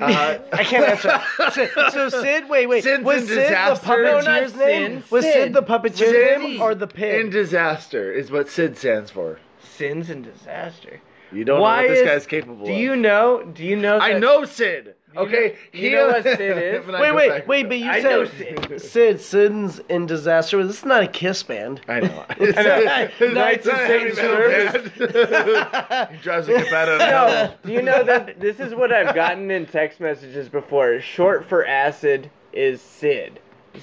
S1: Uh,
S3: I can't answer. Sid, so Sid, wait, wait,
S1: Sid's
S3: was
S1: in
S3: Sid
S1: disaster.
S3: the puppeteer's
S2: No, not
S3: name?
S2: Sid.
S3: Was
S2: Sid.
S3: Sid the puppeteer's
S1: Sid.
S3: name or the pig?
S1: in disaster is what Sid stands for.
S2: Sins and disaster.
S1: You don't know
S2: Why
S1: what this
S2: is-
S1: guy's capable
S2: Do
S1: of.
S2: you know? Do you know?
S1: I
S2: that-
S1: know Sid.
S2: you
S1: Okay,
S2: know- you know what Sid is?
S1: When I
S3: wait,
S1: go
S3: wait,
S1: back-
S3: wait, but you
S2: I
S3: said
S2: know Sid.
S3: Sid, Sid's in disaster. This is not a Kiss band.
S1: I know.
S2: Knights of Satan's
S1: Service. he drives a Cabana.
S2: No, do you know that this is what I've gotten in text messages before? Short for acid is Sid.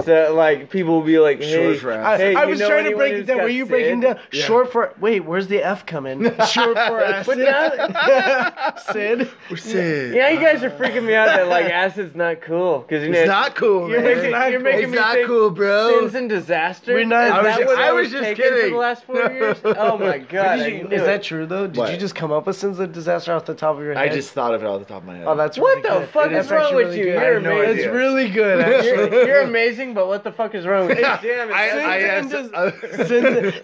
S2: So like people will be like, hey,
S1: Short for
S3: I,
S1: acid.
S2: hey,
S3: I
S2: you
S3: was
S2: know
S3: trying to
S2: anyone
S3: break
S2: who's
S3: it down.
S2: got
S3: Were you
S2: Sid?
S3: breaking down?
S1: Yeah.
S3: Short for wait, where's the F coming? Short for
S1: But
S3: acid. Sid.
S1: Sid.
S2: Yeah, you guys are freaking me out that like acid's not cool because you know
S1: It's not cool.
S2: You're
S1: man.
S2: making- you're making
S1: it's
S2: me
S1: not
S2: think
S1: cool, bro.
S2: sins and disaster.
S3: We're not-
S2: Is
S3: I was
S2: that
S1: ju-
S2: what
S1: I was just
S2: taking for
S1: kidding.
S2: the last four years? Oh my god,
S3: Did
S2: I
S3: you-
S2: knew
S3: is that
S2: it.
S3: true though? Did you
S1: What?
S3: just come up with Sins of Disaster off the top of your
S1: I
S3: head?
S1: just thought of it off the top of my head.
S3: Oh, that's
S2: What
S3: really
S2: the
S3: good.
S2: fuck
S3: That's
S2: is wrong
S3: actually
S2: with
S3: really
S2: you?
S3: good.
S2: You're
S1: I have no
S2: amazing.
S3: It's
S1: idea.
S3: really good. Actually.
S2: You're, you're amazing, but what the fuck is wrong with you? Damn it.
S1: I-
S2: Sins
S1: I
S2: and
S1: asked- uh,
S3: Since-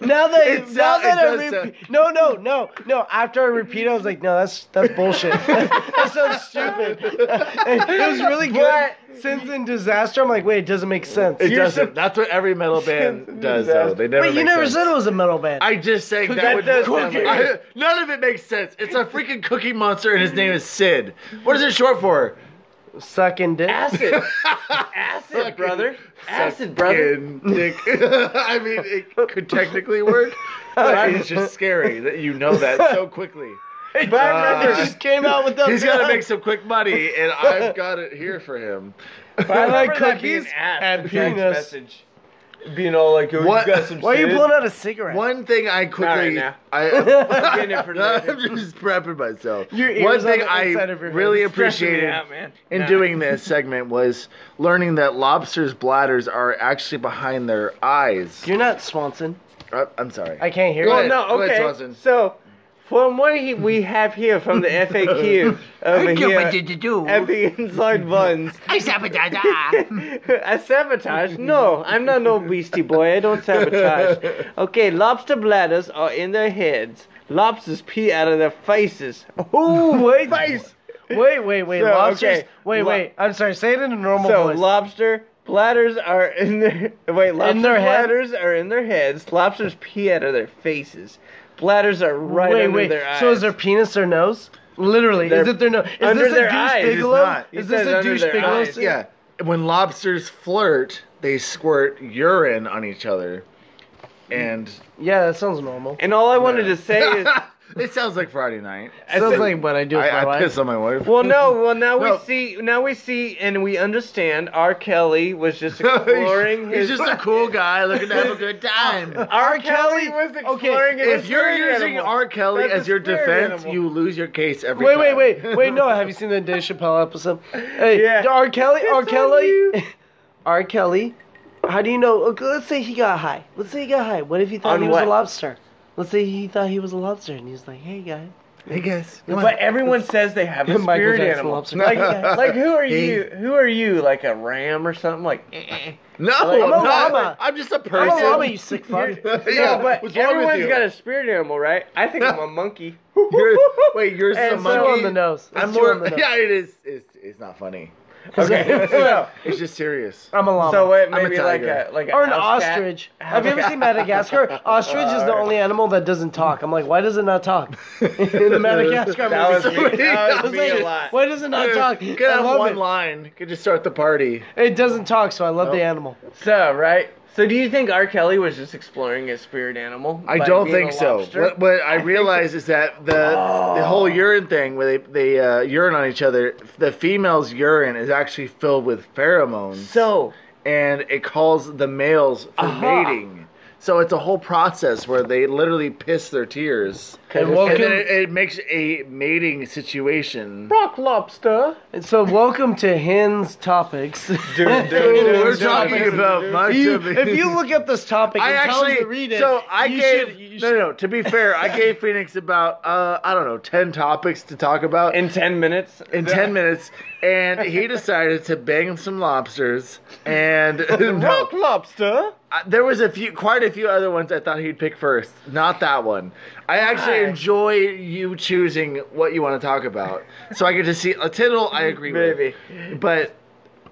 S3: now that
S1: It
S3: now
S1: sound-
S3: that
S1: it
S3: I
S1: does
S3: repeat, no, no, no, no. After I repeat, I was like, no, that's that's bullshit. that sounds stupid. it was really good.
S2: But-
S3: Since in disaster, I'm like, wait, it doesn't make sense.
S1: it
S2: You're
S1: doesn't.
S2: sup-
S1: that's what every metal band does, though. They never.
S3: Wait,
S1: make
S3: you never
S1: sense.
S3: said it was a metal band.
S1: I just saying that,
S2: That
S1: would
S2: does
S1: Cookie. I,
S2: sound-
S1: none of it makes sense. It's a freaking Cookie Monster, and his name is Sid. What is it short for?
S3: Sucking dick.
S2: acid. acid, brother. Acid, brother.
S1: Fucking dick. I mean, it could technically work, but it's just scary that you know that so quickly.
S3: Hey,
S1: Bob Rocker
S3: just came out with those.
S1: Uh, He's got to make some quick money, and I've got it here for him.
S2: I
S3: like
S2: remember that
S3: cookies
S2: being asked
S3: and
S2: in text
S3: penis.
S2: message. Being all like, oh,
S1: What-
S2: you got some
S3: Why are you
S2: Sid?
S3: blowing out a cigarette?
S1: One thing I
S2: right
S1: quickly,
S2: now.
S1: I,
S2: I'm getting it for later.
S1: I'm just prepping myself.
S3: Your ears
S1: One
S3: on
S1: thing
S3: the
S1: I
S3: inside of your head.
S1: really
S2: Stressing me
S1: appreciated
S2: out, man.
S1: in
S2: Nah.
S1: doing this segment was learning that lobsters' bladders are actually behind their eyes.
S3: You're not Swanson.
S1: Uh, I'm sorry.
S3: I can't hear
S1: Go
S2: Well,
S1: ahead.
S3: it.
S2: no,
S1: Go ahead,
S2: okay.
S1: Swanson.
S2: so, from what he, we have here from the FAQ over here
S3: do.
S2: at the Inside Buns,
S5: I sabotage.
S2: I sabotage? No, I'm not no beastie boy. I don't sabotage. Okay, lobster bladders are in their heads. Lobsters pee out of their faces.
S3: Ooh, wait,
S2: Face.
S3: wait, wait, wait.
S2: So,
S3: lobsters.
S2: okay.
S3: Wait,
S2: Lo-
S3: wait. I'm sorry. Say it in a normal
S2: So
S3: voice.
S2: lobster bladders are in their wait. Lobster
S3: their head?
S2: bladders are in their heads. Lobsters pee out of their faces. Bladders are right
S3: wait,
S2: under
S3: wait.
S2: their eyes.
S3: So is their penis their nose? Literally,
S2: Their-
S3: is it their nose? Is
S2: under
S3: this a
S2: their
S3: douche
S2: eyes, it's
S3: bigelow?
S1: not.
S2: He
S3: Is this
S2: says
S3: a
S2: under
S3: douche
S2: their
S3: bigelow?
S2: eyes.
S3: scene?
S1: Yeah. When lobsters flirt, they squirt urine on each other. And
S3: Yeah, that sounds normal.
S2: And all I wanted to say is,
S1: it sounds like Friday night.
S3: sounds like what I do with my
S1: I, I
S3: wife.
S1: piss on my wife.
S2: well, no, well now
S1: No.
S2: we see, now we see, and we understand. R. Kelly was just exploring
S1: He's
S2: his.
S1: just a cool guy looking to have a good
S3: Oh,
S1: time.
S2: R. Kelly
S3: Kelly-
S2: was
S3: okay,
S2: exploring his
S1: If you're
S2: spirit
S1: using
S2: animal.
S1: R. Kelly
S2: That's a
S1: as your
S2: spirit
S1: defense,
S2: animal.
S1: you lose your case every
S3: Wait,
S1: time.
S3: wait, wait, wait! No, have you seen the Dave Chappelle episode? Hey,
S2: Yeah.
S3: R. Kelly, R.
S2: It's on
S3: Kelly,
S2: you.
S3: R. Kelly. How do you know? okay, Let's say he got high. Let's say he got high. What if he thought
S2: On
S3: he was
S2: what?
S3: a lobster? Let's say he thought he was a lobster, and he was like, "Hey, guys,
S1: I guess. Come
S3: e-
S2: But everyone says they have a
S3: Michael
S2: spirit
S3: Jackson
S2: animal.
S3: lobster."
S2: Like,
S1: No.
S2: like who are
S1: He-
S2: you? Who are you? Like a ram or something? Like, eh, eh.
S1: No,
S2: Like,
S1: I'm,
S2: I'm
S3: a
S1: not.
S3: llama.
S1: I'm just a
S3: I'm
S1: person.
S3: a llama, you sick fuck."
S1: Yeah,
S2: no, but
S1: what's wrong with
S2: everyone's
S1: you?
S2: got a spirit animal, right? I think I'm a monkey.
S1: Yours- wait, yours is
S2: And
S1: a
S2: so-
S1: monkey.
S3: Two on the nose. That's
S1: I'm
S3: two
S1: more.
S3: on the nose.
S1: Yeah, it is. It's, it's not funny.
S2: Okay, so,
S1: It's just serious.
S3: I'm a llama.
S2: so wait,
S1: I'm a
S2: maybe like
S1: tiger.
S2: a like a
S3: or an
S2: house cat?
S3: ostrich. Have you ever seen Madagascar? Ostrich is the only animal that doesn't talk. I'm like, why does it not talk? In the Madagascar
S2: That was
S3: movie.
S2: me. That was
S3: It's
S2: me a
S3: like,
S2: lot.
S3: Why does it not talk?
S1: Could
S3: I
S1: have
S3: love
S1: one
S3: it.
S1: line. Could just start the party.
S3: It doesn't talk, so I love the animal.
S2: So right. So do you think R. Kelly was just exploring his spirit animal?
S1: I
S2: by
S1: don't
S2: being
S1: think
S2: a
S1: so.
S2: lobster?
S1: What, what I, realize is that the the
S3: Oh.
S1: whole urine thing, where they they uh, urine on each other, the female's urine is actually filled with pheromones,
S2: So
S1: and it calls the males for mating. So it's a whole process where they literally piss their tears,
S3: And
S1: and then
S3: welcome,
S1: it, it makes a mating situation.
S2: Rock lobster.
S3: so welcome to Hens Topics.
S2: Dude,
S1: Ooh,
S2: dude,
S1: we're
S2: dude,
S1: talking
S2: dude.
S1: about much
S3: You-
S1: of it.
S3: if you look up this topic,
S1: I
S3: and tell him
S1: actually
S3: to read it.
S1: so I
S3: you
S1: gave
S3: should- you
S1: no, no no. To be fair, I gave Phoenix about uh I don't know ten topics to talk about in,
S2: In ten minutes.
S1: ten minutes, and he decided to bang him some lobsters. And no,
S2: Rock lobster.
S1: I- there was a few, quite a few other ones I thought he'd pick first. Not that one. I actually enjoy you choosing what you want to talk about, so I get to see a tittle. I agree
S2: Baby.
S1: with, but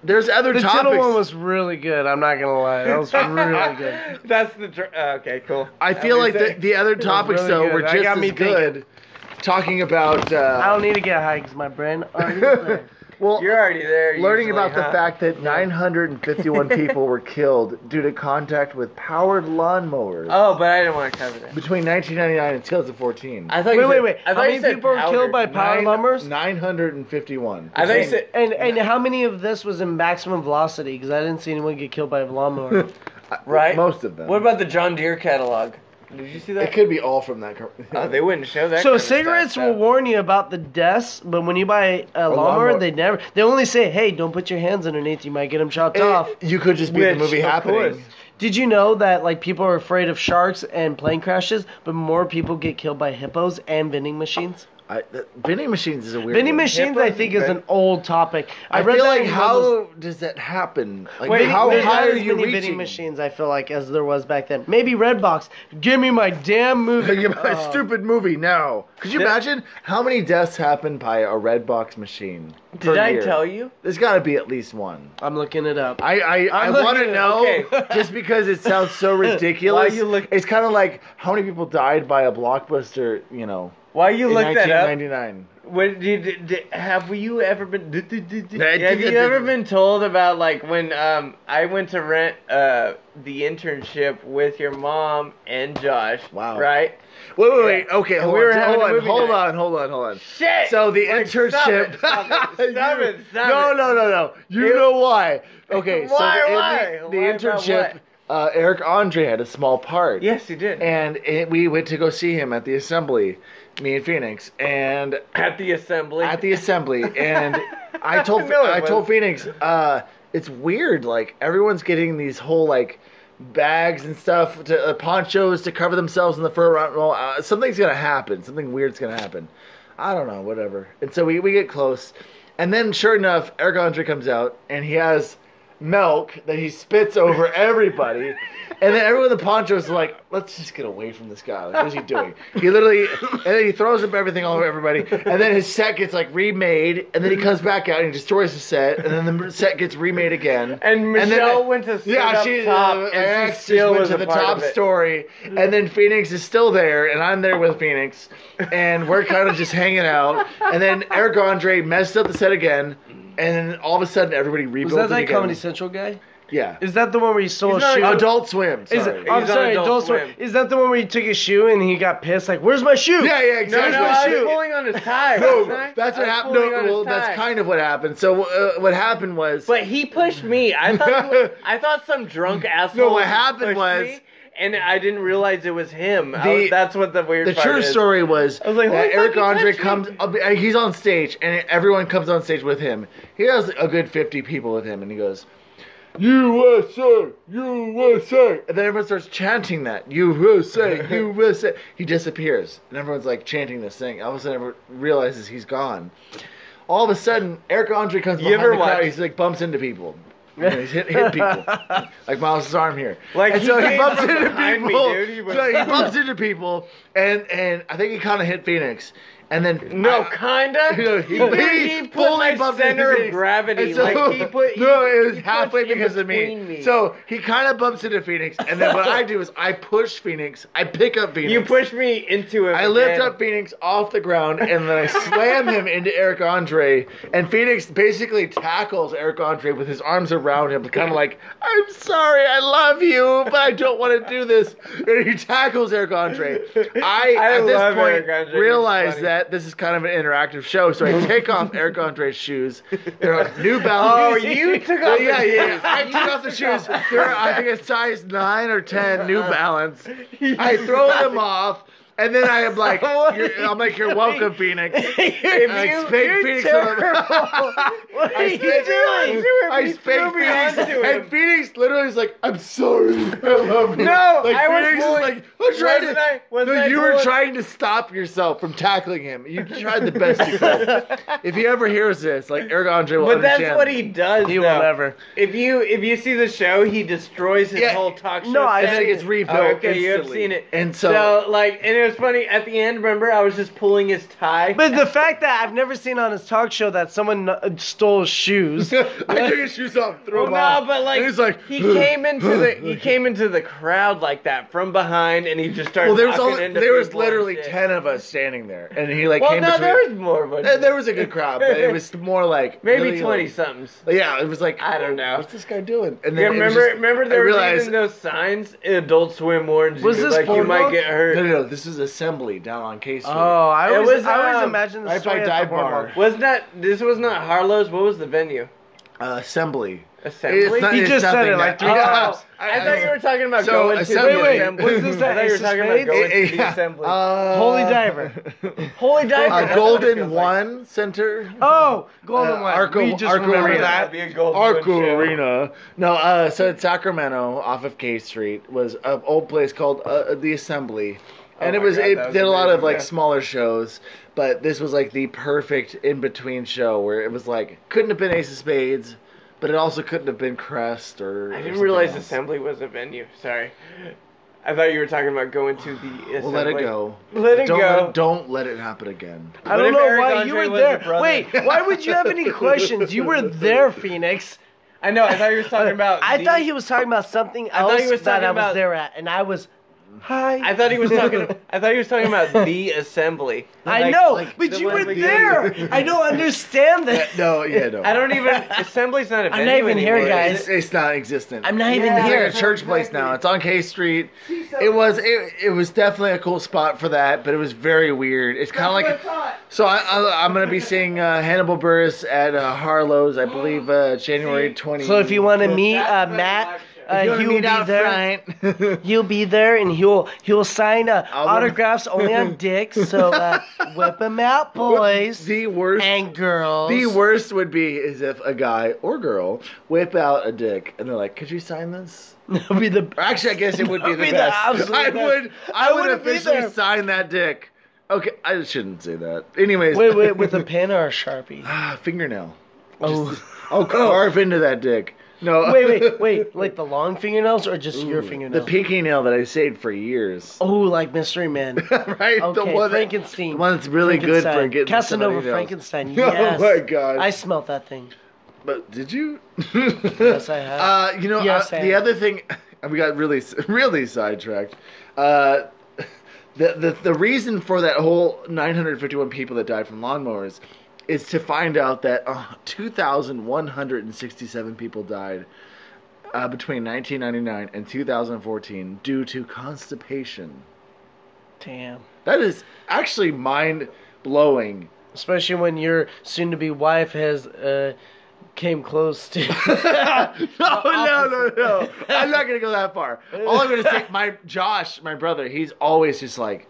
S1: there's other
S3: The
S1: topics.
S3: title one was really good. I'm not gonna lie, that was really good.
S2: That's the. Dr- uh, okay, cool.
S1: I feel like the,
S2: Everything.
S1: the other topics
S3: really
S1: though
S3: good.
S1: were
S3: That
S1: just
S3: got
S1: as
S3: me thinking.
S1: good. Talking about uh,
S3: I don't need to get high because my brain already is there.
S1: well,
S2: You're already there.
S1: learning
S2: usually,
S1: about the
S2: huh?
S1: fact that 951 people were killed due to contact with powered lawnmowers
S2: Oh, but I didn't want to cover that.
S1: between 1999 and 2014.
S2: I thought.
S3: Wait,
S2: you
S3: wait,
S2: said-
S3: wait.
S2: I
S3: How
S2: thought you
S3: many
S2: said
S3: people were killed by
S2: powder.
S3: power lumbers?
S1: 951.
S2: I thought you said.
S3: And and how many of this was in maximum velocity? Because I didn't see anyone get killed by a lawnmower.
S2: Right.
S1: Most of them.
S2: What about the John Deere catalog? Did you see
S1: It
S2: that?
S1: could be all from that. car-
S2: Oh, they wouldn't show that.
S3: so
S2: kind of stuff,
S3: cigarettes
S2: though.
S3: will warn you about the deaths, but when you buy a, lawnmower,
S1: lawnmower.
S3: they never. They only say, "Hey, don't put your hands underneath. You might get them chopped off."
S1: It- you could just be
S2: Which,
S1: the movie
S2: of
S1: happening.
S2: course.
S3: Did you know that like people are afraid of sharks and plane crashes, but more people get killed by hippos and vending machines?
S1: I, that, vending machines is a weird.
S3: Vending
S1: one.
S3: machines, I think, is an old topic.
S1: I,
S3: read
S1: feel
S3: that
S1: like
S3: in
S1: how
S3: Google-
S1: does that happen? Like
S3: Wait,
S1: how
S3: there's
S1: high
S3: not
S1: are
S3: as
S1: you
S3: many vending
S1: reaching?
S3: machines? I feel like as there was back then. Maybe Redbox. Give me my damn movie.
S1: Think about a
S3: Oh.
S1: stupid movie now. Could you
S2: Did-
S1: imagine how many deaths happened by a red box machine?
S2: Did I tell you?
S1: There's got to be at least one.
S3: I'm looking it up.
S1: I I, I
S3: I'm
S1: want to
S3: looking-
S1: know
S2: okay.
S1: just because it sounds so ridiculous.
S2: Why you look-
S1: it's kind of like how many people died by a blockbuster, you know,
S2: Why you
S1: in
S2: look that up?
S1: 1999.
S2: When did, did, did- have you ever been? Did, did, did, did- have you ever been told about like when um I went to rent uh the internship with your mom and Josh?
S1: Wow.
S2: Right?
S1: Wait, wait, wait. Okay,
S2: And
S1: hold
S2: we were
S1: on,
S2: having
S1: hold
S2: a
S1: on,
S2: movie
S1: hold
S2: night.
S1: on, hold on, hold on.
S2: Shit.
S1: So the
S2: Like, stop it,
S1: internship.
S2: Stop it! Stop
S1: You-
S2: it! Stop
S1: no,
S2: it.
S1: no, no, no. You
S2: It-
S1: know why? Okay,
S2: Why,
S1: so the, in the,
S2: why? Why
S1: the
S2: about
S1: internship, uh, Eric Andre had a small part.
S2: Yes, you did.
S1: and it, we went to go see him at the assembly, me and Phoenix, and
S2: at the assembly.
S1: at the assembly, and I told
S2: No, it
S1: I told
S2: wasn't.
S1: Phoenix, uh, it's weird, like everyone's getting these whole like bags and stuff to uh, ponchos to cover themselves in the fur around. Well, uh, something's gonna happen. Something weird's gonna happen. I don't know, whatever. And so we we get close, and then sure enough, Eric Andre comes out, and he has milk that he spits over everybody. And then everyone in the ponchos is like, let's just get away from this guy. Like, what is he doing? He literally, and then he throws up everything all over everybody. And then his set gets like remade. And then he comes back out and he destroys the set. And then the set gets remade again.
S2: and
S1: then
S2: Michelle
S1: I-
S2: went to sit
S1: yeah,
S2: up
S1: she,
S2: top,
S1: uh,
S2: and
S1: Eric
S2: she still
S1: just went
S2: was
S1: to
S2: a
S1: the
S2: part
S1: top
S2: of it.
S1: story, and then Phoenix is still there, and I'm there with Phoenix, and we're kind of just hanging out, and then Eric Andre messed up the set again, and then all of a sudden everybody
S3: Was
S1: rebuilt
S3: that
S1: it
S3: that
S1: again.
S3: Comedy Central guy?
S1: Yeah,
S3: Is that the one where he stole
S2: He's
S3: a
S2: not
S3: shoe?
S2: a-
S1: Adult Swim.
S3: is
S1: Sorry.
S3: it, Oh, I'm
S2: He's on
S3: sorry,
S2: Adult
S3: Adult Swim.
S2: Swim.
S3: Is that the one where he took his shoe and he got pissed? Like, where's my shoe?
S1: yeah, yeah,
S2: No,
S1: exactly.
S2: no, I was
S3: shoe.
S2: pulling on his tie.
S1: No,
S2: wasn't I?
S1: that's what
S2: I was
S1: happened.
S2: pulling
S1: No,
S2: on his
S1: well,
S2: tie.
S1: that's kind of what happened. So uh, what happened was,
S2: But he pushed me. I thought he- I thought some drunk asshole.
S1: No, what happened
S2: pushed
S1: was-
S2: me, and I didn't realize it was him. I
S1: The-
S2: was- that's what the weird.
S1: the
S2: part
S1: true
S2: is.
S1: story was,
S2: I was like,
S1: that
S2: "Why
S1: Eric
S2: fucking
S1: Andre
S2: touch me?"
S1: comes. up- uh, He's on stage, and everyone comes on stage with him. He has a good fifty people with him, and he goes, "USA, USA," and then everyone starts chanting that "USA, USA." He disappears, and everyone's like chanting this thing. All of a sudden, everyone realizes he's gone. All of a sudden, Eric Andre comes
S2: You
S1: behind
S2: ever
S1: the crowd.
S2: watch-
S1: He's like bumps into people. You know, he's hit, hit people like Miles' arm here.
S2: Like,
S1: and
S2: he
S1: so he
S2: came
S1: bumps
S2: from
S1: into
S2: behind me,
S1: people.
S2: dude. He was-
S1: so he bumps into people, and and I think he kind of hit Phoenix, and then
S2: No,
S1: I-
S2: kinda.
S1: No,
S2: he,
S1: he-
S2: dude,
S1: he
S2: he put
S1: fully
S2: my
S1: bumped
S2: center
S1: into me.
S2: of gravity.
S1: and so-
S2: like he put.
S1: no, it was
S2: he
S1: halfway
S2: pushed in
S1: because of me.
S2: between me.
S1: So he kind of bumps into Phoenix, and then what I do is I push Phoenix, I pick up Phoenix,
S2: you pushed me into him.
S1: I lift
S2: again.
S1: up Phoenix off the ground and then I slam him into Eric Andre. And Phoenix basically tackles Eric Andre with his arms around him, kind of like, I'm sorry, I love you, but I don't want to do this. And he tackles Eric Andre. I,
S2: I
S1: at this
S2: love
S1: point,
S2: Eric Andre. He's
S1: realized
S2: funny.
S1: that this is kind of an interactive show, so I take off Eric Andre's shoes. They're on New
S2: Oh,
S1: Balance.
S2: you took
S1: Yeah,
S2: off.
S1: yeah,
S2: the-
S1: yeah. I took off the shoes. They're, I think it's size nine or ten New Balance. I throw them off, and then I am like, you're, I'm like, you're welcome, Phoenix.
S2: If
S1: I
S2: you-
S1: spank
S2: you're
S1: Phoenix on
S2: terrible.
S1: the-
S2: What are
S1: I
S2: you
S1: spanked-
S2: doing? You
S1: I
S2: were
S1: spanked
S2: threw me
S1: Phoenix,
S2: onto him.
S1: and Phoenix literally is like, "I'm sorry, I love you."
S2: No,
S1: like,
S2: I was
S1: Phoenix is
S2: going-
S1: like, "I'm trying
S2: Wasn't
S1: to."
S2: I- wasn't
S1: no,
S2: I
S1: you were
S2: going-
S1: trying to stop yourself from tackling him. You tried the best you could. if he ever hears this, like Eric Andre will
S2: But
S1: understand.
S2: that's what he does.
S3: He will
S2: though.
S3: never.
S2: If you if you see the show, he destroys his
S1: Yeah.
S2: whole talk show.
S3: No, I
S1: and
S2: set.
S1: then it gets rebuilt.
S2: Oh, okay, you have
S1: instantly.
S2: seen it.
S1: And so,
S2: So like, and it was funny at the end. Remember, I was just pulling his tie.
S3: But the fact that I've never seen on his talk show that someone uh, stole shoes.
S1: I took his shoes off, and threw
S2: Well,
S1: them
S2: no,
S1: off.
S2: but like,
S1: and he's like,
S2: he came into the he came into the crowd like that from behind, and he just started.
S1: Well, there was
S2: knocking
S1: only,
S2: into
S1: there was
S2: people and
S1: literally
S2: shit.
S1: ten of us standing there, and he like
S2: Well,
S1: came
S2: no,
S1: between.
S2: there was more, but
S1: There- there was a good crowd, but it was more like
S2: maybe
S1: really,
S2: twenty
S1: like-
S2: somethings.
S1: Yeah, it was like
S2: I don't know.
S1: What's this guy doing? And
S2: Yeah,
S1: it was
S2: remember,
S1: just-
S2: remember
S1: I
S2: there
S1: realized-
S2: was even those signs, Adult Swim warns
S3: Was
S2: you,
S3: this
S2: like you
S3: Boardwalk?
S2: might get hurt.
S1: No, no, no. This is assembly down on K Street.
S3: Oh, I
S2: It
S3: always,
S2: was,
S3: I always
S2: um,
S3: imagine the
S1: right by
S3: story at
S1: dive
S3: the boardwalk.
S1: bar.
S2: Was not this was not Harlow's? What was the venue?
S1: uh, assembly.
S2: Assembly.
S3: He just said
S1: nothing
S3: it like
S1: now.
S3: three
S1: Oh,
S3: times.
S2: I, thought you were talking about
S1: So,
S2: going to
S1: assembly-
S2: the
S1: Wait, wait,
S2: assembly.
S1: was this
S2: I
S3: that
S2: thought you were
S3: Ace of
S2: talking about
S3: Spades?
S2: going
S1: Eh, eh,
S2: to the
S1: yeah.
S2: assembly.
S1: Uh,
S3: Holy Diver.
S2: Holy diver.
S1: Uh, Golden One Center.
S3: Oh, Golden
S1: Uh,
S3: One.
S1: Arco-
S3: we just
S1: Arco
S3: remember
S1: Arena.
S3: that.
S2: be a golden
S1: Arco Arena. No, uh, so it's Sacramento off of K Street was an old place called uh, the Assembly, and
S2: Oh
S1: it
S2: my
S1: was
S2: God,
S1: it
S2: that was
S1: did a lot
S2: amazing,
S1: of like
S2: yeah.
S1: smaller shows, but this was like the perfect in between show where it was like couldn't have been Ace of Spades, but it also couldn't have been Crest or.
S2: I
S1: or
S2: didn't
S1: something
S2: realize
S1: else.
S2: assembly was a venue. Sorry. I thought you were talking about going to the assembly.
S1: We'll let it go.
S2: Let it
S1: don't
S2: go.
S1: Let, don't let it happen again.
S3: I
S2: What
S3: don't
S2: if
S3: know
S2: Eric
S3: why
S2: Andre
S3: you were
S2: was a
S3: there.
S2: brother?
S3: Wait, why would you have any questions? You were there, Phoenix.
S2: I know. I thought you were talking about.
S3: I
S2: the-
S3: thought he was talking about something
S2: thought
S3: else
S2: he was
S3: that
S2: talking
S3: I was
S2: about-
S3: there at, and I was. Hi.
S2: I thought he was talking. I thought he was talking about the assembly.
S3: I
S2: Like-
S3: know,
S1: like
S3: but
S2: the
S3: you
S2: one
S3: were
S2: we-
S3: there. I don't understand that.
S1: No, yeah, no.
S2: I don't even. Assembly's not a venue.
S3: I'm not even here,
S2: anymore.
S3: guys.
S1: It's, it's not existent.
S3: I'm not even
S1: It's
S3: here.
S1: like a church place now. It's on K Street. It was it, it was definitely a cool spot for that, but it was very weird. It's kind of like so. I, I I'm gonna be seeing uh, Hannibal Burris at uh, Harlow's, I believe, uh, January 20.
S3: So if you want to meet uh, Matt, uh,
S1: If you wanna
S3: he'll be
S1: meet out
S3: there.
S1: front,
S3: He'll be there, and he'll he'll sign uh,
S1: I'll-
S3: autographs only on dicks. So uh, whip them out, boys
S1: the worst.
S3: and girls.
S1: the worst would be is if a guy or girl whip out a dick and they're like, "Could you sign this?"
S3: That'll be the
S1: Or Actually, I guess it would be
S3: That'd
S1: the
S3: be the
S1: best.
S3: absolute
S1: I
S3: best.
S1: would. I,
S3: I
S1: would
S3: wouldn't be
S1: officially
S3: there.
S1: sign that dick. Okay, I shouldn't say that. Anyways,
S3: wait, wait, with a pen or a sharpie.
S1: ah, fingernail.
S3: Oh,
S1: I'll carve into that dick. No,
S3: wait, wait, wait. Like the long fingernails or just your
S1: The
S3: fingernails?
S1: pinky nail that I saved for years.
S3: oh, like Mystery Man.
S1: right,
S3: Okay,
S1: the one that,
S3: Frankenstein.
S1: the one that's really good for
S3: Frankenstein.
S1: getting
S3: Casanova
S1: somebody else.
S3: Frankenstein. Yes.
S1: Oh my god!
S3: I smelt that thing.
S1: But did you?
S3: Yes, I have.
S1: Uh, you know,
S3: Yes,
S1: uh,
S3: I
S1: the
S3: have.
S1: other thing, we got really, really sidetracked. Uh, the, the the reason for that whole 951 people that died from lawnmowers is to find out that uh, 2,167 people died uh, between 1999 and 2014 due to constipation.
S3: Damn.
S1: That is actually mind blowing.
S3: Especially when your soon-to-be wife has uh, came close to.
S1: no, no, no, no. I'm not gonna go that far. All I'm gonna say, my Josh, my brother, he's always just like,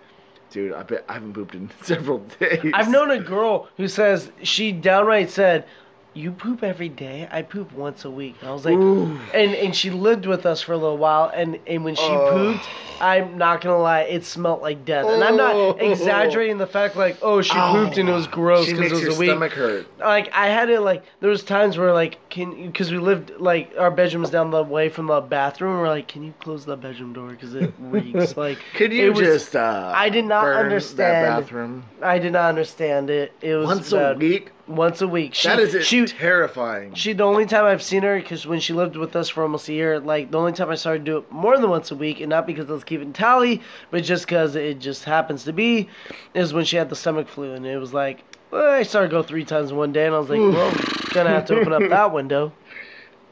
S1: dude, I bet I haven't pooped in several days.
S3: I've known a girl who says she downright said, "You poop every day. I poop once a week." And I was like,
S1: Ooh.
S3: and and she lived with us for a little while, and and when she
S1: Oh.
S3: pooped, I'm not gonna lie, it smelled like death, and I'm not
S1: Oh.
S3: exaggerating the fact like, oh, she pooped and it was gross
S1: She
S3: because
S1: makes
S3: it was
S1: your
S3: a week.
S1: stomach hurt.
S3: like I had it like there was times where like can because we lived like our bedroom was down the way from the bathroom. and We're like, can you close the bedroom door because it reeks. like,
S1: Could you
S3: it was-
S1: just? Uh,
S3: I did not
S1: burn
S3: understand.
S1: that bathroom
S3: I did not understand it. It was
S1: once
S3: bad.
S1: a week.
S3: Once a week. She,
S1: that is
S3: she,
S1: terrifying.
S3: she. The only time I've seen her because when she lived with us for almost a year, like the only time I saw her do it more than once a week, and not because I was keeping tally, but just because it just happens to be, is when she had the stomach flu, and it was like well, I saw her go three times in one day, and I was like, well, gonna have to open up that window.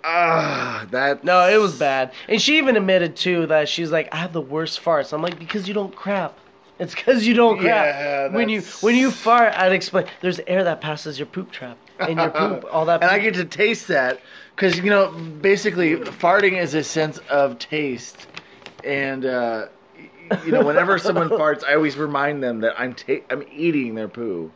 S1: Ah, that.
S3: No, it was bad, and she even admitted too that she's like, I have the worst farts. I'm like, because you don't crap. It's because you don't crap.
S5: Yeah,
S3: when you
S5: that's-
S3: when you fart, I'd explain. There's air that passes your poop trap and your poop, all that.
S1: and I
S3: poop-
S1: get to taste that because you know basically farting is a sense of taste, and uh, y- you know whenever someone farts, I always remind them that I'm ta- I'm eating their poo,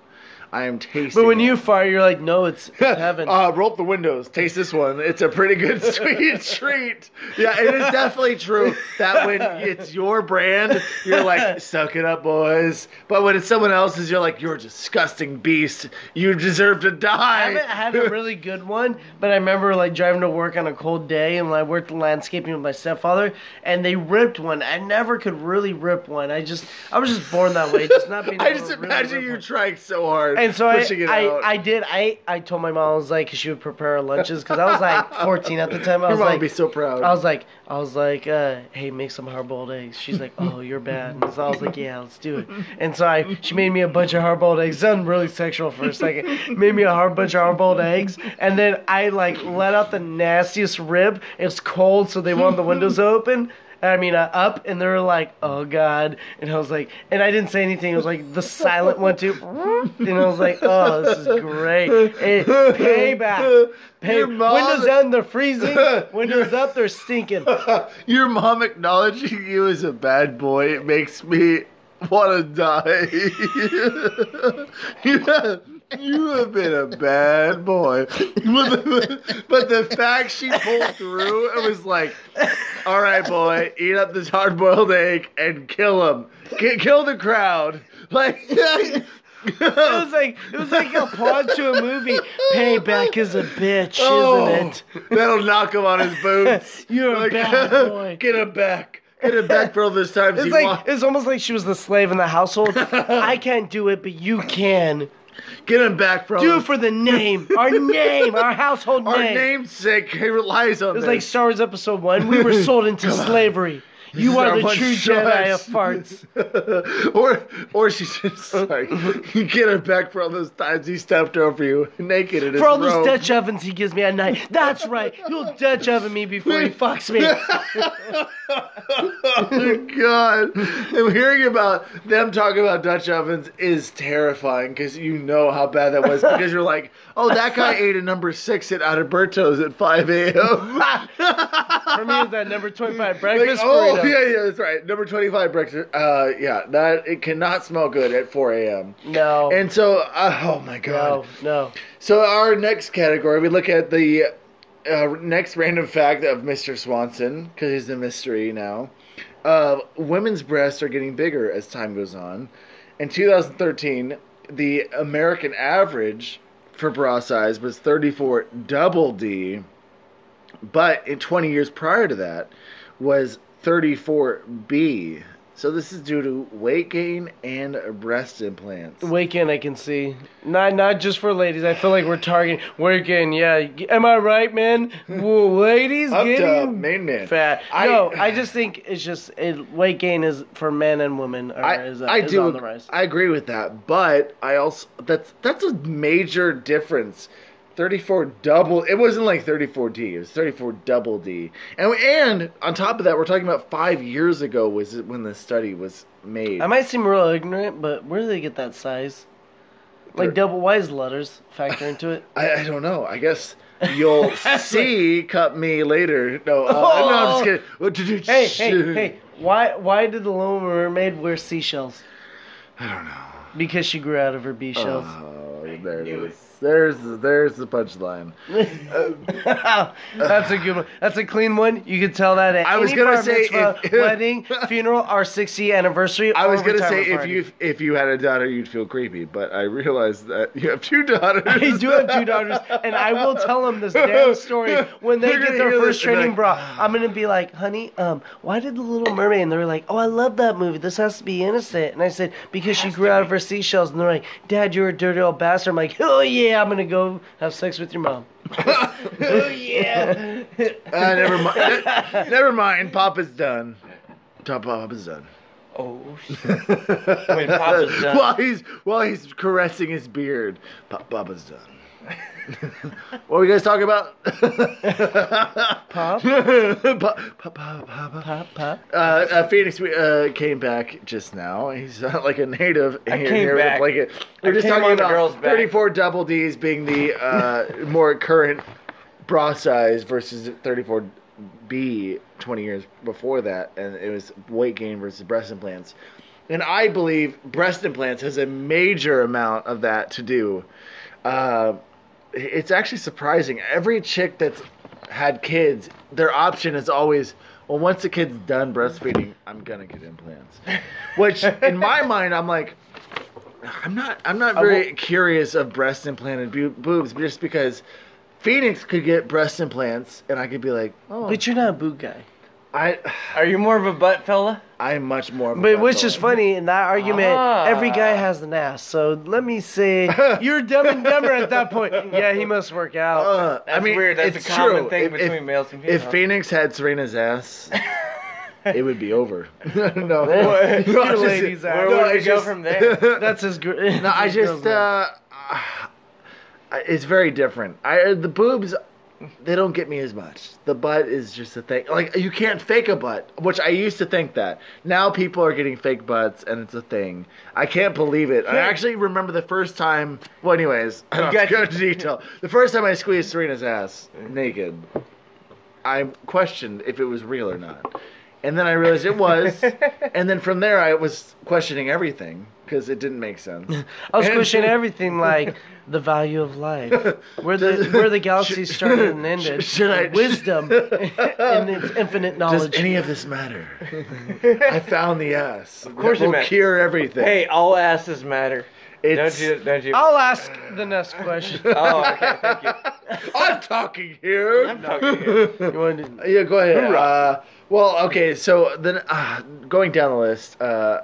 S1: I am tasting.
S3: but when
S1: it.
S3: you fart, you're like, no, it's, it's heaven.
S1: Uh, roll up the windows. Taste this one. It's a pretty good sweet treat. Yeah, it is definitely true that when it's your brand, you're like, suck it up, boys. But when it's someone else's, you're like, you're a disgusting beast. You deserve to
S3: I
S1: die.
S3: haven't had a really good one, but I remember like driving to work on a cold day and I worked landscaping with my stepfather and they ripped one. I never could really rip one. I just I was just born that way, just not being.
S1: I
S3: able
S1: just
S3: to really
S1: imagine
S3: rip
S1: you
S3: one.
S1: trying so hard
S3: And so I,
S1: pushing it out.
S3: I, I did. I, I told my mom I was like, 'cause she would prepare our lunches because I was like 14 at the time. I
S1: Your mom
S3: was
S1: would
S3: like,
S1: be so proud.
S3: I was like, I was like, uh, hey, make some hard-boiled eggs. She's like, oh, you're bad. And so I was like, yeah, let's do it. And so I, she made me a bunch of hard-boiled eggs. Sounded really sexual for a second. Made me a hard bunch of hard-boiled eggs, and then I like let out the nastiest rib. It's cold, so they wanted the windows open. I mean, uh, up, and they were like, "Oh God!" And I was like, and I didn't say anything. It was like the silent one too, and I was like, "Oh, this is great! Hey, payback! Pay-
S1: Your mom-
S3: windows down, they're freezing. Windows up, they're stinking."
S1: Your mom acknowledging you as a bad boy it makes me want to die. you, have, you have been a bad boy. But the, but the fact she pulled through, it was like, all right, boy, eat up this hard boiled egg and kill him. Ki- kill the crowd. Like,
S3: It was like it was like a pawn to a movie. Payback is a bitch, isn't
S1: Oh, That'll knock him on his boots.
S3: it? You're a bad boy.
S1: Get him back. Get him back for all those times he
S3: It's like
S1: walked.
S3: it's almost like she was the slave in the household. I can't do it, but you can.
S1: Get him back for all
S3: Do
S1: those
S3: it for the name, our name, our household
S1: Our
S3: name.
S1: namesake he relies on
S3: It was
S1: this.
S3: like Star Wars Episode One. We were sold into slavery.
S1: is
S3: You
S1: our
S3: are the
S1: one
S3: true
S1: choice.
S3: Jedi of farts.
S1: or, or she's just like, you get her back for all those times he stepped over you naked in his
S3: For all
S1: robe.
S3: those Dutch ovens he gives me at night. That's right. He'll Dutch oven me before he fucks me.
S1: oh my god! And hearing about them talking about Dutch ovens is terrifying because you know how bad that was. Because you're like, oh, that guy ate a number six at Adalberto's at 5 a.m.
S3: For me, it's that number twenty-five
S1: Like,
S3: breakfast
S1: oh
S3: burrito.
S1: yeah, yeah, that's right. Number twenty-five breakfast. Uh, yeah, that it cannot smell good at four a.m.
S3: No,
S1: And so, uh, oh my
S3: no,
S1: god.
S3: no.
S1: So our next category, we look at the uh, next random fact of Mr. Swanson because he's a mystery now. Uh, women's breasts are getting bigger as time goes on. In 2013, the American average for bra size was 34 double D, but in 20 years prior to that was 34B. So this is due to weight gain and breast implants.
S3: Weekend, I can see. Not not just for ladies. I feel like we're targeting weekend. Yeah, am I right, man? Well, ladies
S1: Up to
S3: getting
S1: main man.
S3: fat.
S1: I-
S3: no, I just think it's just it, weight gain is for men and women. Are,
S1: I,
S3: is,
S1: I
S3: is
S1: do.
S3: on the rise.
S1: I agree with that, but I also that's that's a major difference. Thirty-four double. It wasn't like thirty-four D. It was thirty-four double D. And and on top of that, we're talking about five years ago was it when the study was made.
S3: I might seem real ignorant, but where do they get that size?
S1: They're-
S3: Like double Y's letters factor into it.
S1: I, I don't know. I guess you'll see. Cut me later. No, uh, no, I'm just kidding.
S3: Oh. Hey, hey, hey! Why why did the Little Mermaid wear seashells?
S1: I don't know.
S3: Because she grew out of her bee shells.
S1: Oh, there it is. There's there's the punchline.
S3: That's a good one. That's a clean one. You can tell that at
S1: I was
S3: any
S1: gonna
S3: bar
S1: say
S3: mitzvah,
S1: if-
S3: wedding, funeral, our 60th anniversary.
S1: I
S3: or
S1: was gonna say
S3: retirement
S1: if
S3: party.
S1: you if you had a daughter, you'd feel creepy, but I realized that you have two daughters.
S3: I do have two daughters, and I will tell them this damn story when they
S1: They're
S3: get
S1: gonna
S3: their
S1: hear
S3: first
S1: this and be
S3: training
S1: like,
S3: bra. I'm gonna be like, "Honey, um, why did the Little Mermaid?" And they're like, "Oh, I love that movie. This has to be innocent." And I said, "Because she grew out of her seashells." And they're like, "Dad, you're a dirty old bastard." I'm like, "Oh yeah, I'm gonna go have sex with your mom."
S1: oh yeah. uh, never mind. Never mind. Papa's done. Top Papa's done.
S2: Oh,
S1: When
S2: Papa's done.
S1: while he's while he's caressing his beard, Pa- Papa's done. What were you guys talking about?
S3: Pop?
S1: pop, pop, pop, pop, pop.
S3: Pop, pop.
S1: Uh, uh, Phoenix we, uh, came back just now. He's not like a native.
S2: I
S1: here,
S2: came
S1: here with a
S2: back.
S1: blanket. We're just
S2: came
S1: talking
S2: on the
S1: about
S2: girl's back.
S1: 34 double D's being the uh, more current bra size versus 34 B 20 years before that, and it was weight gain versus breast implants. And I believe breast implants has a major amount of that to do. Uh, it's actually surprising. Every chick that's had kids, their option is always, well, once the kid's done breastfeeding, I'm gonna get implants. Which, in my mind, I'm like, I'm not, I'm not very curious of breast implanted bu- boobs, just because Phoenix could get breast implants, and I could be like, oh,
S3: But you're not a boot guy.
S1: I,
S2: Are you more of a butt fella?
S1: I'm much more. of a
S3: But which is
S1: butt
S3: funny in that argument,
S2: Ah.
S3: every guy has an ass. So let me say, you're dumb and dumber at that point. Yeah, he must work out.
S1: fella. Uh,
S2: That's
S1: I mean,
S2: weird. That's
S1: it's
S2: a common
S1: true.
S2: thing
S1: If-
S2: between
S1: if-
S2: males and females.
S1: If Phoenix had Serena's ass, it would be over. no, no,
S2: Where-
S1: it's just-
S3: lady's ass.
S2: Where
S1: no,
S2: would we
S1: it's
S2: go
S1: just-
S2: from there?
S3: That's his. Gr-
S1: no, I just uh, I- it's very different. I uh, the boobs, they don't get me as much. The butt is just a thing. Like you can't fake a butt, which I used to think that. Now people are getting fake butts, and it's a thing. I can't believe it. I actually remember the first time. Well, anyways, I don't have to go into detail. The first time I squeezed Serena's ass naked, I questioned if it was real or not. And then I realized it was. and then from there, I was questioning everything because it didn't make sense.
S3: I was
S1: and-
S3: questioning everything like the value of life, where the
S1: Does-
S3: where the galaxy
S1: Should-
S3: started and ended,
S1: should I-
S3: and wisdom and its infinite
S1: Does
S3: knowledge.
S1: any of this matter? I found the ass. Of
S2: course it
S1: will
S2: matters.
S1: cure everything.
S2: hey, all asses matter.
S1: it's,
S2: Don't you? Don't you?
S3: I'll ask the next question.
S2: Oh, okay. Thank you.
S1: I'm talking here.
S2: I'm talking here.
S3: You wanna do-
S1: Yeah, go ahead. Uh, well, okay. So then, uh, going down the list, uh,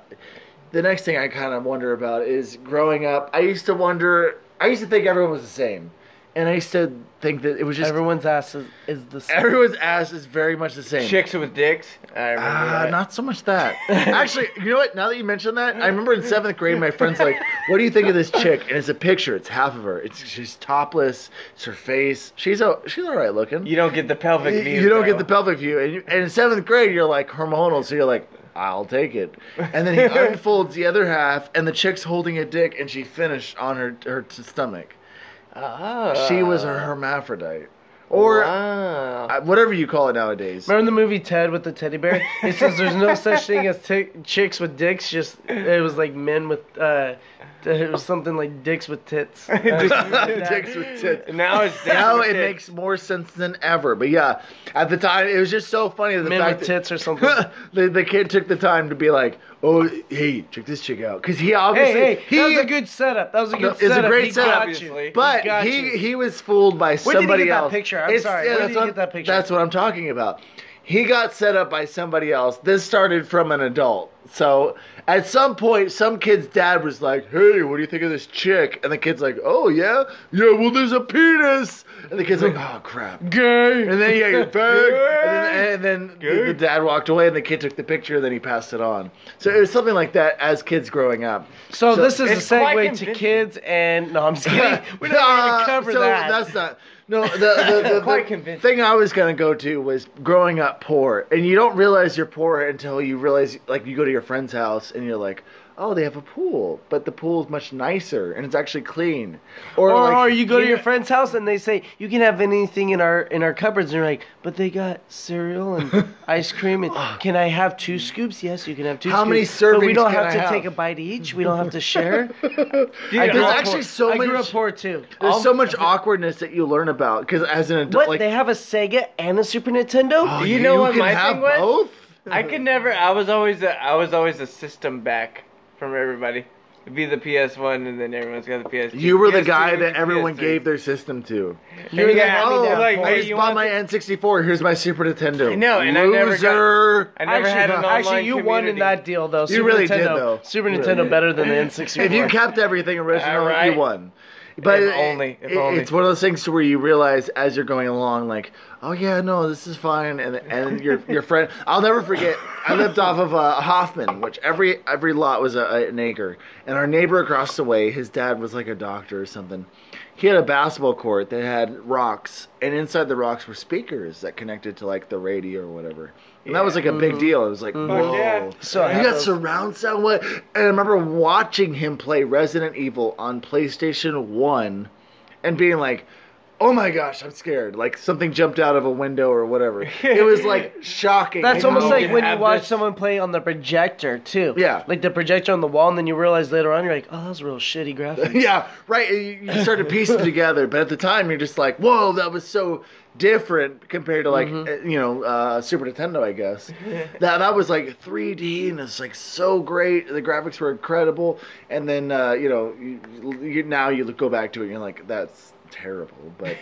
S1: the next thing I kind of wonder about is growing up. I used to wonder. I used to think everyone was the same, and I used to think that it was just
S3: Everyone's ass is, is the same.
S1: everyone's ass is very much the same.
S2: Chicks with dicks. I remember
S1: Ah,
S2: that.
S1: not so much that. Actually, you know what? Now that you mention that, I remember in seventh grade, my friend's like, "What do you think of this chick?" And it's a picture. It's half of her. It's she's topless. It's her face. She's a she's all right looking.
S2: You don't get the pelvic
S1: You,
S2: view.
S1: you don't
S2: though.
S1: get the pelvic view, and, you, and in seventh grade, you're like hormonal, so you're like, "I'll take it." And then he unfolds the other half, and the chick's holding a dick, and she finished on her her stomach.
S2: Ah.
S1: She was a hermaphrodite, or
S2: Wow.
S1: uh, whatever you call it nowadays.
S3: Remember the movie Ted with the teddy bear? It says there's no such thing as t- chicks with dicks. Just it was like men with uh, it was something like dicks with tits. Uh,
S1: Dicks with tits.
S2: now it's
S1: now
S2: with
S1: it
S2: dicks.
S1: makes more sense than ever. But yeah, at the time, it was just so funny. The
S3: men
S1: fact
S3: with
S1: that
S3: tits or something.
S1: the, the kid took the time to be like, "Oh, hey, check this chick out," because he obviously
S3: Hey, hey,
S1: he
S3: that was a good setup. That was a good
S1: it's a
S3: setup.
S1: great
S3: He
S1: setup.
S3: got you.
S2: Obviously.
S1: But
S3: He got
S1: he,
S3: you.
S1: he was fooled by
S3: did he
S1: somebody
S3: get that
S1: else.
S3: picture? I'm sorry. Where
S1: that's
S3: did he
S1: what-
S3: get that picture?
S1: That's what I'm talking about. He got set up by somebody else. This started from an adult. So at some point, some kid's dad was like, "Hey, what do you think of this chick?" And the kid's like, "Oh yeah, yeah. Well, there's a penis." And the kid's like, "Oh crap."
S3: Gay.
S1: And then yeah, you're back. And then, and then the, the dad walked away, and the kid took the picture, and then he passed it on. So it was something like that as kids growing up.
S3: So, this is a
S2: it's quite
S3: segue to
S2: convincing.
S3: kids and no, I'm just kidding. We're not
S1: Uh,
S3: gonna cover
S1: so
S3: that.
S1: That's not. No, the, the, the,
S2: Quite
S1: the
S2: convincing.
S1: thing I was gonna go to was growing up poor, and you don't realize you're poor until you realize, like, you go to your friend's house and you're like, oh, they have a pool, but the pool is much nicer and it's actually clean. Or,
S3: or,
S1: like,
S3: or you go to your friend's house and they say you can have anything in our in our cupboards and you're like but they got cereal and ice cream and can i have two scoops yes you can have two
S1: How
S3: scoops
S1: many
S3: but we
S1: servings
S3: don't
S1: can
S3: have
S1: I
S3: to
S1: have?"
S3: take a bite each we don't have to share
S2: Dude,
S1: there's
S2: I'll-
S1: actually so
S3: i
S1: many.
S3: grew up poor too
S1: There's so much awkwardness that you learn about because as an adult,
S3: what
S1: like,
S3: they have a sega and a super nintendo
S1: oh,
S2: You know what
S1: can
S2: my
S1: have
S2: thing was?
S1: both?
S2: I could never. I was always. A, I was always a system back from everybody. It'd be the PS One, and then everyone's got the PS.
S1: You were the guy that everyone gave their system to.
S2: You're
S3: the
S2: yeah,
S3: hand-me-down
S2: oh, like,
S3: boy.
S1: I
S2: hey,
S1: just
S2: you
S1: bought
S2: want
S1: my
S2: my.
S1: N64. Here's my Super Nintendo.
S2: I know, and I never got-
S1: Loser.
S2: I never
S3: actually,
S2: had an online
S3: actually, you won in
S2: community.
S3: that deal though. Super
S1: really
S3: Nintendo,
S1: did, though.
S3: Super
S1: You really
S3: Nintendo
S1: did.
S3: better than the N64.
S1: If you kept everything original,
S2: All right.
S1: you won. But
S2: If
S1: it-
S2: only, if
S1: it-
S2: only.
S1: it's one of those things to where you realize as you're going along, like, oh yeah, no, this is fine, and and your your friend. I'll never forget. I lived off of uh, Hoffman, which every every lot was a, a- an acre, and our neighbor across the way, his dad was like a doctor or something. He had a basketball court that had rocks, and inside the rocks were speakers that connected to like the radio or whatever. And that was like a
S2: Mm-hmm.
S1: big deal. It was like, whoa.
S2: yeah.
S3: So I
S1: You
S3: have
S1: got
S3: those-
S1: surround sound. What? And I remember watching him play Resident Evil on PlayStation One, and being like, "Oh my gosh, I'm scared!" Like something jumped out of a window or whatever. It was like oh, shocking.
S3: That's
S1: I
S3: almost
S1: know.
S3: like when you
S2: have
S3: watch
S2: this-
S3: someone play on the projector too.
S1: Yeah.
S3: like the projector on the wall, and then you realize later on you're like, oh, that was real shitty graphics.
S1: yeah, right. You you start to piece it together, but at the time you're just like, "Whoa, that was so different compared to like
S3: Mm-hmm.
S1: uh, you know uh, Super Nintendo, I guess." that that was like 3D and it's like so great. The graphics were incredible, and then uh, you know you, you, now you look- go back to it, and you're like, "that's terrible,ver but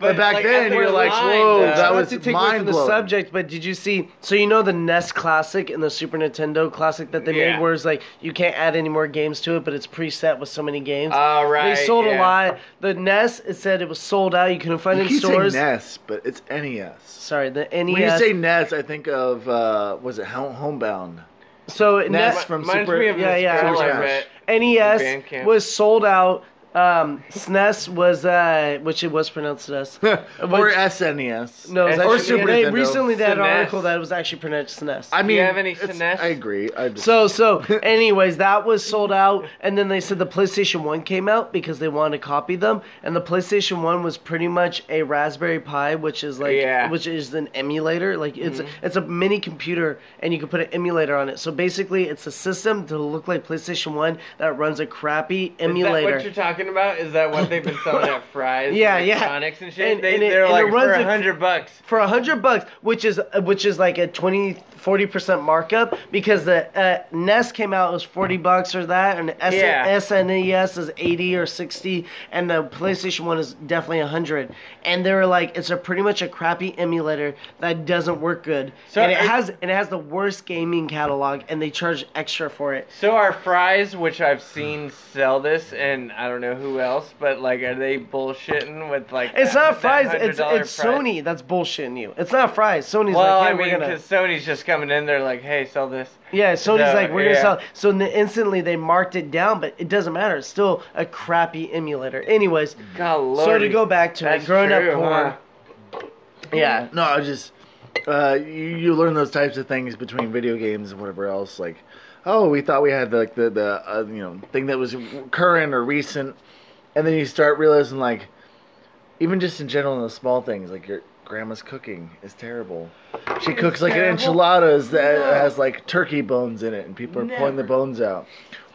S1: but, back
S2: like,
S1: then
S2: at
S1: you're
S2: the
S1: like,
S2: line,
S1: "Whoa,
S2: though.
S1: that
S3: Not
S1: was
S3: to take away
S1: mind
S3: from
S1: blowing."
S3: the subject, but did you see? So you know the NES Classic and the Super Nintendo Classic that they
S2: Yeah.
S3: made, where it's like you can't add any more games to it, but it's preset with so many games.
S2: All right.
S3: they sold
S2: yeah.
S3: a lot. The NES, it said it was sold out. You couldn't find
S1: You
S3: it in
S1: keep saying
S3: stores. E
S1: NES, but it's NES.
S3: Sorry, the
S1: When you
S3: NES.
S1: say NES, I think of uh, was it Home- Homebound?
S3: so NES,
S1: NES
S2: From
S1: from
S2: Reminds
S1: Super.
S2: me of
S3: yeah,
S2: this
S3: yeah,
S2: girl I
S1: Super
S2: met. Bandcamp.
S3: NES was sold out. Um, SNES was, uh, which it was pronounced SNES.
S1: or SNES.
S3: No, it's
S2: Or
S3: actually,
S1: Super
S3: they
S1: Nintendo.
S3: recently they had an
S2: SNES.
S3: article that was actually pronounced E SNES.
S1: I
S2: Do
S1: mean,
S2: you have any
S1: it's-
S2: SNES?
S1: I agree. I just,
S3: so so anyways, that was sold out and then they said the PlayStation 1 came out because they wanted to copy them and the PlayStation 1 was pretty much a Raspberry Pi which is like
S2: Yeah. Mm-hmm.
S3: which is an emulator, like it's it's a mini computer and you can put an emulator on it. So basically it's a system to look like PlayStation 1 that runs a crappy
S2: Is that
S3: emulator.
S2: what you're talking about? Is that what they've been selling at Fry's?
S3: Yeah,
S2: like,
S3: yeah.
S2: Sonics and shit.
S3: And-
S2: they,
S3: and it-
S2: they're
S3: and it
S2: like for
S3: runs
S2: a
S3: a-
S2: hundred bucks.
S3: for a hundred bucks, which is which is like a 20 40 percent markup because the uh, NES came out it was forty bucks or that, and the S-
S2: Yeah.
S3: SNES is eighty or sixty, and the PlayStation One is definitely a hundred. And they were like, it's a pretty much a crappy emulator that doesn't work good,
S2: So
S3: and it
S2: are-
S3: has and it has the worst gaming catalog, and they charge extra for it.
S2: So are Fry's, which I've seen sell this, and I don't know who else, but like, are they bullshitting with like?
S3: It's
S2: that-
S3: not
S2: that
S3: fries. It's it's
S2: $100 price?
S3: Sony that's bullshitting you. It's not fries. Sony's
S2: Well,
S3: like,
S2: I
S3: hey,
S2: mean,
S3: we're gonna.
S2: because Sony's just coming in, they're like, "Hey, sell this."
S3: Yeah, Sony's
S2: So,
S3: like, we're
S2: yeah.
S3: gonna sell. So n- instantly they marked it down, but it doesn't matter. It's still a crappy emulator. Anyways,
S2: God, Lord.
S3: so to go back to
S2: that's
S3: it, growing
S2: true,
S3: up poor. Yeah.
S1: no, I just uh, you, you learn those types of things between video games and whatever else. Like, oh, we thought we had like the the uh, you know thing that was current or recent, and then you start realizing like, even just in general, in the small things like your grandma's cooking is terrible. She cooks like an enchiladas that has like turkey bones in it, and people are pulling the bones out.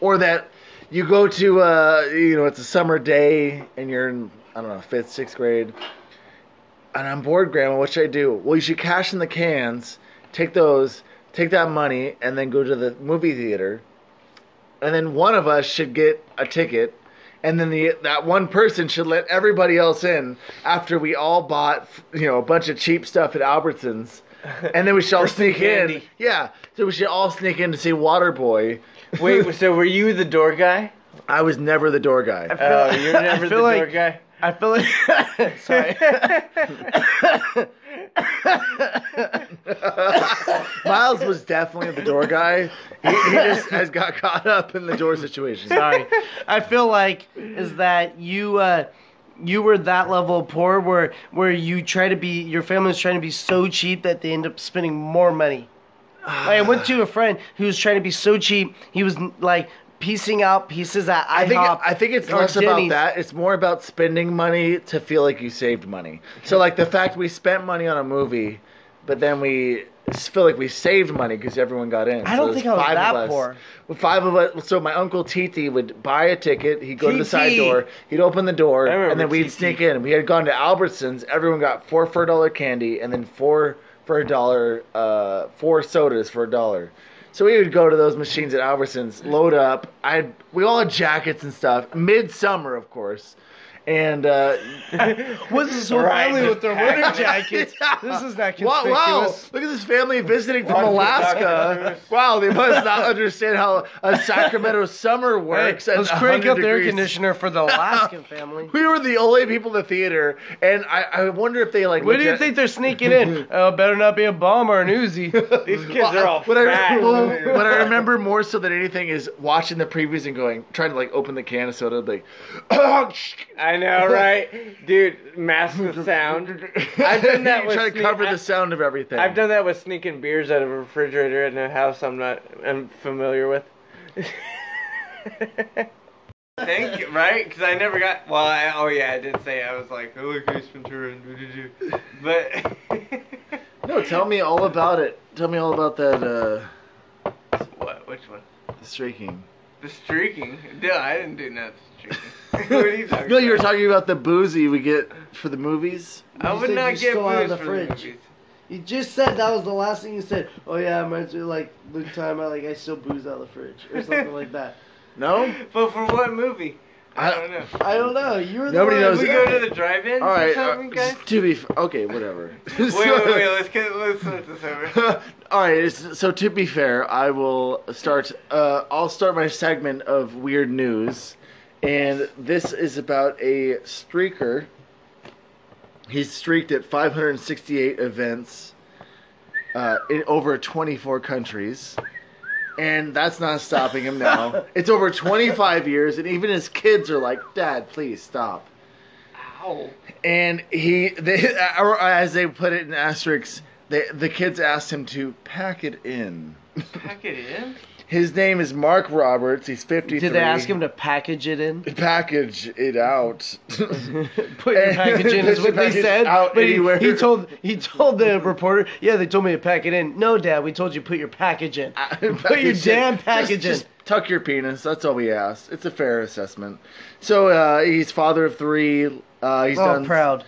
S1: Or that you go to, uh, you know, it's a summer day, and you're in, I don't know, fifth, sixth grade, and I'm bored, grandma. What should I do? Well, you should cash in the cans, take those, take that money, and then go to the movie theater, and then one of us should get a ticket. And then the, that one person should let everybody else in after we all bought, you know, a bunch of cheap stuff at Albertsons, and then we should all sneak in.
S2: candy.
S1: Yeah, so we should all sneak in to see Waterboy.
S2: Wait, so were you the door guy?
S1: I was never the door guy.
S2: Oh, you're
S3: I
S2: never the
S3: feel
S2: door
S3: like-
S2: guy.
S3: I feel like sorry.
S1: Miles was definitely the door guy. He, he just has got caught up in the door situation.
S3: Sorry. I feel like is that you uh you were that level of poor where where you try to be your family's trying to be so cheap that they end up spending more money. Like, I went to a friend who was trying to be so cheap, he was like piecing out pieces at IHOP.
S1: I think I think it's
S3: or
S1: less about
S3: Denny's.
S1: that. It's more about spending money to feel like you saved money. So like the fact we spent money on a movie, but then we s- feel like we saved money because everyone got in.
S3: I don't
S1: there's
S3: think I was
S1: five
S3: that
S1: of us.
S3: poor.
S1: Well, Five of us. So my uncle Titi would buy a ticket. He'd go to the side
S2: TT.
S1: door. He'd open the door,
S2: I remember
S1: and then we'd
S2: TT.
S1: sneak in. We had gone to Albertsons. Everyone got four for a dollar candy, and then four for a dollar, uh, four sodas for a dollar. So we would go to those machines at Albertsons, load up. I we all had jackets and stuff. Midsummer, of course. And uh,
S3: What's this whole
S2: Right.
S3: family with their winter jackets? This is not
S1: wow, wow,
S3: conspicuous.
S1: look at this family visiting from
S2: Watch the
S1: Alaska.
S2: documentaries.
S1: Wow, they must not understand how a Sacramento summer works. at
S3: Let's crank
S1: 100
S3: up the air
S1: degrees.
S3: conditioner for the Alaska.
S6: Alaskan family.
S1: We were the only people in the theater, and I, I wonder if they like.
S3: What
S1: looked
S3: do you
S1: at-
S3: think they're sneaking in? Oh, better not be a bomb or an Uzi.
S2: These kids
S1: Well,
S2: are all
S1: what I,
S2: fat.
S1: well, what I remember more so than anything is watching the previews and going, trying to like open the can of soda, like,
S2: I know, right? Dude, mask the sound. I've done that with
S1: trying to
S2: Sne-
S1: cover
S2: I-
S1: the sound of everything.
S2: I've done that with sneaking beers out of a refrigerator in a house I'm not I'm familiar with. Thank you, right? Because I never got. Well, I, oh yeah, I did say I was like, oh, look, Ace Ventura, and do-do-do." but
S1: No, tell me all about it. Tell me all about that uh,
S2: what? Which one?
S1: streaking.
S2: The streaking? No, I didn't do nothing streaking. what are you talking
S1: no, you were
S2: about?
S1: talking about the boozy we get for the movies.
S2: I
S6: You
S2: would
S6: said
S2: not
S6: you
S2: get
S6: stole out
S2: booze
S6: of the
S2: for
S6: fridge.
S2: the movies.
S6: You just said that was the last thing you said. Oh yeah, it reminds me of, like the time I like I still booze out of the fridge or something like that.
S1: No,
S2: But for what movie? I
S1: I-
S2: don't know.
S6: I don't know. You were the
S1: Nobody
S6: one-
S1: knows.
S2: we go to the drive-in
S1: all
S2: or
S1: right.
S2: something,
S1: uh,
S2: guys?
S1: to be f- okay, whatever.
S2: Wait, wait, wait. Let's get let's let this over.
S1: all right. s- So to be fair, I will start. Uh, I'll start my segment of weird news, and this is about a streaker. He's streaked at 568 events uh, in over 24 countries. And that's not stopping him now. it's over 25 years, and even his kids are like, Dad, please stop
S2: Ow.
S1: and he they or as they put it in asterisks they, the kids asked him to pack it in
S2: Pack it in.
S1: his name is mark roberts he's 53
S6: Did they ask him to package it in?
S1: package it out
S3: Put your package in is
S1: Eh, Put your
S3: what they
S1: package
S3: said.
S1: out
S3: but he,
S1: anywhere.
S3: he told he told the reporter, yeah, they told me to pack it in. No, Dad, we told you put your package in.
S1: Ah, put
S3: your damn package
S1: just, just tuck your penis that's all we asked it's a fair assessment so uh, he's father of three uh, he's
S3: We're all
S1: done
S3: proud.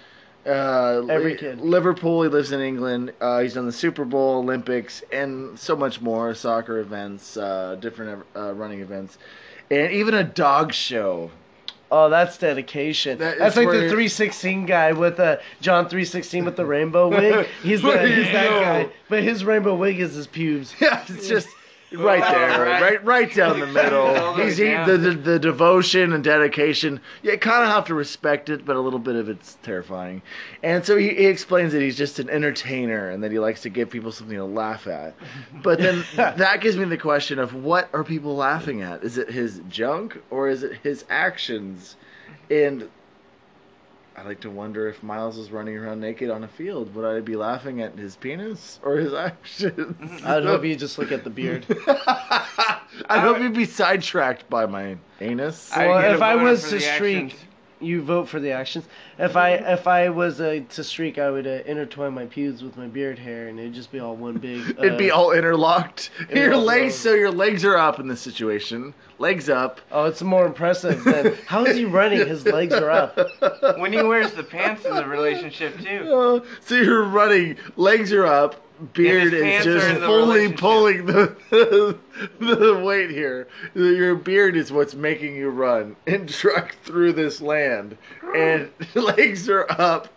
S1: uh,
S3: Every
S1: Li-
S3: kid.
S1: Liverpool. He lives in England. Uh, he's done the Super Bowl, Olympics, and so much more soccer events, uh, different uh, running events, and even a dog show.
S3: Oh, that's dedication.
S1: That is
S3: that's like
S1: where-
S3: the 316 guy with uh, John 316 with the rainbow wig. He's, the,
S1: Where
S3: he's
S1: you
S3: that
S1: go.
S3: guy. But his rainbow wig is his pubes.
S1: Yeah, it's just right there,
S2: Alright.
S1: right, right down the middle.
S2: All the way
S1: He's he,
S2: down.
S1: the, the the devotion and dedication. You kind of have to respect it, but a little bit of it's terrifying. And so he, he explains that he's just an entertainer and that he likes to give people something to laugh at. But then that gives me the question of what are people laughing at? Is it his junk or is it his actions? And I like to wonder if Miles was running around naked on a field, would I be laughing at his penis or his actions?
S3: I'd hope you just look at the beard.
S1: I hope you'd be sidetracked by my anus.
S3: I- Well,
S2: I'd get
S3: if
S2: a boner
S3: was
S2: for
S3: to
S2: the
S3: streak-
S2: actions.
S3: You vote for the actions. If I if I was uh, to streak, I would uh, intertwine my pubes with my beard hair, and it'd just be all one big. Uh,
S1: It'd be all interlocked.
S3: it'd be
S1: your
S3: all
S1: legs,
S3: over.
S1: so your legs are up in this situation. Legs up.
S3: Oh, it's more impressive than how is he running? His legs are up.
S2: when he wears the pants in the relationship too.
S1: Uh, so you're running. Legs are up. Beard
S2: his
S1: is
S2: pants are
S1: just
S2: in the
S1: fully
S2: relationship.
S1: pulling the, the weight here. Your beard is what's making you run and truck through this land. And legs are up.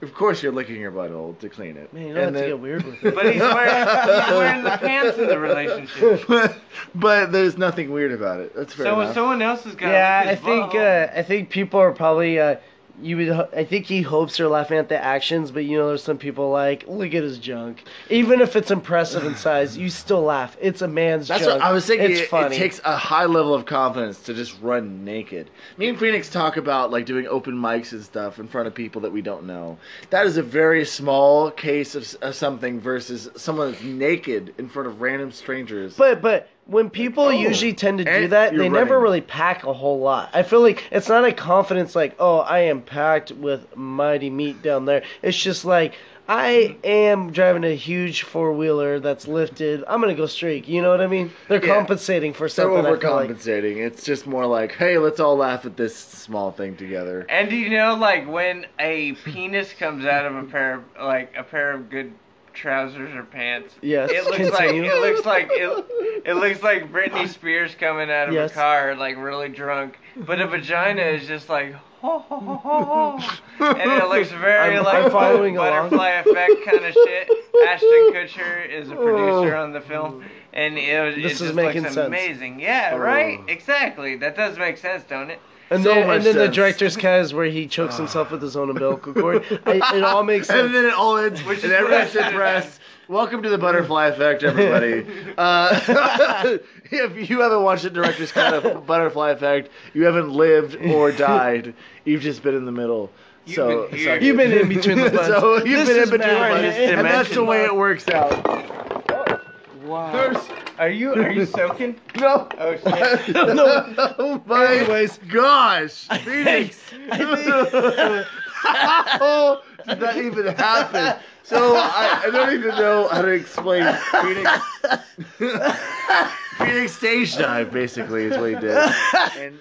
S1: Of course, you're licking your butthole to clean it.
S3: Man, you
S1: And
S3: don't have to
S1: then-
S3: get weird with it.
S2: But he's wearing, he's wearing the pants in the relationship.
S1: but, but there's nothing weird about it. That's fair
S2: So
S1: enough.
S2: when someone else has got
S3: yeah, I think uh, I think people are probably. Uh, you would. ho- I think he hopes they're laughing at the actions, but you know, there's some people like, look at his junk. Even if it's impressive in size, you still laugh. It's a man's
S1: That's
S3: junk.
S1: what I was thinking.
S3: It's
S1: it,
S3: funny.
S1: it takes a high level of confidence to just run naked. Me and Phoenix talk about like doing open mics and stuff in front of people that we don't know. That is a very small case of, s- of something versus someone that's naked in front of random strangers.
S3: But but when people
S1: Oh.
S3: usually tend to do
S1: And
S3: that, they
S1: you're
S3: never
S1: running.
S3: really pack a whole lot. I feel like it's not a confidence like, oh, I am packed with mighty meat down there. It's just like I
S1: Mm-hmm.
S3: am driving a huge four wheeler that's lifted. I'm gonna go streak. You know what I mean? They're
S1: Yeah.
S3: compensating for
S1: they're
S3: something. I feel like.
S1: overcompensating. It's just more like, hey, let's all laugh at this small thing together.
S2: And do you know, like when a penis comes out of a pair of like a pair of good trousers or pants?
S3: Yes,
S2: It looks
S3: continue.
S2: like it looks like it, it looks like Britney Spears coming out of
S3: Yes.
S2: a car, like really drunk. But a vagina is just like ho, ho, ho, ho, ho. and it looks very
S3: I'm-
S2: like
S3: I'm following along. Oh.
S2: butterfly effect kind of shit. Ashton Kutcher is a producer on the film, and it, was- it
S3: This is
S2: just
S3: making
S2: looks
S3: sense. Oh.
S2: amazing. Yeah, right. Exactly. That does make sense, don't it?
S3: And
S1: So
S3: then,
S1: much
S3: and then the
S1: sense. Ah.
S3: director's cut is where he chokes himself with his own umbilical cord. I, it all makes sense.
S1: And then it all ends,
S2: Which
S1: and
S2: is
S1: everyone's
S2: what I said.
S1: depressed. Welcome to the butterfly effect, everybody. Uh, if you haven't watched the director's cut of Butterfly Effect, you haven't lived or died. You've just been in the middle.
S2: You've
S1: so
S2: been here.
S1: so-
S3: You've been in between the buttons.
S1: so you've
S3: This
S1: been in
S3: is
S1: between the
S3: Matt.
S1: buttons,
S3: It-
S1: and that's the way it
S3: Matt.
S1: works out.
S7: Wow.
S1: There's
S2: Are you are you soaking?
S1: no.
S2: Oh shit.
S3: No.
S1: Oh my
S3: Anyways.
S1: gosh, Phoenix.
S3: I
S1: How did that even happen? So I, I don't even know how to explain Phoenix. Phoenix stage dive, basically, is what he did. And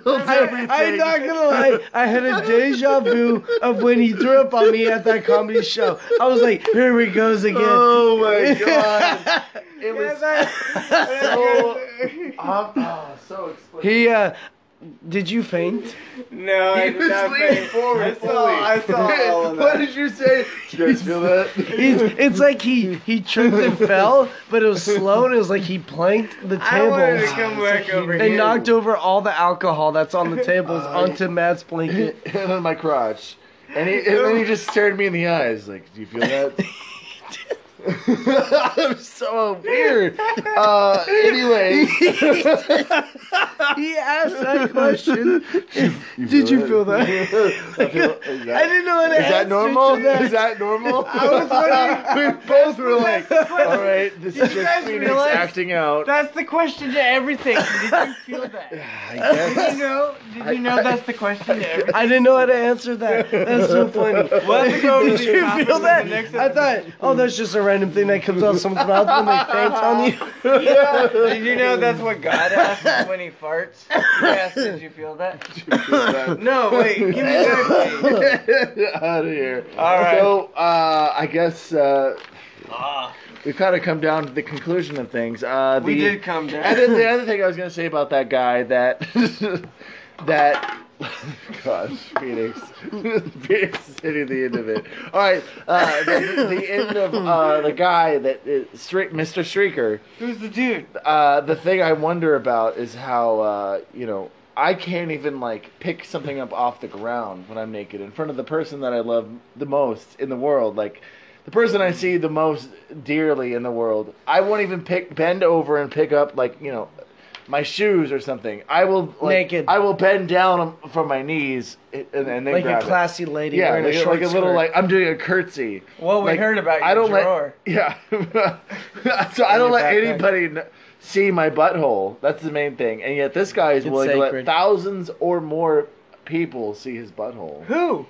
S1: spilled everything.
S3: I'm not gonna lie. I had a deja vu of when he threw up on me at that comedy show. I was like, here we goes again.
S1: Oh my god! It was so. Um, oh, so explained.
S3: He uh did you faint?
S2: No, I did not think- I saw, I saw all of
S1: What
S2: that.
S1: did you say? Did you guys feel that?
S3: He's, it's like he he tripped and fell, but it was slow and it was like he planked the
S2: I wanted to
S3: tables
S2: come back over
S3: and
S2: here.
S3: knocked over all the alcohol that's on the tables onto Matt's blanket.
S1: and on my crotch. And, he, and then he just stared me in the eyes, like, "Do you feel that?" I'm so weird. Uh, anyway,
S3: He asked that question. Did you feel that?
S1: I, feel, is that
S3: I didn't know what to
S1: is that
S3: answer
S1: normal?
S3: to that.
S1: Is that normal?
S2: was wondering-
S1: we both were like, "All right, this is
S2: you
S1: just
S2: guys
S1: Phoenix
S2: realize
S1: acting out."
S2: That's the question to everything. Did you feel that?
S1: I
S2: Did
S1: guess.
S2: you know? Did you know that's the question to everything?
S3: I didn't know how to answer that. That's so funny.
S2: We'll have to go over
S3: Did
S2: the
S3: you
S2: topic
S3: feel
S2: in the
S3: that?
S2: next
S3: I thought, oh, that's just a random thing that comes out of someone's mouth when they faint on you.
S2: Did you know that's what God asks when he farts? He asks, did you feel that? No, wait, give me that. please.
S1: out of here.
S2: All right.
S1: So uh, I guess uh,
S2: Ah,
S1: we've kind of come down to the conclusion of things. Uh, the,
S2: we did come
S1: And
S2: down.
S1: then the other thing I was gonna say about that guy that that gosh, Phoenix, Phoenix is hitting the end of it. All right, uh, the, the end of uh, the guy that uh, Shriek- Mr. Shrieker.
S2: Who's the dude?
S1: Uh, the thing I wonder about is how uh, you know I can't even like pick something up off the ground when I'm naked in front of the person that I love the most in the world. Like the person I see the most dearly in the world, I won't even pick bend over and pick up like you know my shoes or something. I will like,
S3: Naked.
S1: I will bend down from my knees and, and then
S3: Like
S1: grab
S3: a
S1: it.
S3: classy lady
S1: Yeah,
S3: wearing
S1: like,
S3: a
S1: a-
S3: short
S1: like a little
S3: skirt.
S1: like I'm doing a curtsy.
S2: Well, we
S1: Like,
S2: heard about your
S1: I don't let-
S2: drawer.
S1: Yeah. so I don't
S2: your
S1: let
S2: backpack.
S1: anybody kn- see my butthole. That's the main thing. And yet this guy is
S3: It's
S1: willing to let
S3: sacred.
S1: thousands or more people see his butthole.
S2: Who?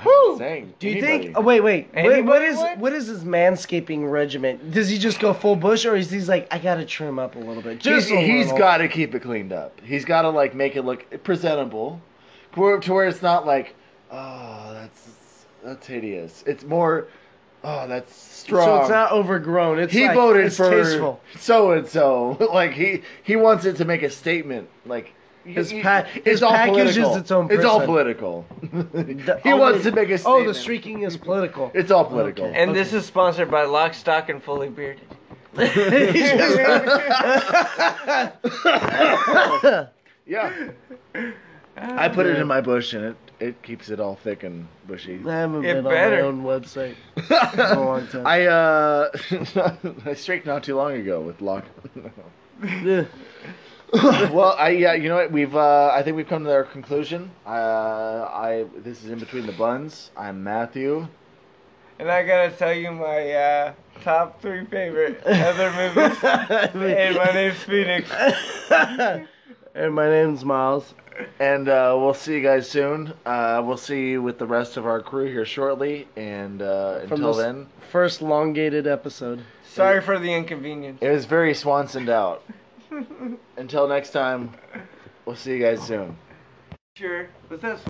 S1: Who? Saying,
S3: Do you
S1: anybody.
S3: think? Oh, wait, wait. Wait,
S2: Anybody
S3: what is
S2: would?
S3: what is his manscaping regimen? Does he just go full bush, or is he like, I gotta trim up a little bit?
S1: He's,
S3: Just a
S1: he's
S3: little."
S1: got to keep it cleaned up. He's got to like make it look presentable, to where, to where it's not like, oh, that's that's hideous. It's more, oh, that's strong.
S3: So it's not overgrown. It's
S1: he
S3: like,
S1: voted
S3: it's
S1: for
S3: tasteful.
S1: so and so. Like he he wants it to make a statement. Like
S3: His
S1: y-
S3: pa-
S1: y-
S3: his package is its own
S1: It's all
S3: person.
S1: political.
S3: The-
S1: he
S3: oh,
S1: wants
S3: the-
S1: to make a
S3: Oh,
S1: statement.
S3: the streaking is political.
S1: It's all political.
S3: Okay.
S2: And this is sponsored by Lock, Stock, and Fully Bearded.
S3: He's just-
S1: Yeah, I put it in my bush, and it it keeps it all thick and bushy.
S3: I han't
S2: It
S3: been
S2: better.
S3: on my own website in a long time.
S1: I uh I streaked not too long ago with lock.
S3: Yeah.
S1: well, I yeah, you know what? We've uh, I think we've come to our conclusion. Uh, I this is in between the buns. I'm Matthew.
S2: And I gotta tell you my uh, top three favorite other movies. and my name's Phoenix.
S3: and my name's Miles.
S1: And uh, we'll see you guys soon. Uh, we'll see you with the rest of our crew here shortly. And uh,
S3: From
S1: until
S3: this-
S1: then,
S3: First elongated episode.
S2: Sorry for the inconvenience.
S1: it was very Swansoned out. until next time, we'll see you guys soon.
S2: Sure. Was that